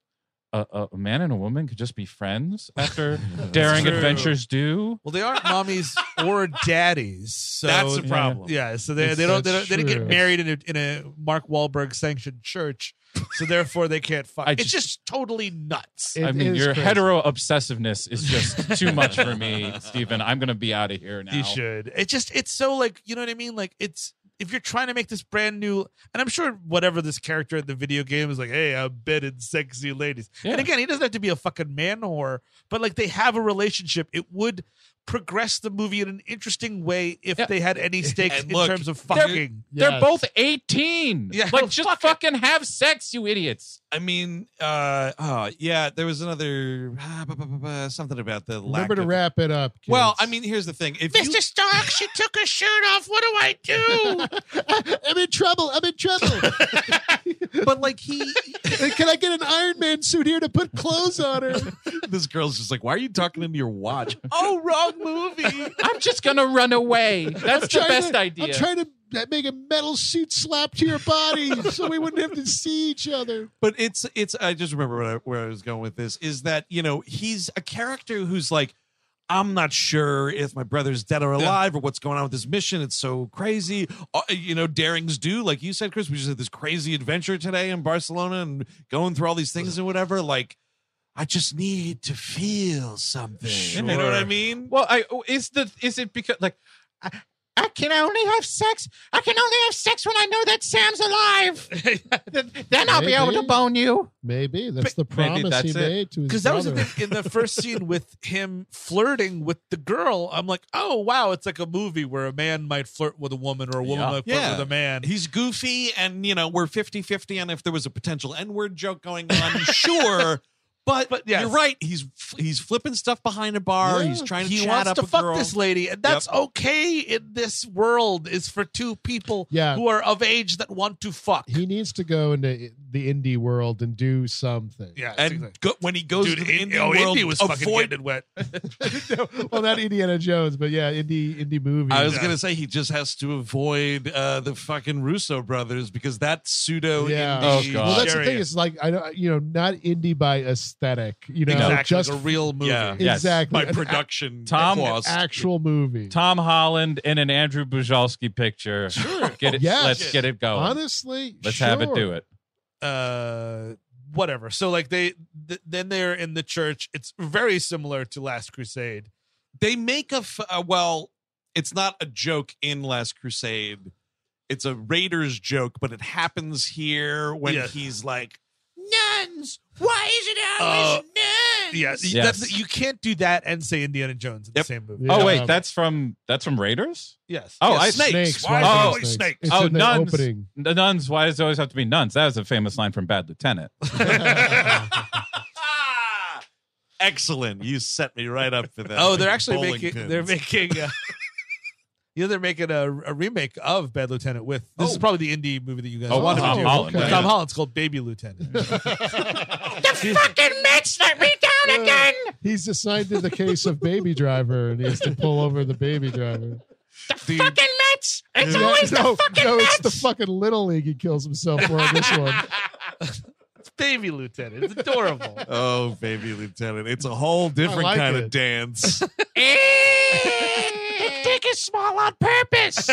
Speaker 4: a, a- a man and a woman could just be friends after daring
Speaker 3: true.
Speaker 4: adventures do?
Speaker 3: well, they aren't mommies or daddies. So
Speaker 1: That's a problem.
Speaker 3: Yeah, so they
Speaker 2: It's-
Speaker 3: they don't they, don't,
Speaker 2: that's
Speaker 3: they didn't
Speaker 2: true.
Speaker 3: get married in a, in a Mark Wahlberg sanctioned church, so therefore they can't fuck.
Speaker 4: I
Speaker 3: it's
Speaker 4: just-
Speaker 3: just totally nuts.
Speaker 2: It
Speaker 4: I mean,
Speaker 2: is
Speaker 4: your
Speaker 2: crazy.
Speaker 4: hetero obsessiveness is just too much for me, Steven. I'm gonna be out of here now.
Speaker 3: You should. It just it's so like you know what I mean. Like it's if you're trying to make this brand new, and I'm sure whatever this character in the video game is like, hey, I'm betting sexy ladies.
Speaker 4: Yeah.
Speaker 3: And again, he doesn't have to be a fucking man whore, but like they have a relationship. It would progress the movie in an interesting way if
Speaker 4: Yeah.
Speaker 3: they had any stakes
Speaker 1: And
Speaker 3: in
Speaker 1: look,
Speaker 3: terms of
Speaker 1: they're-
Speaker 3: fucking.
Speaker 4: They're
Speaker 2: Yes.
Speaker 4: both 18.
Speaker 3: Yeah,
Speaker 4: like just
Speaker 3: fuck it.
Speaker 4: fucking have sex, you idiots.
Speaker 1: I mean, uh, oh, yeah, there was another ah, ba- ba- ba- ba- something about the lack
Speaker 2: Remember to
Speaker 1: of-
Speaker 2: wrap it up. Kids.
Speaker 1: Well, I mean, here's the thing. If you,
Speaker 5: Mr. Stark, she took her shirt off. What do I do?
Speaker 2: I'm in trouble. I'm in trouble.
Speaker 1: but like he,
Speaker 2: Can I get an Iron Man suit here to put clothes on her?
Speaker 1: this girl's just like, why are you talking into your watch? oh, wrong movie.
Speaker 4: I'm just gonna run away. That's the
Speaker 2: trying
Speaker 4: best
Speaker 2: to-
Speaker 4: idea.
Speaker 2: I'm trying to make a metal suit slap to your body so we wouldn't have to see each other.
Speaker 1: but it's it's i just remember what I, where i was going with this is that you know he's a character who's like i'm not sure if my brother's dead or alive or what's going on with this mission it's so crazy Uh, you know darings do like you said chris we just had this crazy adventure today in barcelona and going through all these things and whatever like i just need to feel something you know what i
Speaker 3: Sure.
Speaker 1: mean
Speaker 4: Well, I oh, is the is it because like I, I can only have sex. I can only have sex when I know that Sam's alive. Th- then I'll be able to
Speaker 2: Maybe.
Speaker 4: bone you.
Speaker 2: Maybe that's the
Speaker 4: Maybe
Speaker 2: promise
Speaker 4: that's
Speaker 2: he
Speaker 4: it.
Speaker 2: made to his
Speaker 3: Because that was the
Speaker 2: brother.
Speaker 3: thing in the first scene with him flirting with the girl. I'm like, oh wow, it's like a movie where a man might flirt with a woman or a woman
Speaker 4: Yeah.
Speaker 3: might flirt
Speaker 1: Yeah.
Speaker 3: with a man.
Speaker 1: he's goofy and you know we're 50-50 on if there was a potential n-word joke going on sure but,
Speaker 3: But, yes.
Speaker 1: you're right he's f- he's flipping stuff behind a bar
Speaker 2: Yeah.
Speaker 1: he's trying to
Speaker 3: he
Speaker 1: chat
Speaker 3: wants
Speaker 1: up
Speaker 3: to
Speaker 1: a
Speaker 3: fuck
Speaker 1: girl.
Speaker 3: this lady, and that's okay in this world. Is for two people
Speaker 2: Yeah.
Speaker 3: who are of age that want to fuck.
Speaker 2: he needs to go into the indie world and do something.
Speaker 3: yeah,
Speaker 1: and go, when he goes to the indie
Speaker 3: oh,
Speaker 1: world
Speaker 3: Indy was fucking
Speaker 1: avoid
Speaker 3: getting it wet.
Speaker 2: well, not Indiana Jones, but yeah, indie indie movies.
Speaker 1: I was
Speaker 3: Yeah.
Speaker 1: gonna say he just has to avoid uh, the fucking Russo brothers because that pseudo
Speaker 2: Yeah.
Speaker 1: indie-
Speaker 4: Oh, God.
Speaker 2: well, that's the
Speaker 3: Serious.
Speaker 2: thing. Is like I don't, you know, not indie by aesthetic. You know,
Speaker 3: exactly,
Speaker 2: just
Speaker 3: like a real movie.
Speaker 1: Yeah.
Speaker 4: Yes.
Speaker 2: exactly
Speaker 1: my
Speaker 2: an
Speaker 1: production
Speaker 4: Tom-
Speaker 1: cost.
Speaker 2: actual movie.
Speaker 4: Tom Holland in an Andrew Bujalski picture. Get it.
Speaker 2: Yes.
Speaker 4: Let's get it going.
Speaker 2: Honestly,
Speaker 4: let's have it do it.
Speaker 3: Uh, whatever. So like they th- then they're in the church. It's very similar to Last Crusade.
Speaker 1: they make a f- uh, well it's not a joke in last crusade it's a raiders joke but it happens here when
Speaker 3: Yeah.
Speaker 1: he's like
Speaker 5: Nuns. Why is it always
Speaker 3: Uh,
Speaker 5: nuns?
Speaker 3: Yes,
Speaker 4: Yes.
Speaker 3: That's, you can't do that and say Indiana Jones in
Speaker 1: Yep.
Speaker 3: the same movie.
Speaker 2: Yeah.
Speaker 4: Oh wait, that's from that's from Raiders.
Speaker 3: Yes.
Speaker 4: Oh,
Speaker 1: Yeah,
Speaker 4: I
Speaker 1: snake.
Speaker 2: Snakes.
Speaker 1: Why
Speaker 4: is it
Speaker 2: oh,
Speaker 4: always
Speaker 1: snakes?
Speaker 2: It's
Speaker 4: Oh,
Speaker 2: in the
Speaker 4: nuns.
Speaker 2: opening.
Speaker 4: The nuns. Why does it always have to be nuns? That was a famous line from Bad Lieutenant.
Speaker 1: ah, excellent you set me right up for that
Speaker 3: Oh, they're actually
Speaker 1: Bowling
Speaker 3: making
Speaker 1: pins.
Speaker 3: they're making uh, you know they're making a, a remake of Bad Lieutenant with this is
Speaker 1: Oh.
Speaker 3: probably the indie movie that you guys
Speaker 4: Oh,
Speaker 3: want
Speaker 4: Tom
Speaker 3: to do.
Speaker 4: Holland,
Speaker 3: With
Speaker 4: yeah.
Speaker 3: Tom Holland. It's called Baby Lieutenant.
Speaker 5: Fucking Mitch, let me down again.
Speaker 2: He's assigned to the case of Baby Driver, and he has to pull over the Baby Driver.
Speaker 1: Dude,
Speaker 5: Fucking Mitch. It's
Speaker 2: No,
Speaker 5: always
Speaker 2: no,
Speaker 5: the fucking
Speaker 2: no, it's
Speaker 5: Mitch.
Speaker 2: the fucking Little League. He kills himself for in this one.
Speaker 3: it's Baby Lieutenant. It's adorable.
Speaker 1: oh baby lieutenant it's a whole different
Speaker 2: like
Speaker 1: kind
Speaker 2: it.
Speaker 1: of dance
Speaker 5: the dick is small on purpose.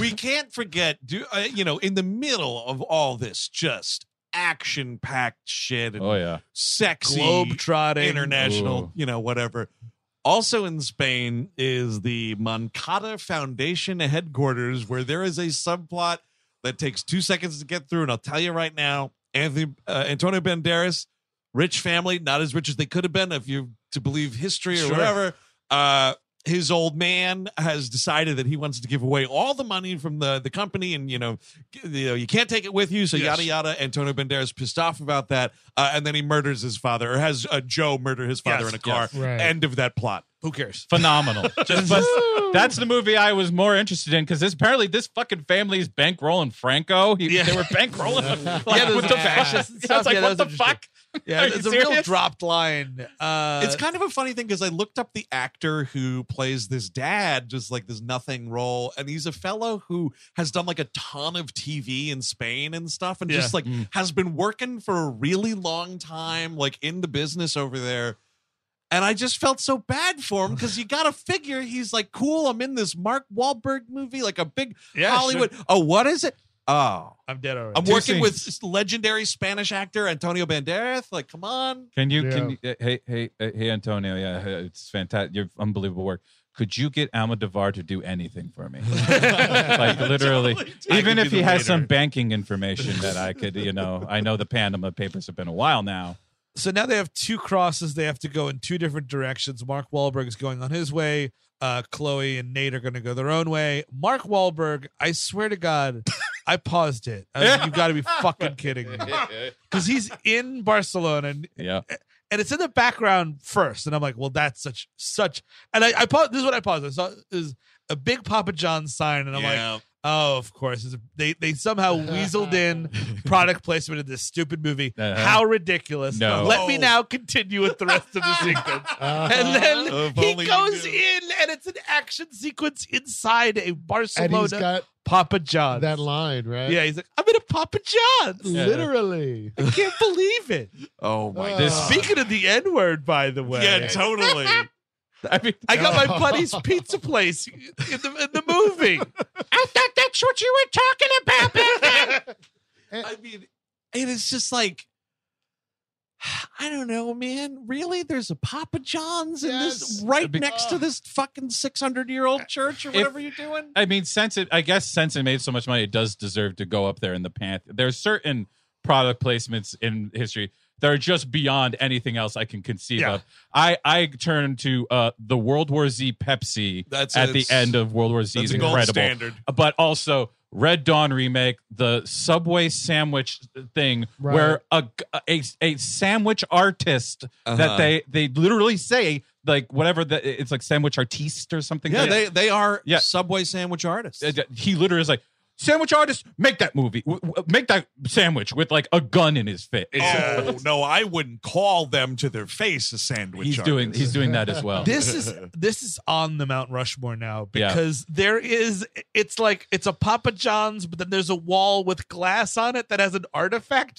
Speaker 1: we can't forget do uh, you know in the middle of all this just action packed shit and
Speaker 4: Oh yeah.
Speaker 1: sexy
Speaker 3: Globe trotting.
Speaker 1: international,
Speaker 4: Ooh.
Speaker 1: you know, whatever. Also in Spain is the Moncada Foundation headquarters, where there is a subplot that takes two seconds to get through. And I'll tell you right now, Anthony uh, Antonio Banderas, rich family, not as rich as they could have been if you to believe history or
Speaker 3: Sure.
Speaker 1: whatever. Uh, his old man has decided that he wants to give away all the money from the, the company and you know, g- you know you can't take it with you so
Speaker 3: Yes.
Speaker 1: yada yada antonio banderas pissed off about that uh, and then he murders his father or has uh, joe murder his father
Speaker 3: Yes,
Speaker 1: in a car
Speaker 2: yes. Right.
Speaker 1: end of that plot
Speaker 3: Who cares?
Speaker 4: phenomenal. Just, but that's the movie I was more interested in because apparently this fucking family is bankrolling Franco. He,
Speaker 3: Yeah.
Speaker 4: They were bankrolling him like,
Speaker 3: those
Speaker 4: with the
Speaker 3: are
Speaker 4: fascists.
Speaker 3: fascist
Speaker 4: I was like,
Speaker 3: stuff. Yeah, that
Speaker 4: what
Speaker 3: was
Speaker 4: the
Speaker 3: interesting.
Speaker 4: fuck?
Speaker 3: Yeah,
Speaker 4: Are
Speaker 3: it's
Speaker 4: you
Speaker 3: a real
Speaker 4: serious?
Speaker 3: dropped line. Uh,
Speaker 1: it's kind of a funny thing because I looked up the actor who plays this dad, just like this nothing role, and he's a fellow who has done like a ton of TV in Spain and stuff, and
Speaker 3: Yeah.
Speaker 1: just like
Speaker 4: Mm.
Speaker 1: has been working for a really long time, like in the business over there. And I just felt so bad for him because you got to figure he's like, cool, I'm in this Mark Wahlberg movie, like a big
Speaker 3: yeah,
Speaker 1: Hollywood. Oh, what is it? Oh,
Speaker 3: sure. I'm dead already.
Speaker 1: I'm
Speaker 4: Two
Speaker 1: working with legendary Spanish actor Antonio Banderas. Like, come on.
Speaker 4: Can you?
Speaker 2: Yeah.
Speaker 4: Can you, uh, hey hey uh, hey Antonio? Yeah, uh, it's fantastic. You're unbelievable work. Could you get Almodovar to do anything for me? like literally,
Speaker 1: Totally do.
Speaker 4: even
Speaker 3: I could
Speaker 4: if
Speaker 3: be
Speaker 4: he
Speaker 3: the
Speaker 4: has
Speaker 3: waiter.
Speaker 4: some banking information that I could, you know, I know the Panama papers have been a while now.
Speaker 3: so now they have two crosses. They have to go in two different directions. Mark Wahlberg is going on his way. Uh, Chloe and Nate are going to go their own way. Mark Wahlberg, I swear to God, I paused it. I was like, You've got to be fucking kidding me. Because he's in Barcelona and,
Speaker 4: Yeah,
Speaker 3: and it's in the background first. And I'm like, well, that's such, such. And I, I paused. This is what I paused. I saw is a big Papa John sign. And I'm like, Oh, of course. It's- They they somehow weaseled in product placement in this stupid movie.
Speaker 4: Uh-huh.
Speaker 3: How ridiculous.
Speaker 4: No.
Speaker 3: Let me
Speaker 1: Oh.
Speaker 3: now continue with the rest of the sequence. And then
Speaker 1: Uh-huh. If
Speaker 3: he
Speaker 1: only you
Speaker 3: goes
Speaker 1: knew.
Speaker 3: in and it's an action sequence inside a
Speaker 2: and
Speaker 3: Barcelona
Speaker 2: he's got
Speaker 3: Papa John's.
Speaker 2: that line right.
Speaker 3: Yeah, he's like, I'm in a Papa John's.
Speaker 4: Yeah.
Speaker 2: literally.
Speaker 3: I can't believe it.
Speaker 1: Oh my
Speaker 2: Uh,
Speaker 1: god.
Speaker 4: this.
Speaker 3: Speaking of the N word, by the way.
Speaker 1: Yeah, totally.
Speaker 4: I mean,
Speaker 3: I got my buddy's pizza place in the, in the movie.
Speaker 5: I thought that's what you were talking about back then.
Speaker 1: I mean, it is just like I don't know, man. Really, there's a Papa John's in
Speaker 2: Yes.
Speaker 1: this right
Speaker 4: Be-
Speaker 1: next to this fucking 600 year old church or whatever you're doing.
Speaker 4: I mean, since it, I guess since it made so much money, it does deserve to go up there in the panth. There's certain product placements in history that are just beyond anything else I can conceive
Speaker 3: Yeah.
Speaker 4: of. I I turn to uh the World War Z Pepsi
Speaker 1: That's
Speaker 4: at the
Speaker 1: it's-
Speaker 4: end of World War Z
Speaker 1: that's
Speaker 4: is
Speaker 1: a gold
Speaker 4: incredible,
Speaker 1: standard.
Speaker 4: but also. Red Dawn remake, the Subway sandwich thing,
Speaker 2: Right.
Speaker 4: where a, a a sandwich artist that
Speaker 1: Uh-huh.
Speaker 4: they they literally say like whatever that it's like sandwich artiste or something.
Speaker 1: Yeah,
Speaker 4: like
Speaker 1: they they are
Speaker 4: Yeah.
Speaker 1: Subway sandwich artists.
Speaker 4: uh, he literally is like sandwich artist make that movie w- w- make that sandwich with like a gun in his face
Speaker 1: Oh no, I wouldn't call them to their face a sandwich.
Speaker 4: he's doing he's doing that as well
Speaker 3: this is this is on the Mount Rushmore now
Speaker 4: Yeah.
Speaker 3: because there is it's like it's a Papa John's, but then there's a wall with glass on it that has an artifact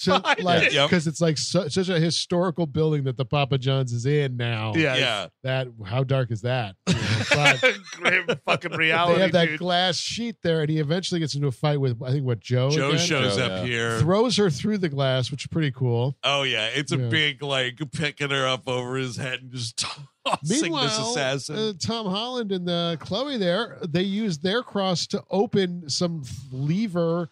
Speaker 2: So,
Speaker 3: behind
Speaker 2: like,
Speaker 3: it.
Speaker 1: Yep.
Speaker 2: because it's like su- such a historical building that the Papa John's is in now.
Speaker 3: Yeah,
Speaker 1: yeah.
Speaker 2: That how dark is that? You know, but
Speaker 3: grim fucking
Speaker 2: they
Speaker 3: reality.
Speaker 2: have that
Speaker 3: dude.
Speaker 2: glass sheet there, and he eventually gets into a fight with I think what Joe.
Speaker 1: Joe
Speaker 2: again?
Speaker 1: shows
Speaker 4: Joe,
Speaker 1: up
Speaker 4: yeah.
Speaker 1: here.
Speaker 2: throws her through the glass, which is pretty cool.
Speaker 1: Oh yeah, it's a
Speaker 2: Yeah.
Speaker 1: big like picking her up over his head and just tossing this
Speaker 2: Meanwhile,
Speaker 1: assassin.
Speaker 2: uh, Tom Holland and uh, Chloe there, they use their cross to open some lever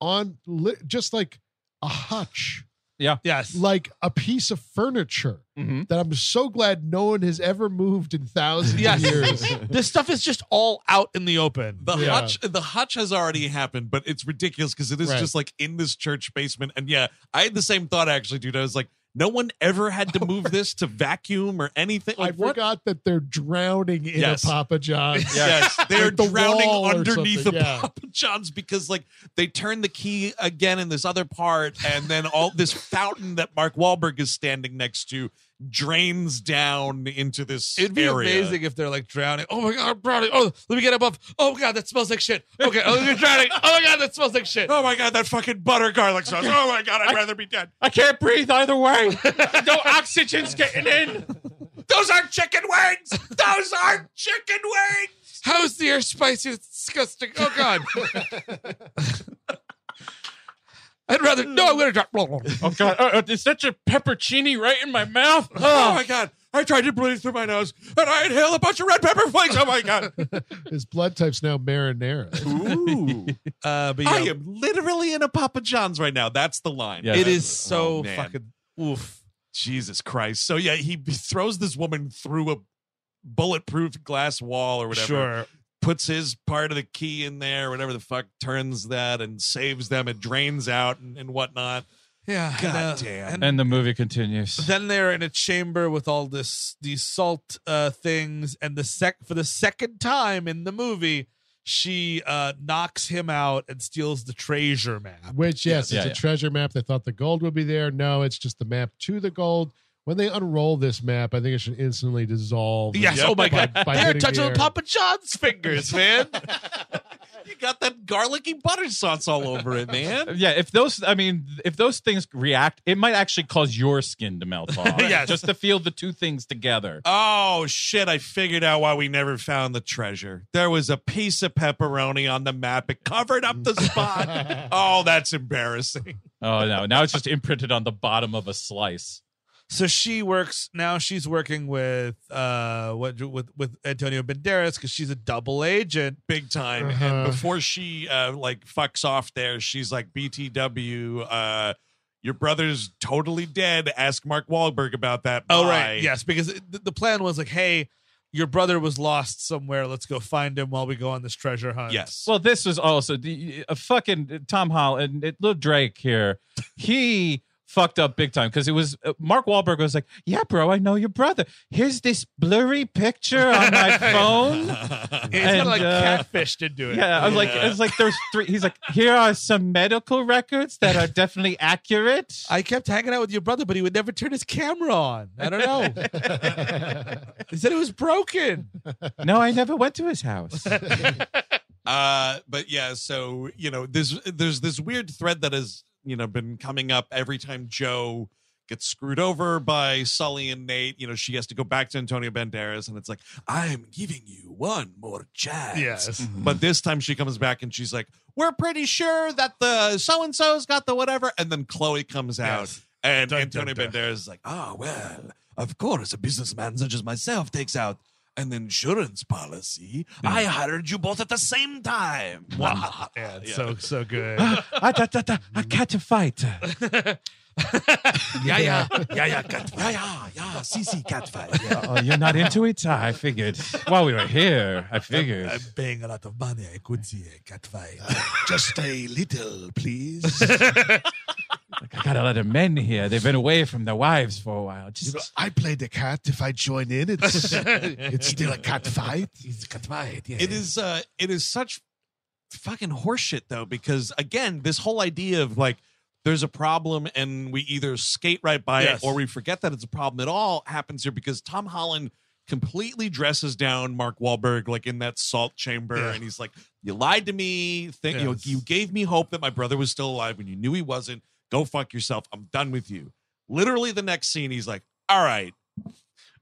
Speaker 2: on li- just like a hutch,
Speaker 3: yes.
Speaker 2: like a piece of furniture
Speaker 4: Mhm.
Speaker 2: that I'm so glad no one has ever moved in thousands
Speaker 3: Yes.
Speaker 2: of years.
Speaker 3: this stuff is just all out in the open.
Speaker 1: The
Speaker 2: Yeah.
Speaker 1: hutch, the hutch has already happened, but it's ridiculous because it is
Speaker 2: Right.
Speaker 1: just like in this church basement. And yeah, I had the same thought actually, dude. I was like, no one ever had to move this to vacuum or anything.
Speaker 2: I
Speaker 1: Like what?
Speaker 2: forgot that they're drowning in
Speaker 1: Yes.
Speaker 2: a Papa John's.
Speaker 1: Yes, they're
Speaker 2: Like the
Speaker 1: drowning
Speaker 2: wall or
Speaker 1: underneath the
Speaker 2: something, yeah.
Speaker 1: Papa John's because like they turn the key again in this other part, and then all this fountain that Mark Wahlberg is standing next to drains down into this
Speaker 3: It'd be
Speaker 1: area.
Speaker 3: amazing if they're like drowning. Oh my god, I'm drowning. Oh, let me get above. Oh god, that smells like shit. Okay, oh you're drowning. Oh my god, that smells like shit.
Speaker 1: Oh my god, that fucking butter garlic sauce. Oh my god, I'd rather be dead.
Speaker 4: i can't breathe either way no oxygen's getting in
Speaker 1: Those aren't chicken wings. Those aren't chicken wings.
Speaker 3: How is the air spicy? It's disgusting. Oh God. I'd rather no. I'm gonna drop.
Speaker 4: oh god uh, uh, is that your peppercini right in my mouth
Speaker 1: Oh
Speaker 4: oh,
Speaker 1: my god! I tried to breathe through my nose, and I inhale a bunch of red pepper flakes. Oh my god!
Speaker 2: His blood type's now marinara.
Speaker 1: Ooh!
Speaker 3: Uh, but
Speaker 1: I
Speaker 3: yeah,
Speaker 1: am literally in a Papa John's right now. That's the line.
Speaker 4: Yeah.
Speaker 3: it is
Speaker 1: Oh,
Speaker 3: so
Speaker 1: man.
Speaker 3: fucking oof.
Speaker 1: Jesus Christ! So yeah, he throws this woman through a bulletproof glass wall or whatever.
Speaker 3: Sure.
Speaker 1: Puts his part of the key in there, whatever the fuck, turns that and saves them. It drains out and, and whatnot.
Speaker 3: Yeah.
Speaker 1: God
Speaker 3: and, uh,
Speaker 1: damn.
Speaker 3: and
Speaker 4: And the movie continues.
Speaker 3: then they're in a chamber with all this these salt uh, things, and the sec for the second time in the movie, she uh, knocks him out and steals the treasure map.
Speaker 2: Which, yes,
Speaker 4: Yeah,
Speaker 2: it's
Speaker 4: yeah.
Speaker 2: a treasure map. They thought the gold would be there. No, it's just the map to the gold. When they unroll this map, I think it should instantly dissolve.
Speaker 3: Yes.
Speaker 1: Yep.
Speaker 3: Oh my
Speaker 2: By-
Speaker 3: god.
Speaker 2: by
Speaker 3: they're
Speaker 2: hitting
Speaker 3: touching
Speaker 2: the
Speaker 3: with
Speaker 2: air.
Speaker 3: Papa John's fingers, man.
Speaker 1: You got that garlicky butter sauce all over it, man.
Speaker 4: Uh, Yeah, if those, I mean, if those things react, it might actually cause your skin to melt off.
Speaker 3: Yes.
Speaker 4: just to feel the two things together.
Speaker 1: Oh shit, I figured out why we never found the treasure. There was a piece of pepperoni on the map. It covered up the spot. oh, that's embarrassing.
Speaker 4: Oh no, now it's just imprinted on the bottom of a slice.
Speaker 3: so she works now. She's working with uh what with with Antonio Banderas because she's a double agent.
Speaker 1: Big time.
Speaker 2: Uh-huh.
Speaker 1: And before she uh like fucks off there, she's like BTW, uh your brother's totally dead. Ask Mark Wahlberg about that.
Speaker 3: Oh
Speaker 1: Bye.
Speaker 3: right, yes, because it- th- the plan was like, hey, your brother was lost somewhere. Let's go find him while we go on this treasure hunt.
Speaker 1: Yes.
Speaker 4: Well, this was also the a fucking uh, Tom Holland, it- little Drake here. He fucked up big time because it was uh, Mark Wahlberg was like, "Yeah, bro, I know your brother. Here's this blurry picture on my phone."
Speaker 3: it's kind
Speaker 4: And,
Speaker 3: of like
Speaker 4: uh,
Speaker 3: catfish to do it.
Speaker 4: Yeah, I was like, it's like there's three. He's like, here are some medical records that are definitely accurate.
Speaker 3: I kept hanging out with your brother, but he would never turn his camera on. I don't know. he said it was broken.
Speaker 4: No, I never went to his house.
Speaker 1: Uh, but yeah, so you know, there's there's this weird thread that has you know been coming up every time Joe gets screwed over by Sully and Nate. You know, she has to go back to Antonio Banderas, and it's like I'm giving you one more chance.
Speaker 3: Yes.
Speaker 1: But this time she comes back and she's like, "We're pretty sure that the so and so's got the whatever," and then Chloe comes out.
Speaker 3: Yes.
Speaker 1: And
Speaker 3: Dun, dun,
Speaker 1: Antonio
Speaker 3: dun.
Speaker 1: Banderas is like, ah, well, of course, a businessman such as myself takes out an insurance policy. I hired you both at the same time. Wow.
Speaker 3: Yeah, it's
Speaker 1: Yeah.
Speaker 3: so so good.
Speaker 4: I, Ah, da, da, da, I catch a fight.
Speaker 1: yeah, yeah, yeah, yeah, cat, yeah, yeah, yeah, CC catfight. Yeah.
Speaker 4: Oh, you're not into it? I figured. While we were here, I figured.
Speaker 3: paying a lot of money. I could see a cat fight.
Speaker 5: Uh, Just a little, please.
Speaker 4: I got a lot of men here. They've been away from their wives for a while. Just
Speaker 5: You know, I play the cat. If I join in, it's it's still a cat fight. It's a cat fight. Yeah.
Speaker 1: It is, uh, it is such fucking horseshit though, because again, this whole idea of like there's a problem and we either skate right by
Speaker 3: Yes.
Speaker 1: it or we forget that it's a problem at all happens here because Tom Holland completely dresses down Mark Wahlberg like in that salt chamber
Speaker 3: Yeah.
Speaker 1: and he's like, "You lied to me. Think you, know,
Speaker 3: Yes.
Speaker 1: you gave me hope that my brother was still alive when you knew he wasn't. Go fuck yourself. I'm done with you." Literally the next scene, he's like, "All right,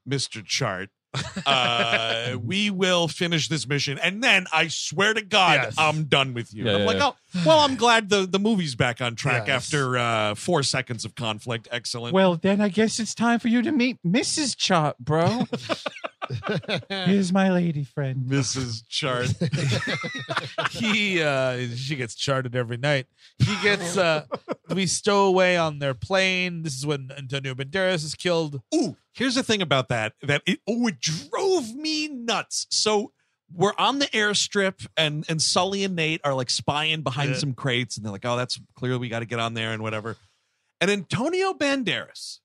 Speaker 1: Mister Chart." uh we will finish this mission and then i swear to god
Speaker 3: Yes.
Speaker 1: i'm done with you
Speaker 4: Yeah,
Speaker 1: i'm
Speaker 4: yeah,
Speaker 1: like
Speaker 4: yeah.
Speaker 1: oh well i'm glad the the movie's back on track
Speaker 3: Yes.
Speaker 1: after uh four seconds of conflict excellent
Speaker 4: well, then I guess it's time for you to meet Mrs. Chop, bro. Here's my lady friend.
Speaker 1: mrs chart
Speaker 3: he uh she gets charted every night he gets uh we stow away on their plane this is when antonio banderas is killed
Speaker 1: Ooh, here's the thing about that that it oh it drove me nuts. So we're on the airstrip and and Sully and Nate are like spying behind
Speaker 3: Yeah.
Speaker 1: some crates and they're like, "Oh, that's clearly we got to get on there and whatever." And Antonio Banderas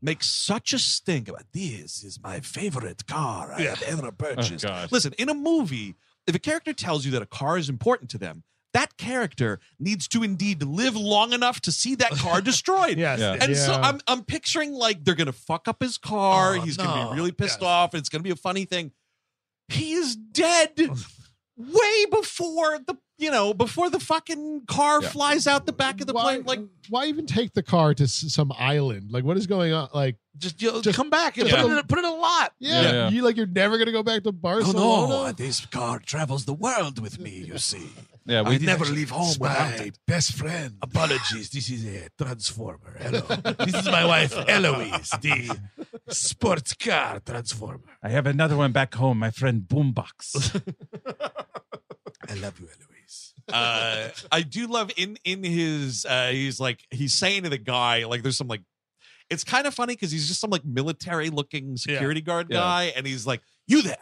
Speaker 1: makes such a stink about this is my favorite car I have ever purchased.
Speaker 4: God.
Speaker 1: Listen, in a movie, if a character tells you that a car is important to them, that character needs to indeed live long enough to see that car destroyed.
Speaker 3: yes
Speaker 4: Yeah.
Speaker 1: And so
Speaker 2: Yeah.
Speaker 1: I'm I'm picturing like they're gonna fuck up his car.
Speaker 3: Oh,
Speaker 1: He's gonna
Speaker 3: no.
Speaker 1: be really pissed
Speaker 3: Yes.
Speaker 1: off. It's gonna be a funny thing. He is dead way before the you know before the fucking car
Speaker 4: Yeah.
Speaker 1: flies out the back of the
Speaker 2: why,
Speaker 1: plane. Like
Speaker 2: why even take the car to s- some island? Like, what is going on? Like,
Speaker 3: just, you know,
Speaker 2: Just-
Speaker 3: come back and
Speaker 2: just
Speaker 3: put,
Speaker 2: put
Speaker 3: it in, a- put it in a lot
Speaker 2: yeah,
Speaker 4: Yeah, yeah.
Speaker 2: you like you're never gonna go back to
Speaker 5: Oh
Speaker 2: Barcelona.
Speaker 5: no! This car travels the world with me. You see,
Speaker 4: Yeah,
Speaker 5: I
Speaker 4: we
Speaker 5: never leave home without
Speaker 3: Smart.
Speaker 5: my best friend.
Speaker 3: apologies this is a transformer hello this is my wife eloise the sports car transformer
Speaker 4: I have another one back home, my friend Boombox.
Speaker 5: I love you, Eloise.
Speaker 1: uh, I do love in in his uh, he's like he's saying to the guy like there's some like it's kind of funny because he's just some like military looking security guard
Speaker 4: Yeah.
Speaker 1: guy and he's like you there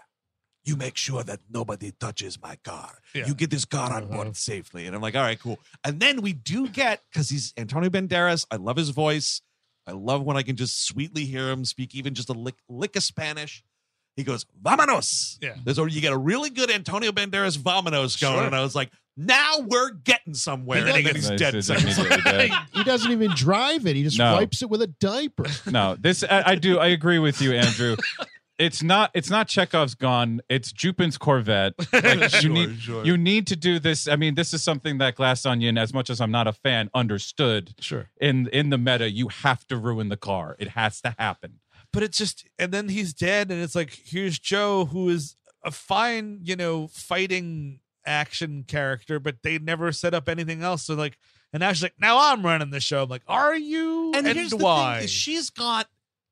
Speaker 1: you make sure that nobody touches my car.
Speaker 3: Yeah. Uh-huh.
Speaker 1: You get this car on board safely. And I'm like, all right, cool. And then we do get, because he's Antonio Banderas. I love his voice. I love when I can just sweetly hear him speak even just a lick, lick of Spanish. He goes, vamonos.
Speaker 3: Yeah.
Speaker 1: There's a, you get a really good Antonio Banderas vamonos going.
Speaker 3: Sure.
Speaker 1: And I was like, now we're getting somewhere.
Speaker 3: And then
Speaker 1: And
Speaker 3: he
Speaker 1: then he's
Speaker 4: Nice,
Speaker 1: dead.
Speaker 4: it's
Speaker 1: seconds later.
Speaker 4: immediately dead.
Speaker 2: He doesn't even drive it. He just
Speaker 4: No.
Speaker 2: wipes it with a diaper.
Speaker 4: no this I, I do i agree with you andrew it's not it's not chekhov's gone it's jupin's corvette like you need you need to do this i mean this is something that glass onion as much as i'm not a fan understood
Speaker 3: Sure.
Speaker 4: in in the meta you have to ruin the car it has to happen
Speaker 3: but it's just and then he's dead and it's like here's joe who is a fine you know fighting action character but they never set up anything else so like and now she's like now i'm running the show i'm like are you
Speaker 1: and,
Speaker 3: and,
Speaker 1: here's the
Speaker 3: why
Speaker 1: thing: is she's got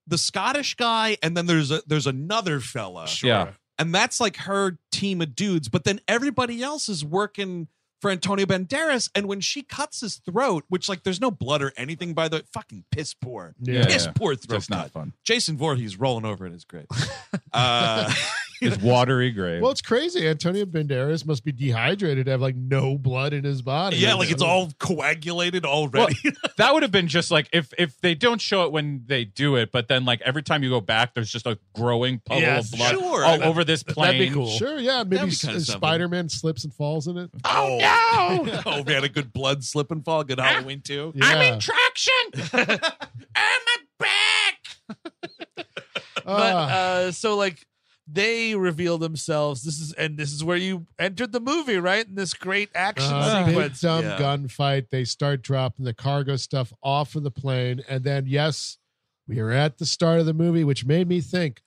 Speaker 1: the Scottish guy, and then there's a there's another fella,
Speaker 4: Yeah.
Speaker 1: and that's like her team of dudes. But then everybody else is working for Antonio Banderas, and when she cuts his throat, which like there's no blood or anything by the fucking piss poor,
Speaker 2: Yeah.
Speaker 1: piss poor
Speaker 4: it's
Speaker 1: throat
Speaker 4: just not
Speaker 1: cut.
Speaker 4: fun
Speaker 1: Jason Voorhees rolling over in his grave. uh,
Speaker 4: it's watery grave
Speaker 2: Well, it's crazy. Antonio Banderas must be dehydrated to have like no blood in his body.
Speaker 1: yeah, like it's all coagulated already.
Speaker 4: that would have been just like if if they don't show it when they do it but then like every time you go back there's just a growing puddle
Speaker 3: Yes,
Speaker 4: of blood
Speaker 1: sure.
Speaker 4: all
Speaker 1: That-
Speaker 4: over this plane
Speaker 3: that'd be cool
Speaker 2: Sure, yeah.
Speaker 1: That'd
Speaker 2: Maybe
Speaker 1: be kinda
Speaker 2: S- uh,
Speaker 1: something.
Speaker 2: Spider-Man slips and falls in it.
Speaker 1: oh no! oh man, a good blood slip and fall. Good Halloween too.
Speaker 2: Yeah.
Speaker 5: I'm in traction. I'm a back.
Speaker 3: but
Speaker 2: Ah.
Speaker 3: uh so like they reveal themselves this is and this is where you entered the movie right in this great action
Speaker 2: Uh, big
Speaker 3: sequence
Speaker 2: dumb
Speaker 1: yeah.
Speaker 2: gunfight. They start dropping the cargo stuff off of the plane, and then yes, we are at the start of the movie, which made me think,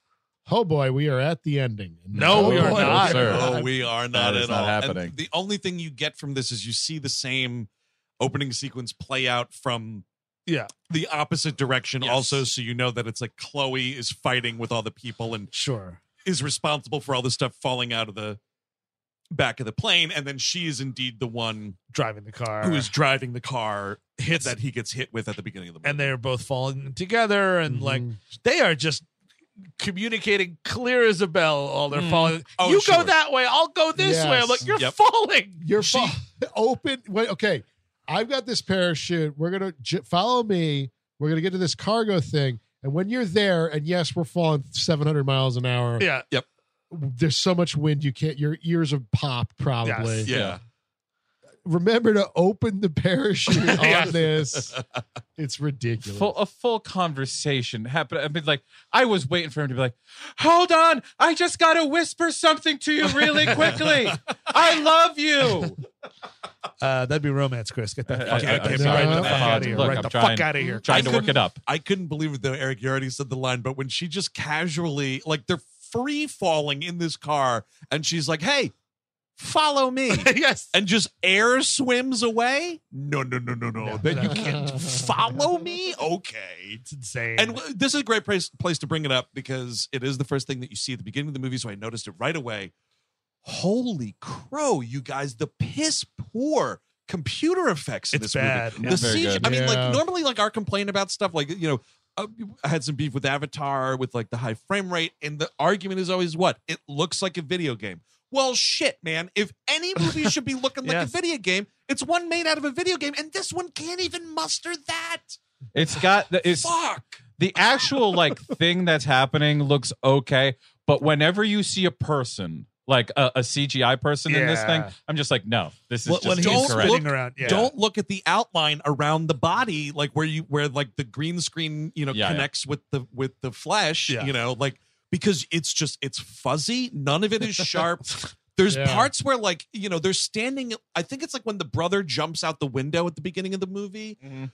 Speaker 2: "Oh boy, we are at the ending."
Speaker 3: No, we
Speaker 2: Oh,
Speaker 3: are
Speaker 2: boy.
Speaker 3: not.
Speaker 4: sir.
Speaker 1: No, we are not
Speaker 4: is
Speaker 1: at
Speaker 4: not
Speaker 1: all. And
Speaker 4: happening.
Speaker 1: the only thing you get from this is you see the same opening sequence play out from
Speaker 3: yeah
Speaker 1: the opposite direction
Speaker 3: Yes.
Speaker 1: also so you know that it's like Chloe is fighting with all the people and
Speaker 3: sure
Speaker 1: is responsible for all the stuff falling out of the back of the plane and then she is indeed the one
Speaker 3: driving the car
Speaker 1: who is driving the car hit
Speaker 3: It's-
Speaker 1: that he gets hit with at the beginning of the movie.
Speaker 3: and they're both falling together and like
Speaker 2: Mhm.
Speaker 3: they are just communicating clear as a bell all they're
Speaker 1: Mm.
Speaker 3: falling
Speaker 1: Oh,
Speaker 3: you
Speaker 1: sure.
Speaker 3: go that way i'll go this way i'm
Speaker 2: Yes.
Speaker 3: like you're
Speaker 1: Yep.
Speaker 3: falling
Speaker 2: You're
Speaker 3: She-
Speaker 2: fa- open. Wait, okay. I've got this parachute. We're gonna j- follow me. We're gonna get to this cargo thing, and when you're there, and yes, we're falling 700 miles an hour.
Speaker 3: yeah
Speaker 2: There's so much wind, you can't. Your ears have popped. Probably.
Speaker 3: Yes.
Speaker 1: yeah.
Speaker 4: Yeah.
Speaker 2: Remember to open the parachute
Speaker 3: Yeah.
Speaker 2: on this. It's ridiculous.
Speaker 4: full a full conversation happened. I mean, like I was waiting for him to be like, "Hold on, I just gotta whisper something to you really quickly. I love you."
Speaker 3: uh, that'd be romance chris get that
Speaker 4: I-
Speaker 3: fuck
Speaker 4: I-
Speaker 3: out
Speaker 4: I-
Speaker 3: of
Speaker 2: I-
Speaker 3: here right the
Speaker 2: I-
Speaker 3: fuck out of here
Speaker 4: look,
Speaker 3: right
Speaker 4: I'm
Speaker 3: the fuck
Speaker 4: trying-
Speaker 3: out of here
Speaker 4: Trying to work
Speaker 1: couldn't-
Speaker 4: it up.
Speaker 1: I couldn't believe it though, Eric. You already said the line, but when she just casually, like, they're free falling in this car, and she's like, hey, follow me,
Speaker 3: yes
Speaker 1: and just air swims away. No, no, no, no, no.
Speaker 3: No,
Speaker 1: then you
Speaker 2: no.
Speaker 1: can't follow me? Okay.
Speaker 3: it's insane
Speaker 1: And w- this is a great place, place to bring it up because it is the first thing that you see at the beginning of the movie. So I noticed it right away. Holy crow, you guys, the piss poor computer effects in this
Speaker 3: It's bad.
Speaker 1: movie.
Speaker 3: Yeah.
Speaker 1: The
Speaker 4: Very
Speaker 1: CG,
Speaker 4: good.
Speaker 1: I mean,
Speaker 2: Yeah.
Speaker 1: like normally, like our complaint about stuff, like, you know, uh, I had some beef with Avatar with like the high frame rate, and the argument is always what? It looks like a video game. Well, shit, man. If any movie should be looking like
Speaker 3: Yes.
Speaker 1: a video game, it's one made out of a video game, and this one can't even muster that.
Speaker 4: It's got the, it's
Speaker 1: Fuck.
Speaker 4: the actual like thing that's happening looks okay, but whenever you see a person, like a, a CGI person in this thing,
Speaker 3: Yeah.
Speaker 4: I'm just like, no, this is
Speaker 3: When-
Speaker 4: just
Speaker 3: when he's
Speaker 1: don't
Speaker 4: incorrect.
Speaker 3: spinning around yeah
Speaker 1: don't look at the outline around the body like where you where like the green screen you know
Speaker 4: Yeah, yeah.
Speaker 1: connects with the with the flesh
Speaker 3: Yeah.
Speaker 1: you know like because it's just it's fuzzy none of it is sharp there's
Speaker 2: Yeah.
Speaker 1: parts where like you know they're standing i think it's like when the brother jumps out the window at the beginning of the movie
Speaker 4: Mhm.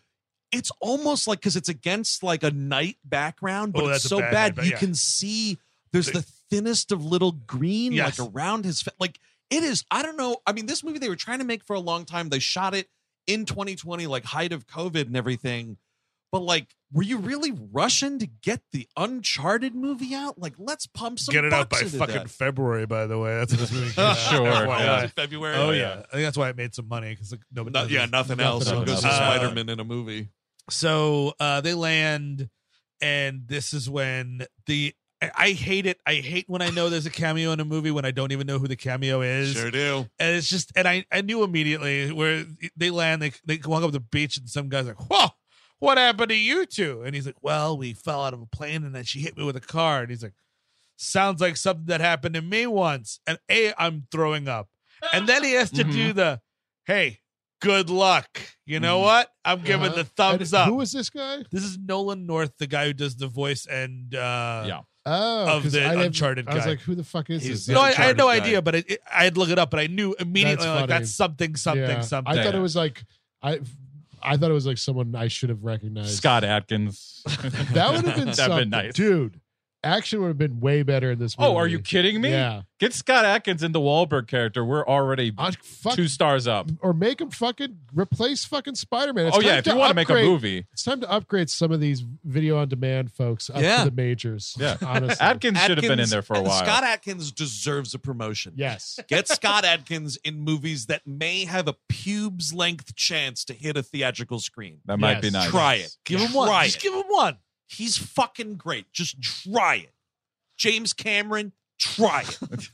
Speaker 1: it's almost like because it's against like a night background but
Speaker 3: Oh,
Speaker 1: it's
Speaker 3: that's a
Speaker 1: so
Speaker 3: bad
Speaker 1: bad,
Speaker 3: night, but
Speaker 1: you
Speaker 3: yeah.
Speaker 1: can see there's
Speaker 3: The-
Speaker 1: the thinnest of little green
Speaker 3: Yes.
Speaker 1: like around his fa- like it is i don't know i mean this movie they were trying to make for a long time they shot it in 2020 like height of covid and everything but like were you really rushing to get the uncharted movie out like let's pump some
Speaker 3: get it out
Speaker 1: bucks
Speaker 3: by
Speaker 1: into
Speaker 3: fucking
Speaker 1: that.
Speaker 3: February, by the way. That's what this movie. came out.
Speaker 4: Sure,
Speaker 3: FYI.
Speaker 4: yeah.
Speaker 1: february
Speaker 3: Oh yeah. I think that's why it made some money because like, nobody.
Speaker 1: No-
Speaker 3: does
Speaker 1: yeah
Speaker 3: this.
Speaker 1: nothing
Speaker 2: Nothing
Speaker 1: else
Speaker 2: else.
Speaker 1: it goes to
Speaker 3: Uh,
Speaker 1: spider-man in a movie
Speaker 3: So uh, they land, and this is when the I- I hate it. I hate when I know there's a cameo in a movie when I don't even know who the cameo is.
Speaker 1: Sure do.
Speaker 3: And it's just, and I, I knew immediately where they land. They they walk up the beach, and some guy's like, "Whoa, what happened to you two? And he's like, "Well, we fell out of a plane, and then she hit me with a car." And he's like, "Sounds like something that happened to me once." And a, I'm throwing up, and then he has to do
Speaker 2: Mm-hmm.
Speaker 3: the, "Hey, good luck." You know
Speaker 1: Mhm.
Speaker 3: what? I'm giving
Speaker 2: Uh-huh.
Speaker 3: the thumbs
Speaker 2: And
Speaker 3: up.
Speaker 2: Who was this guy?
Speaker 3: this is Nolan North, the guy who does the voice and uh,
Speaker 4: Yeah.
Speaker 2: Oh,
Speaker 3: Of
Speaker 2: 'cause
Speaker 3: the
Speaker 2: didn't-
Speaker 3: Uncharted
Speaker 2: I was
Speaker 3: guy.
Speaker 2: like, who the fuck is
Speaker 1: He's
Speaker 2: this?
Speaker 1: the
Speaker 3: No, I, I had
Speaker 1: Uncharted
Speaker 3: no
Speaker 1: guy.
Speaker 3: idea, but it, it, I had to look it up, but I knew
Speaker 2: That's
Speaker 3: immediately like
Speaker 2: funny.
Speaker 3: that's something, something,
Speaker 2: Yeah.
Speaker 3: something.
Speaker 2: I thought
Speaker 4: Yeah.
Speaker 2: it was like I I thought it was like someone I should have recognized.
Speaker 4: Scott Atkins.
Speaker 2: That would have been
Speaker 4: That'd
Speaker 2: something.
Speaker 4: been nice.
Speaker 2: Dude, action would have been way better in this movie.
Speaker 4: Oh, are you kidding me?
Speaker 2: Yeah.
Speaker 4: Get Scott Atkins in the Wahlberg character. We're already
Speaker 2: On fuck,
Speaker 4: two stars up.
Speaker 2: or make him fucking replace fucking Spider-Man. It's
Speaker 4: Oh yeah,
Speaker 2: time
Speaker 4: if you want to make a
Speaker 2: upgrade-
Speaker 4: movie,
Speaker 2: It's time to upgrade some of these video on demand folks up
Speaker 1: Yeah.
Speaker 2: to the majors.
Speaker 4: Yeah.
Speaker 2: Honestly.
Speaker 4: Atkins should have been in there for a while.
Speaker 1: Scott Atkins deserves a promotion.
Speaker 2: yes.
Speaker 1: Get Scott Adkins in movies that may have a pubes length chance to hit a theatrical screen.
Speaker 4: that might be
Speaker 2: Yes.
Speaker 4: nice.
Speaker 1: Try it.
Speaker 3: Give him one.
Speaker 1: Try
Speaker 3: Just
Speaker 1: it.
Speaker 3: give him one.
Speaker 1: He's fucking great. Just try it. James Cameron, try it.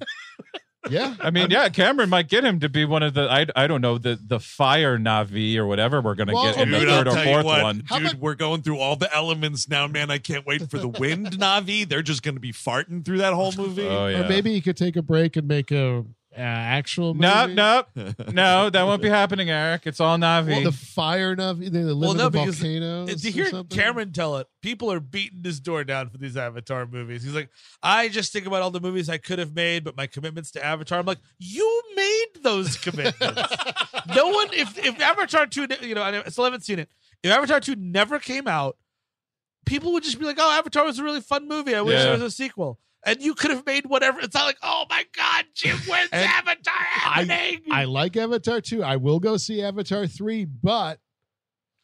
Speaker 2: Yeah.
Speaker 4: I mean, yeah, Cameron might get him to be one of the I, I don't know the the fire navi or whatever we're gonna
Speaker 2: Well,
Speaker 4: get in the
Speaker 2: Dude,
Speaker 4: third
Speaker 1: I'll
Speaker 4: or
Speaker 1: tell you
Speaker 4: fourth
Speaker 1: what,
Speaker 4: one.
Speaker 2: How
Speaker 1: Dude,
Speaker 2: about-
Speaker 1: we're going through all the elements now, man. I can't wait for the wind Navi. They're just going to be farting through that whole movie.
Speaker 4: Oh yeah.
Speaker 2: Or maybe you could take a break and make a uh, actual movie.
Speaker 4: no, no, no, that won't be happening, Eric. It's all navi.
Speaker 2: Well, the fire enough. They live
Speaker 3: Well,
Speaker 2: in
Speaker 3: no,
Speaker 2: the
Speaker 3: because
Speaker 2: volcanoes.
Speaker 3: To
Speaker 2: or
Speaker 3: hear
Speaker 2: something?
Speaker 3: Cameron tell it, people are beating his door down for these Avatar movies. He's like, I just think about all the movies I could have made, but my commitments to Avatar. I'm like, you made those commitments. no one, if if Avatar two, ne- you know, I still haven't seen it. If Avatar two never came out, people would just be like, oh, Avatar was a really fun movie. I wish
Speaker 4: Yeah.
Speaker 3: there was a sequel. And you could have made whatever. It's not like, oh my God, Jim, when's
Speaker 2: And
Speaker 3: Avatar happening?
Speaker 2: I like Avatar 2. I will go see Avatar 3, but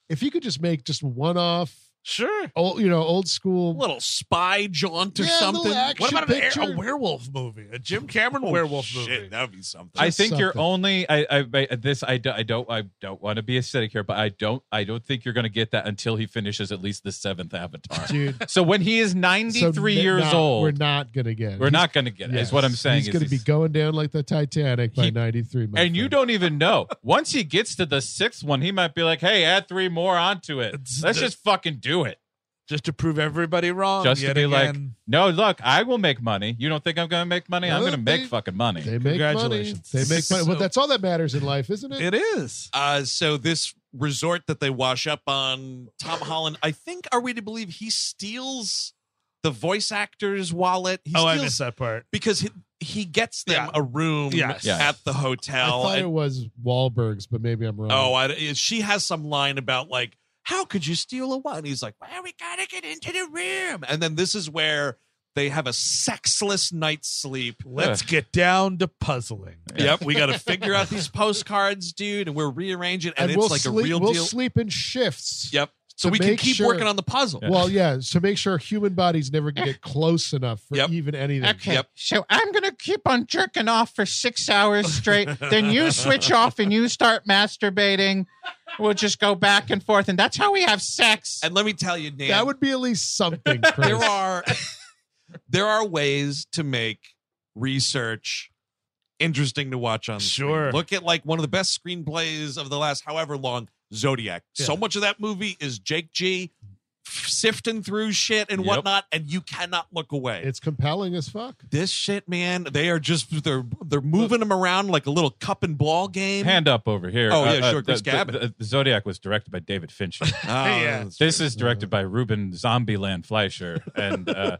Speaker 2: if you could just make just one off,
Speaker 3: sure.
Speaker 2: old, you know, old school.
Speaker 1: A little spy jaunt or
Speaker 2: Yeah, a little
Speaker 1: something.
Speaker 2: action
Speaker 3: What about an air, a
Speaker 2: picture.
Speaker 3: werewolf movie? A Jim Cameron
Speaker 1: Oh,
Speaker 3: werewolf
Speaker 1: shit,
Speaker 3: movie?
Speaker 1: That would be something.
Speaker 4: I
Speaker 2: Just
Speaker 4: think you're
Speaker 2: something.
Speaker 4: only I, I I this I do, I don't I don't want to be acidic here, but I don't I don't think you're gonna get that until he finishes at least the seventh Avatar.
Speaker 2: Dude,
Speaker 4: so when he is
Speaker 2: so
Speaker 4: 93
Speaker 2: n-
Speaker 4: years
Speaker 2: not-
Speaker 4: old,
Speaker 2: We're not going to get it.
Speaker 4: we're not gonna get it. Is what I'm saying.
Speaker 2: He's
Speaker 4: is
Speaker 2: going to be going down like the Titanic by
Speaker 4: He-
Speaker 2: 93. my
Speaker 4: and you
Speaker 2: friend.
Speaker 4: don't even know. Once he gets to the sixth one, he might be like, "Hey, add three more onto it.
Speaker 3: It's
Speaker 4: Let's
Speaker 3: the-
Speaker 4: just fucking do it."
Speaker 3: Just to prove everybody wrong.
Speaker 4: Just to
Speaker 3: yet
Speaker 4: be like,
Speaker 3: again.
Speaker 4: No, look, I will make money. You don't think I'm going to make money? I'm
Speaker 2: No,
Speaker 4: going to make
Speaker 2: they-
Speaker 4: fucking money.
Speaker 2: They make money.
Speaker 3: Congratulations.
Speaker 2: They make money.
Speaker 1: So-
Speaker 2: well, that's all that matters in life, isn't it?
Speaker 3: it is.
Speaker 1: Uh, so this resort that they wash up on, Tom Holland. I think are we to believe he steals the voice actor's wallet? He
Speaker 3: oh, I
Speaker 1: steals-
Speaker 3: missed that part.
Speaker 1: because he, he gets them
Speaker 3: Yeah.
Speaker 1: a room
Speaker 3: Yes.
Speaker 4: Yes.
Speaker 1: at the
Speaker 2: I
Speaker 1: hotel.
Speaker 2: thought
Speaker 1: and-
Speaker 2: it was Wahlberg's, but maybe I'm wrong.
Speaker 1: oh, I, she has some line about like, "How could you steal a wallet?" And he's like, "Well, we gotta get into the room." And then this is where they have a sexless night's sleep.
Speaker 3: Let's get down to puzzling.
Speaker 1: Yep, we got to figure out these postcards, dude, and we're rearranging, and,
Speaker 2: and,
Speaker 1: it's
Speaker 2: we'll
Speaker 1: like
Speaker 2: sleep.
Speaker 1: a real
Speaker 2: we'll
Speaker 1: deal.
Speaker 2: sleep in shifts.
Speaker 1: Yep. So
Speaker 2: to
Speaker 1: we can
Speaker 2: make
Speaker 1: keep
Speaker 2: sure-
Speaker 1: working on the puzzle.
Speaker 2: Well, yeah, to make sure human bodies never get close enough for
Speaker 1: Yep.
Speaker 2: even anything.
Speaker 1: Yep.
Speaker 4: so I'm going to keep on jerking off for six hours straight. then you switch off and you start masturbating. We'll just go back and forth, and that's how we have sex.
Speaker 1: And let me tell you, Dan,
Speaker 2: That would be at least something. Chris.
Speaker 1: there are there are ways to make research interesting to watch on screen.
Speaker 3: Sure.
Speaker 1: Look at like one of the best screenplays of the last however long, Zodiac. So much of that movie is Jake G sifting through shit and
Speaker 4: Yep.
Speaker 1: whatnot, and you cannot look away.
Speaker 2: It's compelling as fuck.
Speaker 1: this shit, man, they are just they're they're moving them around like a little cup and ball game.
Speaker 4: Hand up over here. Uh,
Speaker 1: Oh, yeah, sure,
Speaker 4: the-
Speaker 1: Chris
Speaker 4: the-
Speaker 1: Gabin.
Speaker 4: the- the Zodiac was directed by David Fincher.
Speaker 1: Oh,
Speaker 2: uh,
Speaker 3: Yeah.
Speaker 1: that's
Speaker 4: This
Speaker 1: true.
Speaker 4: is directed by Ruben Zombieland Fleischer, and uh,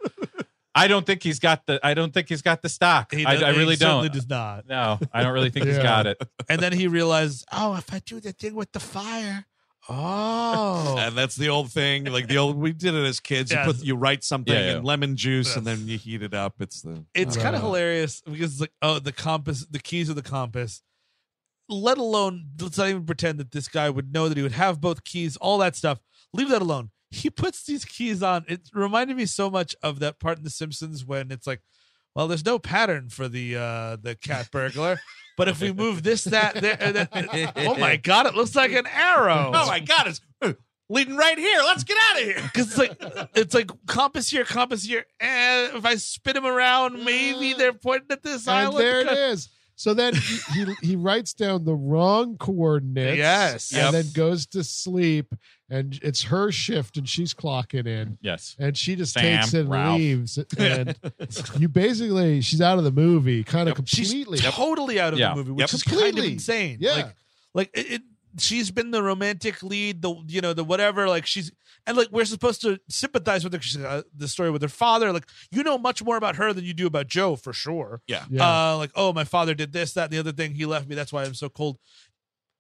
Speaker 4: I don't think he's got the. I don't think he's got the stock.
Speaker 3: He
Speaker 4: I,
Speaker 3: does-
Speaker 4: I really
Speaker 3: he certainly
Speaker 4: don't.
Speaker 3: does not.
Speaker 4: No, I don't really think he's
Speaker 2: Yeah.
Speaker 4: got it.
Speaker 3: And then he realized, oh, if I do the thing with the fire, oh,
Speaker 1: And that's the old thing, like the old. We did it as kids.
Speaker 3: Yeah.
Speaker 1: You put, you write something
Speaker 4: Yeah, yeah.
Speaker 1: in lemon juice, and
Speaker 3: Yes.
Speaker 1: then you heat it up. It's the
Speaker 3: it's
Speaker 2: Uh,
Speaker 3: kind of hilarious because it's like, oh, the compass, the keys of the compass. Let alone, let's not even pretend that this guy would know that he would have both keys, all that stuff. Leave that alone. He puts these keys on. It reminded me so much of that part in The Simpsons when it's like, well, there's no pattern for the uh the cat burglar. But if we move this, that, there, and that, oh my god, it looks like an arrow.
Speaker 1: Oh my god, it's leading right here. Let's get out of here.
Speaker 3: Because it's like it's like compass here, compass here. Eh, if I spin them around, maybe they're pointing at this
Speaker 2: Uh, And
Speaker 3: island.
Speaker 2: there it is. So then he, he he writes down the wrong coordinates.
Speaker 3: Yes.
Speaker 2: And
Speaker 1: Yep.
Speaker 2: then goes to sleep. And it's her shift and she's clocking in.
Speaker 4: Yes.
Speaker 2: And she just
Speaker 4: Sam,
Speaker 2: takes it and
Speaker 4: Ralph.
Speaker 2: leaves. And you basically she's out of the movie kind of
Speaker 3: She's
Speaker 2: completely.
Speaker 3: totally out of
Speaker 4: Yeah.
Speaker 3: the movie, which
Speaker 1: Yep.
Speaker 3: is kind of
Speaker 2: Completely.
Speaker 3: insane.
Speaker 2: Yeah.
Speaker 3: Like, like it, it, she's been the romantic lead, the you know the whatever. Like she's and like we're supposed to sympathize with her 'cause she's, uh, the story with her father. Like you know much more about her than you do about Joe for sure.
Speaker 2: yeah.
Speaker 3: Uh, like oh my father did this, that, and the other thing. He left me. That's why I'm so cold.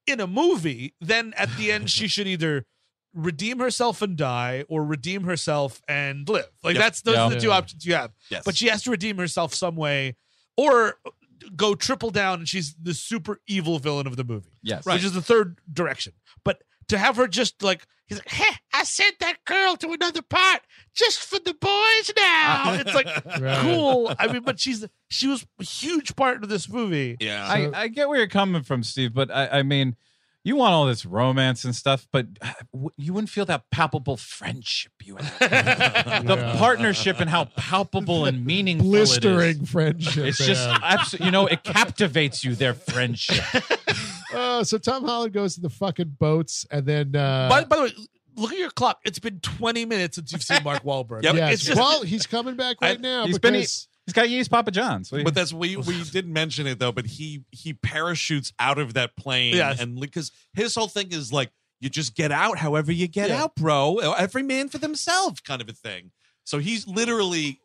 Speaker 3: In a movie, then at the end she should either redeem herself and die, or redeem herself and live. Like
Speaker 1: Yep.
Speaker 3: that's those are
Speaker 4: Yeah.
Speaker 3: the two options you have
Speaker 1: Yes.
Speaker 3: but she has to redeem herself some way or go triple down and she's the super evil villain of the movie
Speaker 4: Yes.
Speaker 3: which is the third direction but to have her just like he's like
Speaker 5: Heh, I sent that girl to another part just for the boys now.
Speaker 3: "Ow," it's like
Speaker 2: Right.
Speaker 3: cool i mean but she's she was a huge part of this movie
Speaker 1: yeah.
Speaker 4: I, I get where you're coming from, Steve, but I, I mean, you want all this romance and stuff, but uh, w- you wouldn't feel that palpable friendship you have. the
Speaker 2: Yeah.
Speaker 4: partnership and how palpable and meaningful it is.
Speaker 2: blistering friendship.
Speaker 4: It's just
Speaker 2: yeah.
Speaker 4: absolutely, you know, it captivates you, their friendship.
Speaker 2: Oh, so Tom Holland goes to the fucking boats and then uh
Speaker 3: by, by the way look at your clock it's been 20 minutes since you've seen mark Wahlberg.
Speaker 1: Yep.
Speaker 2: yes.
Speaker 3: it's just
Speaker 2: well, he's coming back
Speaker 1: I-
Speaker 2: right now
Speaker 4: He's been,
Speaker 2: because
Speaker 4: he's got yeast Papa John's.
Speaker 1: But that's we we didn't mention it though. But he he parachutes out of that plane,
Speaker 3: Yes.
Speaker 1: and because his whole thing is like you just get out, however you get
Speaker 3: Yeah.
Speaker 1: out, bro. Every man for themselves, kind of a thing. So he's literally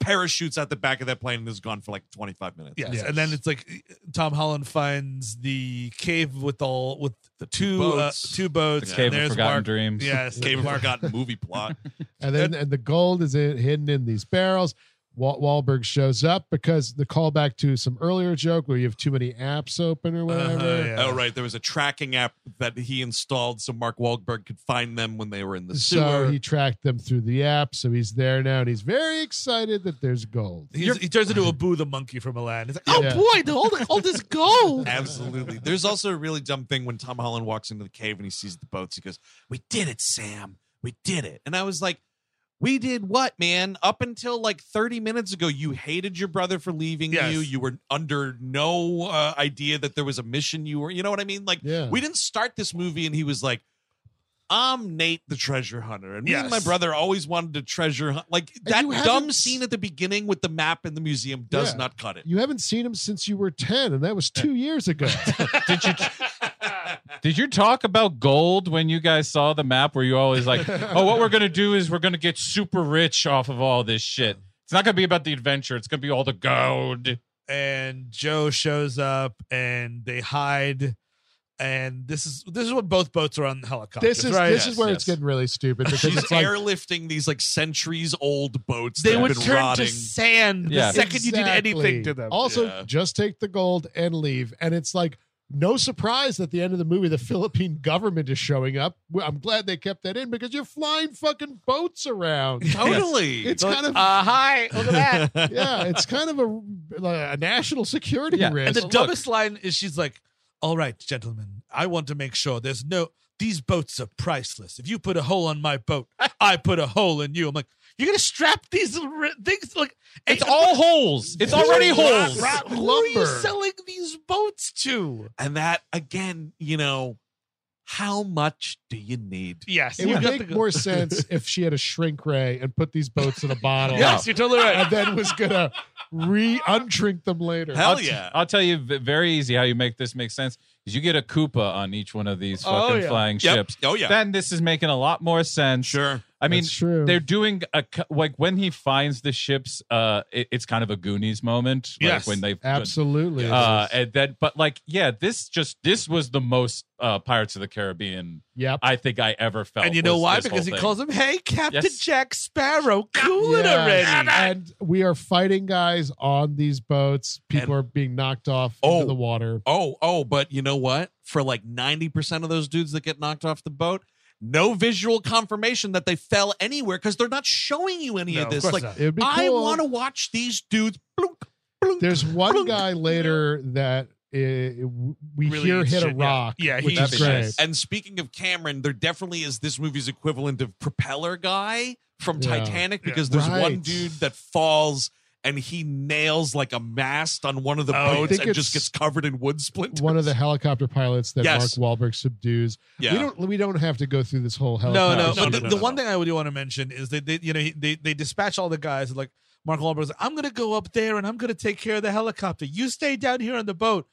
Speaker 1: parachutes out the back of that plane and is gone for like twenty five minutes.
Speaker 3: Yes. and then it's like Tom Holland finds the cave with all with the two
Speaker 1: two
Speaker 3: uh,
Speaker 1: boats.
Speaker 3: two
Speaker 4: the
Speaker 3: boats.
Speaker 4: Cave
Speaker 3: and
Speaker 4: of
Speaker 3: there's
Speaker 4: Forgotten
Speaker 3: Mark.
Speaker 4: Dreams.
Speaker 3: Yes,
Speaker 1: Game of Forgotten movie plot.
Speaker 2: and then and the gold is in, hidden in these barrels. Walt Wahlberg shows up because the callback to some earlier joke where you have too many apps open or whatever.
Speaker 3: Uh-huh, yeah.
Speaker 1: Oh right, there was a tracking app that he installed so Mark Wahlberg could find them when they were in the
Speaker 2: So
Speaker 1: sewer.
Speaker 2: he tracked them through the app, so he's there now, and he's very excited that there's gold.
Speaker 3: He's- he turns into a Boo the monkey from Aladdin. He's like, oh
Speaker 2: Yeah.
Speaker 3: boy, the whole all this gold.
Speaker 1: Absolutely. There's also a really dumb thing when Tom Holland walks into the cave and he sees the boats. He goes, "We did it, Sam. We did it." And I was like, "We did what, man? Up until like 30 minutes ago, you hated your brother for leaving
Speaker 3: Yes.
Speaker 1: you. You were under no uh, idea that there was a mission. You were, you know what I mean? Like,
Speaker 2: Yeah.
Speaker 1: we didn't start this movie, and he was like." I'm Nate the treasure hunter, and me and
Speaker 3: Yes.
Speaker 1: my brother always wanted to treasure hunt. Like
Speaker 2: you
Speaker 1: that
Speaker 2: haven't
Speaker 1: dumb
Speaker 2: s-
Speaker 1: scene at the beginning with the map in the museum does
Speaker 2: Yeah.
Speaker 1: not cut it.
Speaker 2: You haven't seen him since you were ten, and that was two years ago.
Speaker 4: Did you did you talk about gold when you guys saw the map? Were you always like, "Oh, what we're gonna do is we're gonna get super rich off of all this shit." It's not gonna be about the adventure. It's gonna be all the gold.
Speaker 3: And Joe shows up, and they hide. And this is this is when both boats are on the helicopter.
Speaker 2: this is
Speaker 3: right?
Speaker 2: this
Speaker 4: Yes,
Speaker 2: is where
Speaker 4: yes.
Speaker 2: it's getting really stupid because
Speaker 1: She's
Speaker 2: it's like
Speaker 1: airlifting these like centuries old boats
Speaker 3: they
Speaker 1: that
Speaker 3: would
Speaker 1: have been
Speaker 3: turn
Speaker 1: rotting.
Speaker 3: to sand
Speaker 4: Yeah.
Speaker 3: the second you did anything
Speaker 2: Exactly.
Speaker 3: to them.
Speaker 2: Also,
Speaker 1: Yeah.
Speaker 2: just take the gold and leave. And it's like no surprise at the end of the movie, the Philippine government is showing up. Well, I'm glad they kept that in because you're flying fucking boats around.
Speaker 1: totally.
Speaker 2: It's
Speaker 3: Like,
Speaker 2: kind of
Speaker 3: uh, hi, look at that.
Speaker 2: yeah, it's kind of a like a national security
Speaker 4: Yeah, and
Speaker 2: risk.
Speaker 3: And the
Speaker 4: Look.
Speaker 3: dumbest line is she's like, All right, gentlemen, I want to make sure there's no, these boats are priceless. If you put a hole on my boat, I put a hole in you. I'm like, You're going to strap these ri- things? Like,
Speaker 4: It's all holes. It's already
Speaker 3: Rock-
Speaker 4: holes.
Speaker 3: rock- Who are you
Speaker 2: Lumber.
Speaker 3: selling these boats to?
Speaker 1: and that again, you know, how much do you need?
Speaker 3: Yes,
Speaker 2: it
Speaker 3: you
Speaker 2: would
Speaker 3: got the
Speaker 2: make
Speaker 3: go-
Speaker 2: more sense if she had a shrink ray and put these boats in a bottle
Speaker 3: Yes, you're totally right.
Speaker 2: and then was gonna re unshrink them later.
Speaker 1: Hell
Speaker 4: I'll,
Speaker 1: yeah.
Speaker 4: I'll tell you v- very easy how you make this make sense is you get a Koopa on each one of these
Speaker 3: Oh,
Speaker 4: fucking
Speaker 3: yeah.
Speaker 4: flying
Speaker 1: Yep.
Speaker 4: ships.
Speaker 1: Oh yeah.
Speaker 4: Then this is making a lot more sense.
Speaker 1: sure.
Speaker 4: I mean,
Speaker 2: That's true.
Speaker 4: they're doing a co- like when he finds the ships. Uh, it- it's kind of a Goonies moment. Like
Speaker 3: Yes.
Speaker 4: when they
Speaker 2: Absolutely.
Speaker 4: Uh, and then, but like, yeah, this just this was the most uh, Pirates of the Caribbean
Speaker 2: yep.
Speaker 4: I think I ever felt.
Speaker 1: Oh,
Speaker 3: And you know
Speaker 4: was
Speaker 3: why?
Speaker 4: this whole
Speaker 3: Because he
Speaker 4: thing.
Speaker 3: calls him, Hey, Captain
Speaker 4: Yes.
Speaker 3: Jack Sparrow, cool it
Speaker 2: Yes.
Speaker 3: already.
Speaker 2: And we are fighting guys on these boats. People
Speaker 1: And-
Speaker 2: are being knocked off
Speaker 1: Oh.
Speaker 2: into the water.
Speaker 1: Oh, oh, but you know what? For like 90% of those dudes that get knocked off the boat, no visual confirmation that they fell anywhere because they're not showing you any
Speaker 3: No,
Speaker 1: of this.
Speaker 3: course
Speaker 1: like,
Speaker 3: not.
Speaker 2: It would be cool.
Speaker 1: I want to watch these dudes. Bloop, bloop,
Speaker 2: There's one guy later that eh, w- we
Speaker 3: Really
Speaker 2: hear
Speaker 3: eats
Speaker 2: hit a
Speaker 3: shit, yeah.
Speaker 2: rock.
Speaker 3: Yeah,
Speaker 2: which
Speaker 3: he
Speaker 2: is
Speaker 4: eats
Speaker 2: great.
Speaker 4: shit.
Speaker 1: And speaking of Cameron, there definitely is this movie's equivalent of Propeller Guy from
Speaker 2: Yeah.
Speaker 1: Titanic
Speaker 3: Yeah.
Speaker 1: because there's one
Speaker 2: Right.
Speaker 1: dude that falls and he nails like a mast on one of the
Speaker 3: Oh, I
Speaker 1: boats
Speaker 2: think
Speaker 1: and just
Speaker 2: it's
Speaker 1: gets covered in wood splinters.
Speaker 2: One of the helicopter pilots that
Speaker 1: Yes.
Speaker 2: Mark Wahlberg subdues.
Speaker 1: yeah.
Speaker 2: We don't we don't have to go through this whole
Speaker 3: no,
Speaker 2: helicopter.
Speaker 1: No,
Speaker 3: no. But the,
Speaker 1: no, no,
Speaker 3: the
Speaker 1: no,
Speaker 3: one
Speaker 1: no.
Speaker 3: thing I would want to mention is that they, you know, he- they they dispatch all the guys like Mark Wahlberg's. Like, I'm going to go up there and I'm going to take care of the helicopter. You stay down here on the boat.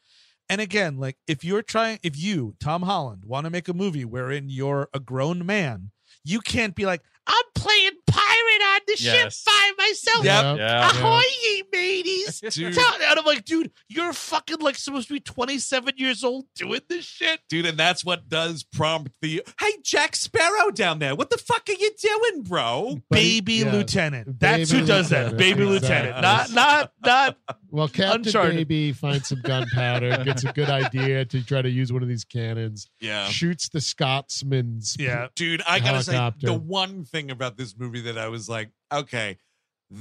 Speaker 3: And again, like if you're trying, if you Tom Holland want to make a movie wherein you're a grown man, you can't be like I'm playing pirate on the
Speaker 4: Yes.
Speaker 3: ship by myself.
Speaker 1: Yep.
Speaker 4: Yeah.
Speaker 3: Ahoy, ye mateys!
Speaker 1: Dude.
Speaker 3: Tell- And I'm like, dude, you're fucking like supposed to be 27 years old doing this shit.
Speaker 1: Dude, and that's what does prompt the hey Jack Sparrow down there. What the fuck are you doing, bro?
Speaker 2: But he-
Speaker 3: baby
Speaker 2: yeah.
Speaker 3: lieutenant. That's
Speaker 2: Baby
Speaker 3: who does that.
Speaker 2: lieutenant,
Speaker 3: Baby
Speaker 2: exactly.
Speaker 3: lieutenant. Not not not.
Speaker 2: Well, Captain
Speaker 3: Uncharted.
Speaker 2: Baby finds some gunpowder, gets a good idea to try to use one of these cannons,
Speaker 1: Yeah.
Speaker 2: shoots the Scotsman's.
Speaker 3: Yeah.
Speaker 1: Dude, I gotta
Speaker 2: Helicopter.
Speaker 1: say the one thing about this movie that I was like, okay,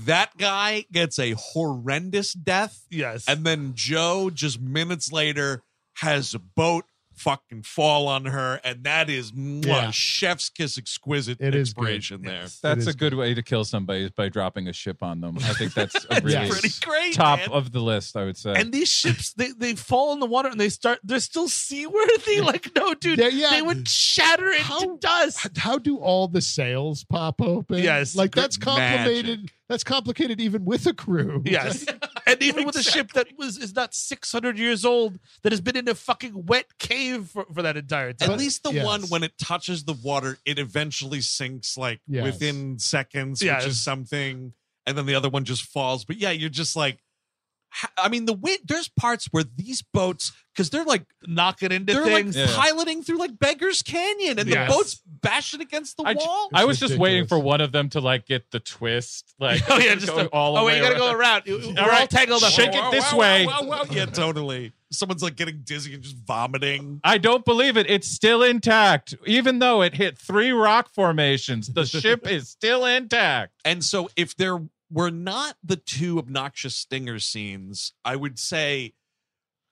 Speaker 1: that guy gets a horrendous death.
Speaker 3: Yes.
Speaker 1: And then Joe, just minutes later, has a boat fucking fall on her, and that is mwah,
Speaker 2: Yeah.
Speaker 1: chef's kiss, exquisite
Speaker 2: It is good.
Speaker 1: inspiration there.
Speaker 4: That's
Speaker 2: It
Speaker 4: a
Speaker 2: is
Speaker 4: good way to kill somebody is by dropping a ship on them. I think that's a really
Speaker 2: pretty
Speaker 1: great,
Speaker 4: top
Speaker 1: man.
Speaker 4: of the list, I would say.
Speaker 3: And these ships, they, they fall in the water and they start. They're still seaworthy. Like no, dude,
Speaker 2: Yeah, yeah.
Speaker 3: they would shatter into
Speaker 2: How-
Speaker 3: dust.
Speaker 2: H- How do all the sails pop open?
Speaker 3: Yes.
Speaker 2: like that's
Speaker 1: Good
Speaker 2: complicated. That's complicated even with a crew.
Speaker 3: Yes, and even with a ship that was is not 600 years old that has been in a fucking wet cave for, for that entire
Speaker 1: At
Speaker 3: time.
Speaker 1: least the
Speaker 2: yes.
Speaker 1: one when it touches the water, it eventually sinks like
Speaker 2: Yes.
Speaker 1: within seconds,
Speaker 3: Yes.
Speaker 1: which is something. And then the other one just falls. But yeah, you're just like, h- I mean, the wind, there's parts where these boats, because they're like,
Speaker 3: knock it into
Speaker 1: they're
Speaker 3: things.
Speaker 1: like
Speaker 4: Yeah.
Speaker 1: piloting through like Beggar's Canyon and
Speaker 3: Yes.
Speaker 1: the boat's bashing against the
Speaker 4: I, ju-
Speaker 1: wall.
Speaker 4: I was just waiting
Speaker 2: ridiculous.
Speaker 4: for one of them to like get the twist. Like,
Speaker 3: Oh yeah, just
Speaker 4: go
Speaker 3: the-
Speaker 4: all the
Speaker 3: oh
Speaker 4: way
Speaker 3: wait, you gotta
Speaker 4: around.
Speaker 3: go around. We're all,
Speaker 4: right.
Speaker 3: tangled up.
Speaker 4: Shake it this way.
Speaker 1: Yeah, totally. Someone's like getting dizzy and just vomiting.
Speaker 4: I don't believe it. It's still intact. Even though it hit three rock formations, the ship is still intact.
Speaker 1: And so, if there were not the two obnoxious stinger scenes, I would say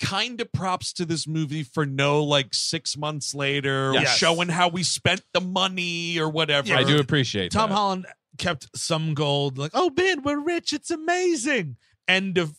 Speaker 1: kind of props to this movie for no like six months later
Speaker 3: Yes.
Speaker 1: showing how we spent the money or whatever.
Speaker 3: Yeah.
Speaker 4: I do appreciate
Speaker 3: Tom
Speaker 4: that.
Speaker 3: Holland kept some gold, like, oh man, we're rich, it's amazing. End of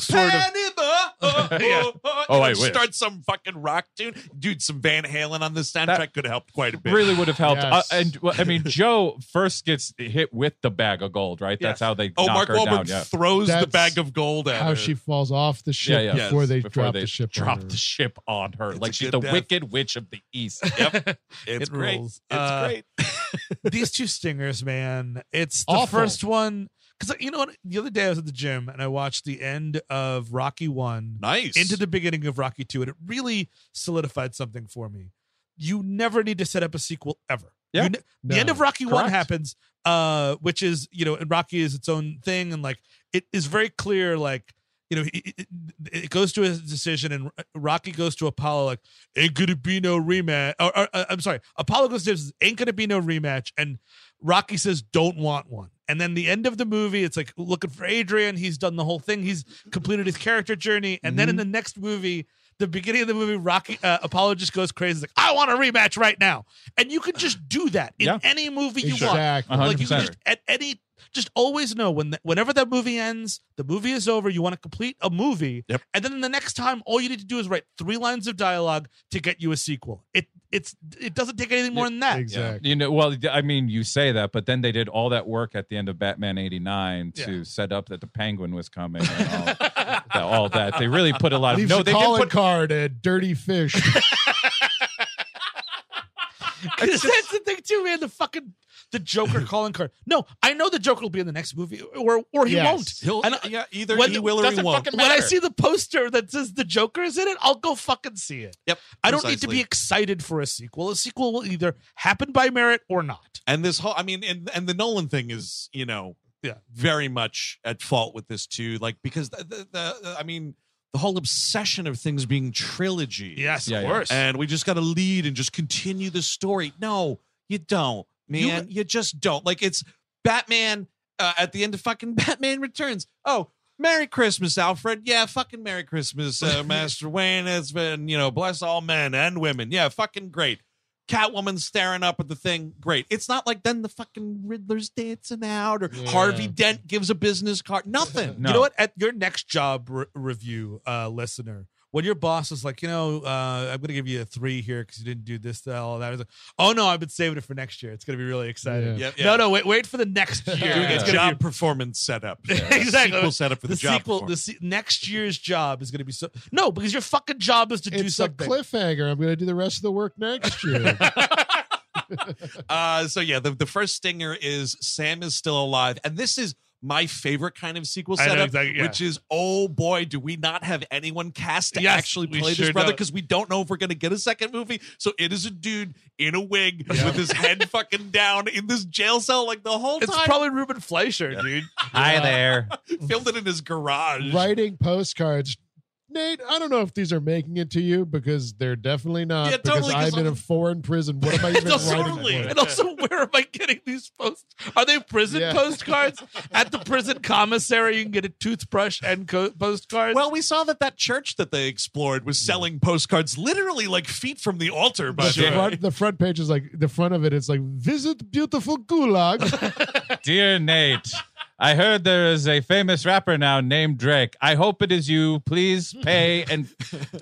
Speaker 3: sort of
Speaker 1: Penny the- uh, uh,
Speaker 3: Yeah.
Speaker 1: uh,
Speaker 4: Oh, I
Speaker 1: and
Speaker 4: wish.
Speaker 1: Start some fucking rock tune. Dude, some Van Halen on this soundtrack
Speaker 4: That-
Speaker 1: could have helped quite a bit.
Speaker 4: Really would have helped.
Speaker 2: Yes.
Speaker 4: Uh, and well, I mean, Joe first gets hit with the bag of gold, right? That's
Speaker 3: Yes.
Speaker 4: how they
Speaker 1: Oh,
Speaker 4: knock
Speaker 1: Mark
Speaker 4: her down.
Speaker 1: Wahlberg
Speaker 4: Yeah.
Speaker 1: throws the
Speaker 2: That's
Speaker 1: bag of gold at
Speaker 2: How
Speaker 1: her.
Speaker 2: she falls off the ship
Speaker 4: Yeah, yeah.
Speaker 2: before
Speaker 1: Yes.
Speaker 2: they
Speaker 4: Before
Speaker 2: drop
Speaker 4: they
Speaker 2: the ship. on
Speaker 4: drop
Speaker 2: her.
Speaker 4: the ship on her,
Speaker 1: It's
Speaker 4: like
Speaker 1: a
Speaker 4: she's
Speaker 1: good
Speaker 4: the
Speaker 1: death.
Speaker 4: wicked witch of the east.
Speaker 1: It's
Speaker 3: It
Speaker 1: great.
Speaker 3: rules.
Speaker 1: It's
Speaker 3: Uh,
Speaker 1: great.
Speaker 3: these two stingers, man. It's the
Speaker 2: Awful.
Speaker 3: first one. Cause you know what? The other day I was at the gym and I watched the end of Rocky One
Speaker 1: Nice.
Speaker 3: into the beginning of Rocky Two, and it really solidified something for me. You never need to set up a sequel ever.
Speaker 4: Yeah.
Speaker 3: You ne-
Speaker 2: No.
Speaker 3: The end of Rocky One
Speaker 4: Correct.
Speaker 3: happens, uh, which is you know, and Rocky is its own thing, and like it is very clear, like you know, it, it, it goes to a decision, and uh, Rocky goes to Apollo, like ain't gonna be no rematch. Or, or, uh, I'm sorry, Apollo goes to him, says, ain't gonna be no rematch, and Rocky says don't want one. And then the end of the movie, it's like looking for Adrian. He's done the whole thing. He's completed his character journey. And then in the next movie, the beginning of the movie, Rocky uh, Apollo just goes crazy. He's like, I want a rematch right now. And you can just do that in
Speaker 4: Yeah.
Speaker 3: any movie you want.
Speaker 2: exactly.
Speaker 4: Uh-huh.
Speaker 3: Like you
Speaker 4: 100%.
Speaker 3: can just at any just always know when the, whenever that movie ends, the movie is over. You want to complete a movie,
Speaker 1: Yep.
Speaker 3: and then the next time, all you need to do is write three lines of dialogue to get you a sequel. It it's it doesn't take anything more than that.
Speaker 2: Exactly.
Speaker 4: You know, well, I mean, you say that, but then they did all that work at the end of Batman '89 to
Speaker 3: Yeah.
Speaker 4: set up that the Penguin was coming, and all, that, all that. They really put a lot of
Speaker 2: Leaves
Speaker 4: Uh, no.
Speaker 2: a
Speaker 4: They did
Speaker 2: calling
Speaker 4: put
Speaker 2: card at Dirty Fish.
Speaker 3: 'Cause that's the thing too, man. The fucking the Joker calling card. No, I know the Joker will be in the next movie, or or he
Speaker 2: Yes.
Speaker 3: won't.
Speaker 1: He'll,
Speaker 3: And I-
Speaker 1: Uh, yeah, either
Speaker 3: when-
Speaker 1: he will or he
Speaker 4: doesn't
Speaker 1: won't.
Speaker 4: fucking
Speaker 3: when I
Speaker 4: matter.
Speaker 3: see the poster that says the Joker is in it, I'll go fucking see it.
Speaker 1: Yep,
Speaker 3: I don't need to be
Speaker 1: precisely.
Speaker 3: excited for a sequel. A sequel will either happen by merit or not.
Speaker 1: And this whole, I mean, and and the Nolan thing is, you know,
Speaker 3: Yeah.
Speaker 1: very much at fault with this too. Like because the, the, the I mean, the whole obsession of things being trilogies.
Speaker 3: Yes,
Speaker 4: Yeah,
Speaker 3: of
Speaker 4: yeah.
Speaker 3: course.
Speaker 1: and we just got to lead and just continue the story. No, you don't, man. You, just don't. Like it's Batman uh, at the end of fucking Batman Returns. Oh, Merry Christmas, Alfred. Yeah, fucking Merry Christmas, uh, Master Wayne. It's been, you know, bless all men and women. Yeah, fucking great. Catwoman staring up at the thing. Great. It's not like then the fucking Riddler's dancing out or
Speaker 2: Yeah.
Speaker 1: Harvey Dent gives a business card. Nothing.
Speaker 4: No.
Speaker 3: You know what? At your next job re- review, uh, listener, when your boss is like, you know, uh, I'm going to give you a three here because you didn't do this, that, all that. It's like, oh no, I've been saving it for next year. It's going to be really exciting.
Speaker 2: Yeah.
Speaker 1: Yep,
Speaker 3: No,
Speaker 1: yeah.
Speaker 3: no, wait, wait for the next year.
Speaker 2: Doing
Speaker 1: It's
Speaker 3: It's
Speaker 2: a
Speaker 3: gonna
Speaker 1: job
Speaker 3: be-
Speaker 1: performance setup.
Speaker 3: Exactly.
Speaker 1: Sequel setup for the,
Speaker 3: the
Speaker 1: job.
Speaker 3: sequel, the
Speaker 1: performance.
Speaker 3: se- next year's job is going to be so. No, because your fucking job is to do
Speaker 2: It's a
Speaker 3: something.
Speaker 2: cliffhanger. I'm going to do the rest of the work next year.
Speaker 1: Uh, so yeah, the, the first stinger is Sam is still alive, and this is my favorite kind of sequel
Speaker 3: I know
Speaker 1: setup,
Speaker 3: exactly, yeah.
Speaker 1: which is oh boy, do we not have anyone cast to
Speaker 3: Yes,
Speaker 1: actually
Speaker 3: we
Speaker 1: play this
Speaker 3: sure
Speaker 1: brother
Speaker 3: don't.
Speaker 1: because we don't know if we're gonna get a second movie. So it is a dude in a wig with his head fucking down in this jail cell like the whole
Speaker 3: It's
Speaker 1: time,
Speaker 3: probably Ruben Fleischer, dude.
Speaker 4: Hi there.
Speaker 1: filmed it in his garage.
Speaker 2: Writing postcards. Nate, I don't know if these are making it to you because they're definitely not.
Speaker 1: Yeah,
Speaker 2: because
Speaker 1: totally, 'cause
Speaker 2: I'm in
Speaker 1: I'm-
Speaker 2: a foreign prison. What am I even
Speaker 3: And also,
Speaker 2: writing?
Speaker 1: totally.
Speaker 2: for?
Speaker 3: and also, where am I getting these posts? Are they prison
Speaker 2: Yeah.
Speaker 3: postcards? At the prison commissary, you can get a toothbrush and co- postcards.
Speaker 1: Well, we saw that that church that they explored was selling postcards literally like feet from the altar. By
Speaker 2: The,
Speaker 1: the way.
Speaker 2: front, the front page is like the front of it. It's like visit beautiful gulag.
Speaker 4: Dear Nate, I heard there is a famous rapper now named Drake. I hope it is you. Please pay and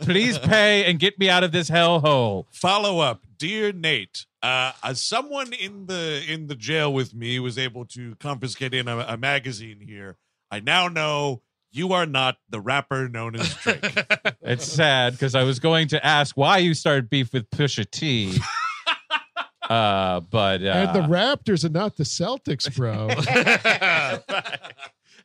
Speaker 4: please pay and get me out of this hellhole.
Speaker 1: follow up dear nate uh, uh, someone in the in the jail with me was able to confiscate in a, a magazine here i now know you are not the rapper known as drake
Speaker 4: It's sad because I was going to ask why you started beef with Pusha T. Uh, but uh,
Speaker 2: and the Raptors are not the Celtics, bro.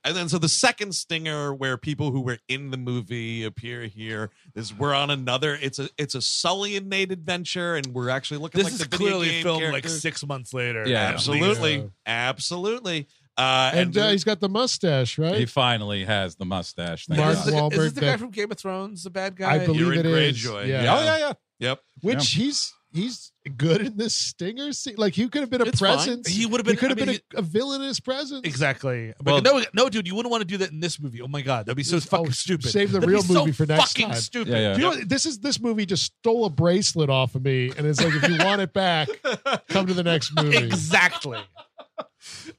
Speaker 1: and then so the second stinger where people who were in the movie appear here is we're on another it's a it's a sully and nate adventure and we're actually looking
Speaker 3: this
Speaker 1: like
Speaker 3: is
Speaker 1: the video
Speaker 3: clearly
Speaker 1: game
Speaker 3: filmed like
Speaker 1: characters.
Speaker 3: six months later.
Speaker 4: Yeah,
Speaker 3: at least.
Speaker 1: absolutely
Speaker 2: Yeah.
Speaker 1: absolutely uh,
Speaker 2: and uh, he's got the mustache,
Speaker 4: he
Speaker 2: right?
Speaker 4: finally has the mustache. Thank
Speaker 2: Mark
Speaker 4: God.
Speaker 3: Is this, the-
Speaker 2: Wahlberg
Speaker 3: is this the guy
Speaker 2: that-
Speaker 3: from Game of Thrones, the bad guy?
Speaker 2: I believe
Speaker 1: Euron
Speaker 2: it is.
Speaker 1: Greyjoy.
Speaker 2: Yeah.
Speaker 4: Yeah. Oh yeah, yeah.
Speaker 1: yep
Speaker 2: Which he's he's good in this stinger scene. Like he could have been a
Speaker 1: It's fine.
Speaker 2: presence.
Speaker 3: he would have
Speaker 2: He
Speaker 3: been.
Speaker 2: could
Speaker 3: I
Speaker 2: have
Speaker 3: mean,
Speaker 2: been a, a villainous presence.
Speaker 3: he- exactly.
Speaker 4: Well-
Speaker 3: But no, no, dude, you wouldn't want to do that in this movie. Oh my god, that'd be so
Speaker 2: Oh,
Speaker 3: fucking stupid.
Speaker 2: save the
Speaker 3: That'd be
Speaker 2: real
Speaker 3: so
Speaker 2: movie for next
Speaker 3: fucking
Speaker 2: time.
Speaker 3: Stupid.
Speaker 4: Yeah, yeah.
Speaker 2: You know, what? this is this movie just stole a bracelet off of me, and it's like if you want it back, come to the next movie.
Speaker 3: Exactly.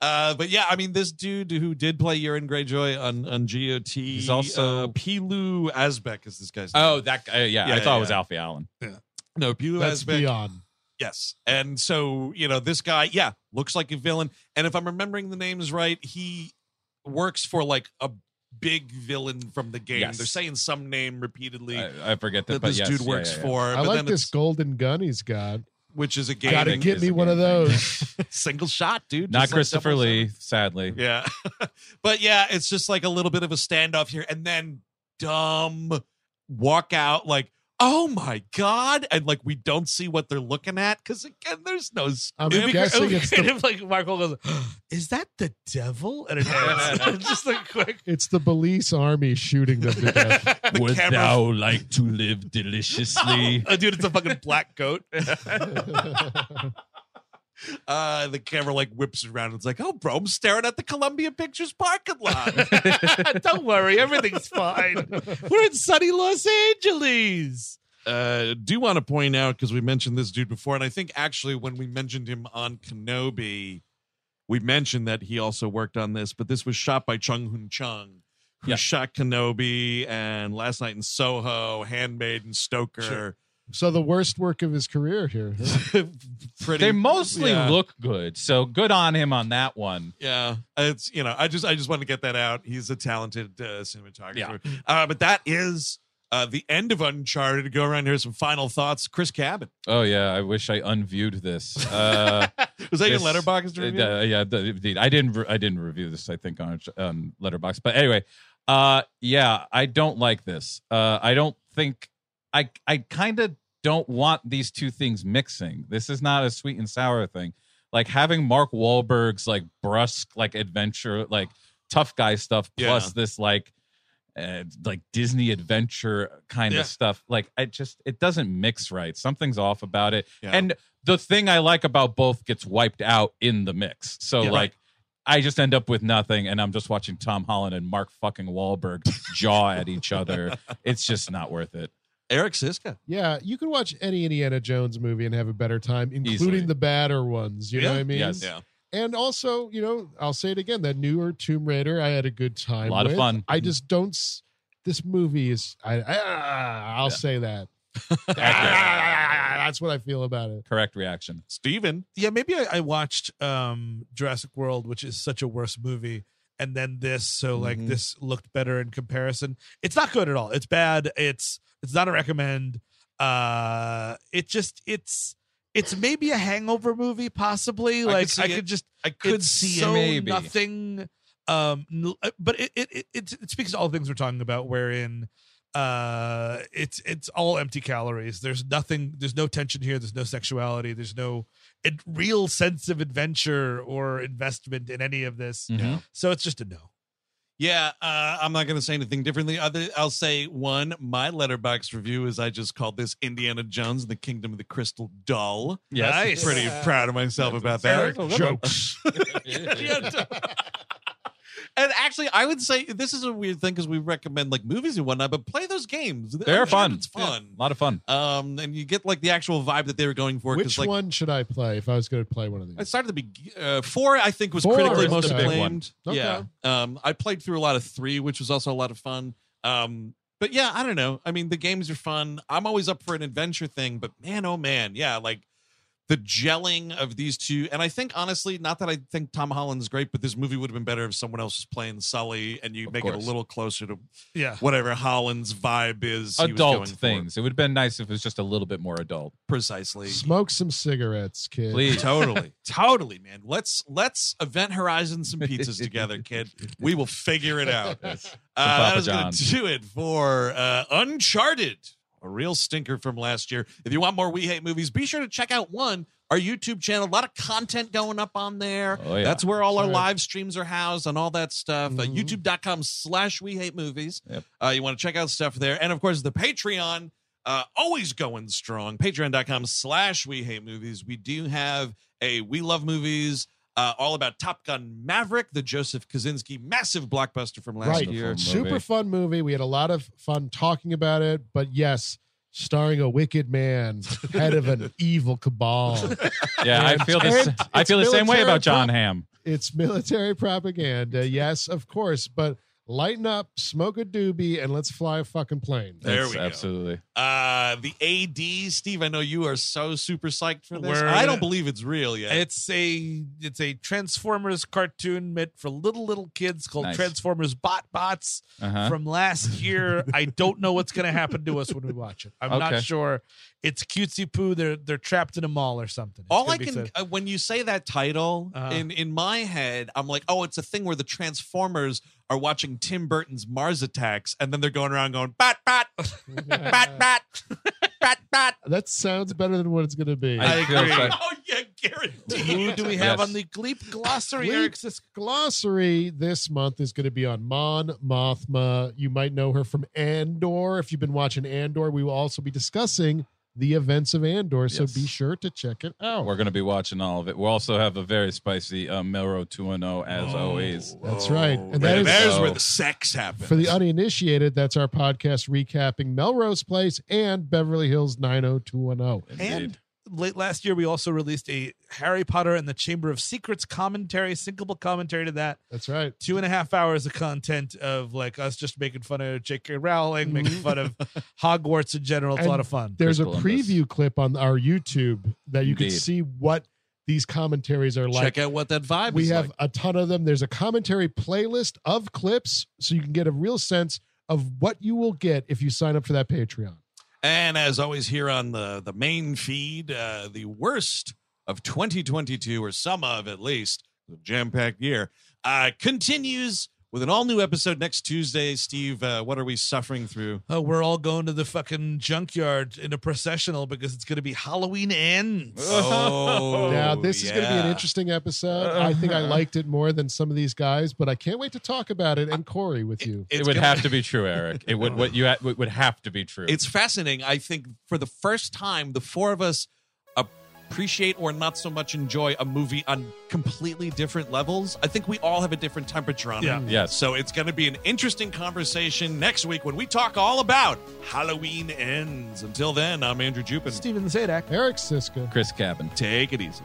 Speaker 1: Uh, but yeah, I mean, this dude who did play Urine Greyjoy on on GOT,
Speaker 4: He's also-
Speaker 1: uh, Pilu Asbeck is this guy's name.
Speaker 4: Oh, that guy. yeah,
Speaker 1: Yeah,
Speaker 4: I thought
Speaker 1: yeah,
Speaker 4: it was
Speaker 1: yeah.
Speaker 4: Alfie Allen.
Speaker 1: no, Pilu
Speaker 2: That's
Speaker 1: Asbeck.
Speaker 2: beyond.
Speaker 1: Yes, and so you know this guy, yeah, looks like a villain. And if I'm remembering the names right, he works for like a big villain from the game.
Speaker 4: Yes.
Speaker 1: They're saying some name repeatedly
Speaker 4: I, I forget that,
Speaker 1: that
Speaker 4: but
Speaker 1: this
Speaker 4: yes,
Speaker 1: dude
Speaker 4: yeah,
Speaker 1: works
Speaker 4: yeah, yeah.
Speaker 1: for.
Speaker 2: I
Speaker 1: but
Speaker 2: like
Speaker 1: then
Speaker 2: this
Speaker 1: it's-
Speaker 2: golden gun he's got.
Speaker 1: which is a game
Speaker 2: Got to
Speaker 4: think
Speaker 2: get
Speaker 4: it's
Speaker 2: me
Speaker 4: a
Speaker 2: one of
Speaker 4: game thing.
Speaker 2: those.
Speaker 1: single shot, dude.
Speaker 4: Not
Speaker 1: just like
Speaker 4: Christopher
Speaker 1: double shot.
Speaker 4: Lee, sadly.
Speaker 1: Yeah. but yeah, it's just like a little bit of a standoff here. And then dumb walk out like, oh my God. And like we don't see what they're looking at. Cause again, there's no
Speaker 2: I'm
Speaker 1: script.
Speaker 3: It'd be
Speaker 2: guessing
Speaker 3: great
Speaker 2: it's the-
Speaker 3: if like Michael goes, "Is that the devil?" And it ends. just like quick.
Speaker 2: It's the police army shooting them to death.
Speaker 1: The
Speaker 4: Would
Speaker 1: camera-
Speaker 4: thou Oh, like to live deliciously?
Speaker 3: Oh, dude, it's a fucking black goat.
Speaker 1: uh the camera like whips around. It's like, oh bro, I'm staring at the Columbia Pictures parking lot.
Speaker 3: Don't worry, everything's fine. We're in sunny Los Angeles.
Speaker 1: uh do want to point out because we mentioned this dude before, and I think actually when we mentioned him on Kenobi, we mentioned that he also worked on this, but this was shot by Chung Hoon Chung, who
Speaker 4: Yeah.
Speaker 1: shot Kenobi and Last Night in Soho, Handmaid and Stoker.
Speaker 2: so the worst work of his career here. huh?
Speaker 1: Pretty,
Speaker 4: they mostly
Speaker 1: yeah,
Speaker 4: look good, so good on him on that one.
Speaker 1: Yeah, it's you know, I just I just want to get that out. He's a talented uh, cinematographer. Uh, but that is uh, the end of Uncharted. Go around here, some final thoughts. Chris Cabot,
Speaker 4: Oh yeah, I wish I unviewed this. Uh,
Speaker 1: was that
Speaker 4: This-
Speaker 1: your letterbox review?
Speaker 4: Uh, yeah, the, indeed. I didn't. Re- I didn't review this. I think on um, Letterbox. But anyway, uh, yeah, I don't like this. Uh, I don't think. I I kind of don't want these two things mixing. This is not a sweet and sour thing. Like having Mark Wahlberg's like brusque like adventure like tough guy stuff plus this like. Uh, like Disney adventure kind
Speaker 1: Yeah.
Speaker 4: of stuff. Like I just, it doesn't mix right. Something's off about it.
Speaker 1: Yeah.
Speaker 4: And the thing I like about both gets wiped out in the mix. So
Speaker 1: Yeah.
Speaker 4: like I just end up with nothing, and I'm just watching Tom Holland and Mark fucking Wahlberg jaw at each other. It's just not worth it.
Speaker 1: Eric Siska.
Speaker 2: Yeah, you could watch any Indiana Jones movie and have a better time, including
Speaker 4: Easily.
Speaker 2: the badder ones. You know
Speaker 1: Yeah,
Speaker 2: what I mean?
Speaker 4: yes.
Speaker 1: Yeah.
Speaker 2: And also, you know, I'll say it again: that newer Tomb Raider, I had a good time.
Speaker 4: A lot of
Speaker 2: with.
Speaker 4: fun.
Speaker 2: I just don't. s- This movie is. I, I I'll say that. Ah, that's what I feel about it.
Speaker 4: Correct reaction.
Speaker 1: Steven.
Speaker 3: yeah, maybe I, I watched um Jurassic World, which is such a worse movie, and then this, so like
Speaker 1: Mhm.
Speaker 3: this looked better in comparison. It's not good at all. It's bad. It's it's not a recommend. Uh it just it's it's maybe a hangover movie, possibly.
Speaker 1: could
Speaker 3: Like
Speaker 1: see
Speaker 3: I
Speaker 1: it.
Speaker 3: could just
Speaker 1: I could
Speaker 3: it's
Speaker 1: see
Speaker 3: so
Speaker 1: him.
Speaker 4: maybe.
Speaker 3: nothing. Um, n- uh, but it it, it it it speaks to all the things we're talking about. Wherein, uh, it's it's all empty calories. There's nothing. There's no tension here. There's no sexuality. There's no ad- real sense of adventure or investment in any of this.
Speaker 1: Mm-hmm.
Speaker 4: Mhm.
Speaker 3: So it's just a no.
Speaker 1: Yeah, uh, I'm not going to say anything differently. Other, I'll say one. My letterbox review is I just called this Indiana Jones and the Kingdom of the Crystal dull.
Speaker 4: Yes.
Speaker 1: I'm pretty proud of myself about that.
Speaker 2: Jokes.
Speaker 1: And actually, I would say this is a weird thing because we recommend like movies and whatnot, but play those games.
Speaker 4: They're
Speaker 1: I'm sure
Speaker 4: fun.
Speaker 1: It's fun.
Speaker 4: A lot of fun.
Speaker 1: Um, and you get like the actual vibe that they were going for. 'cause,
Speaker 2: Which
Speaker 1: like,
Speaker 2: one should I play if I was going to play one of these?
Speaker 1: I started the beg- uh, four. I think was
Speaker 2: Four
Speaker 1: critically
Speaker 2: is
Speaker 1: most
Speaker 2: the big
Speaker 4: one.
Speaker 1: acclaimed.
Speaker 2: Okay.
Speaker 1: Yeah, um, I played through a lot of three, which was also a lot of fun. Um, but yeah, I don't know. I mean, the games are fun. I'm always up for an adventure thing, but man, oh man, yeah, like the gelling of these two. And I think honestly, not that I think Tom Holland's great, but this movie would have been better if someone else was playing Sully and you
Speaker 4: Of
Speaker 1: make it
Speaker 4: course.
Speaker 1: a little closer to
Speaker 3: Yeah.
Speaker 1: whatever Holland's vibe is. he was
Speaker 4: adult
Speaker 1: going for.
Speaker 4: things. It would have been nice if it was just a little bit more adult.
Speaker 1: precisely.
Speaker 2: Smoke some cigarettes, kid.
Speaker 4: Please.
Speaker 1: totally totally man let's let's event horizon some pizzas together kid we will figure it out uh, that
Speaker 4: Papa
Speaker 1: is gonna
Speaker 4: John's.
Speaker 1: do it for uh, uncharted a real stinker from last year if you want more we hate movies be sure to check out one our youtube channel a lot of content going up on there
Speaker 4: Oh, yeah. Mm-hmm.
Speaker 1: that's where all our
Speaker 2: Sure.
Speaker 1: live streams are housed and all that stuff uh,
Speaker 2: Mhm.
Speaker 1: youtube.com slash we hate movies
Speaker 4: Yep.
Speaker 1: uh, you want to check out stuff there and of course the patreon uh, always going strong. Patreon.com slash we hate movies. We do have a We Love Movies, uh, all about Top Gun Maverick, the Joseph Kaczynski massive blockbuster from last
Speaker 2: Right.
Speaker 1: year.
Speaker 4: Beautiful
Speaker 2: Super
Speaker 4: movie.
Speaker 2: fun movie. We had a lot of fun talking about it, but yes, starring a wicked man, head of an evil cabal.
Speaker 4: Yeah, I
Speaker 2: And-
Speaker 4: feel this.
Speaker 2: and
Speaker 4: I
Speaker 2: it's
Speaker 4: feel the same way
Speaker 2: military
Speaker 4: about John
Speaker 2: pro-
Speaker 4: Hamm.
Speaker 2: It's military propaganda. Yes, of course, but lighten up, smoke a doobie, and let's fly a fucking plane.
Speaker 1: There
Speaker 4: Yes,
Speaker 1: we go.
Speaker 4: Absolutely.
Speaker 1: Uh, the AD, Steve, I know you are so super psyched for this.
Speaker 3: Word.
Speaker 1: I don't believe it's real yet.
Speaker 3: It's a it's a Transformers cartoon meant for little little kids called
Speaker 4: Nice.
Speaker 3: Transformers Bot Bots.
Speaker 4: Uh-huh.
Speaker 3: from last year. I don't know what's going to happen to us when we watch it. I'm
Speaker 4: Okay.
Speaker 3: not sure. It's cutesy poo. They're they're trapped in a mall or something. It's
Speaker 1: all
Speaker 3: gonna
Speaker 1: I
Speaker 3: be
Speaker 1: can
Speaker 3: exciting.
Speaker 1: uh, when you say that title
Speaker 3: Uh-huh.
Speaker 1: in in my head, I'm like, oh, it's a thing where the Transformers are watching Tim Burton's Mars Attacks, and then they're going around going bat bat bat bat bat bat.
Speaker 2: That sounds better than what it's going to be.
Speaker 4: I
Speaker 1: I
Speaker 4: feel
Speaker 1: agree.
Speaker 4: so-
Speaker 1: Oh yeah, guaranteed.
Speaker 3: Who do we have
Speaker 4: Yes.
Speaker 3: on the Gleep glossary?
Speaker 2: Gleep.
Speaker 3: Eric Sisk-
Speaker 2: Glossary this month is going to be on Mon Mothma. You might know her from Andor. If you've been watching Andor, we will also be discussing the events of Andor. So
Speaker 4: Yes.
Speaker 2: be sure to check it out.
Speaker 4: We're going to be watching all of it. We also have a very spicy uh, Melro 2.0 as always.
Speaker 2: That's right. And that
Speaker 1: Oh. There's
Speaker 2: is- uh,
Speaker 1: where the sex happens.
Speaker 2: For the uninitiated, that's our podcast recapping Melrose Place and Beverly Hills 90210.
Speaker 4: Indeed.
Speaker 3: Late last year, we also released a Harry Potter and the Chamber of Secrets commentary, sinkable commentary to that.
Speaker 2: That's right.
Speaker 3: Two and a half hours of content of like us just making fun of J.K. Rowling, making fun of Hogwarts in general. It's
Speaker 2: And
Speaker 3: a lot of fun.
Speaker 2: There's a
Speaker 4: Crystal Nimbus.
Speaker 2: preview clip on our YouTube that you can
Speaker 4: Indeed.
Speaker 2: see what these commentaries are like.
Speaker 1: Check out what that vibe
Speaker 2: We
Speaker 1: is
Speaker 2: have
Speaker 1: like.
Speaker 2: a ton of them. There's a commentary playlist of clips so you can get a real sense of what you will get if you sign up for that Patreon.
Speaker 1: And as always, here on the the main feed, uh, the worst of 2022, or some of at least, the jam packed year, uh, continues with an all new episode next Tuesday. Steve, uh, what are we suffering through?
Speaker 3: Oh, we're all going to the fucking junkyard in a processional because it's going to be Halloween ends.
Speaker 1: Oh,
Speaker 2: now, this is going to be an
Speaker 1: yeah.
Speaker 2: interesting episode. I think I liked it more than some of these guys, but I can't wait to talk about it and Corey with you.
Speaker 1: It's
Speaker 4: it would
Speaker 1: gonna-
Speaker 4: have to be true, Eric. It would what you ha- it would have to be true.
Speaker 1: It's fascinating. I think for the first time, the four of us uh, appreciate or not so much enjoy a movie on completely different levels. I think we all have a different temperature on
Speaker 3: Yeah.
Speaker 1: it.
Speaker 4: Yes.
Speaker 1: So it's going to be an interesting conversation next week when we talk all about Halloween ends. Until then, I'm Andrew Jupin.
Speaker 3: Steven Zadak.
Speaker 2: Eric Siska.
Speaker 4: Chris Cabin.
Speaker 1: Take it easy.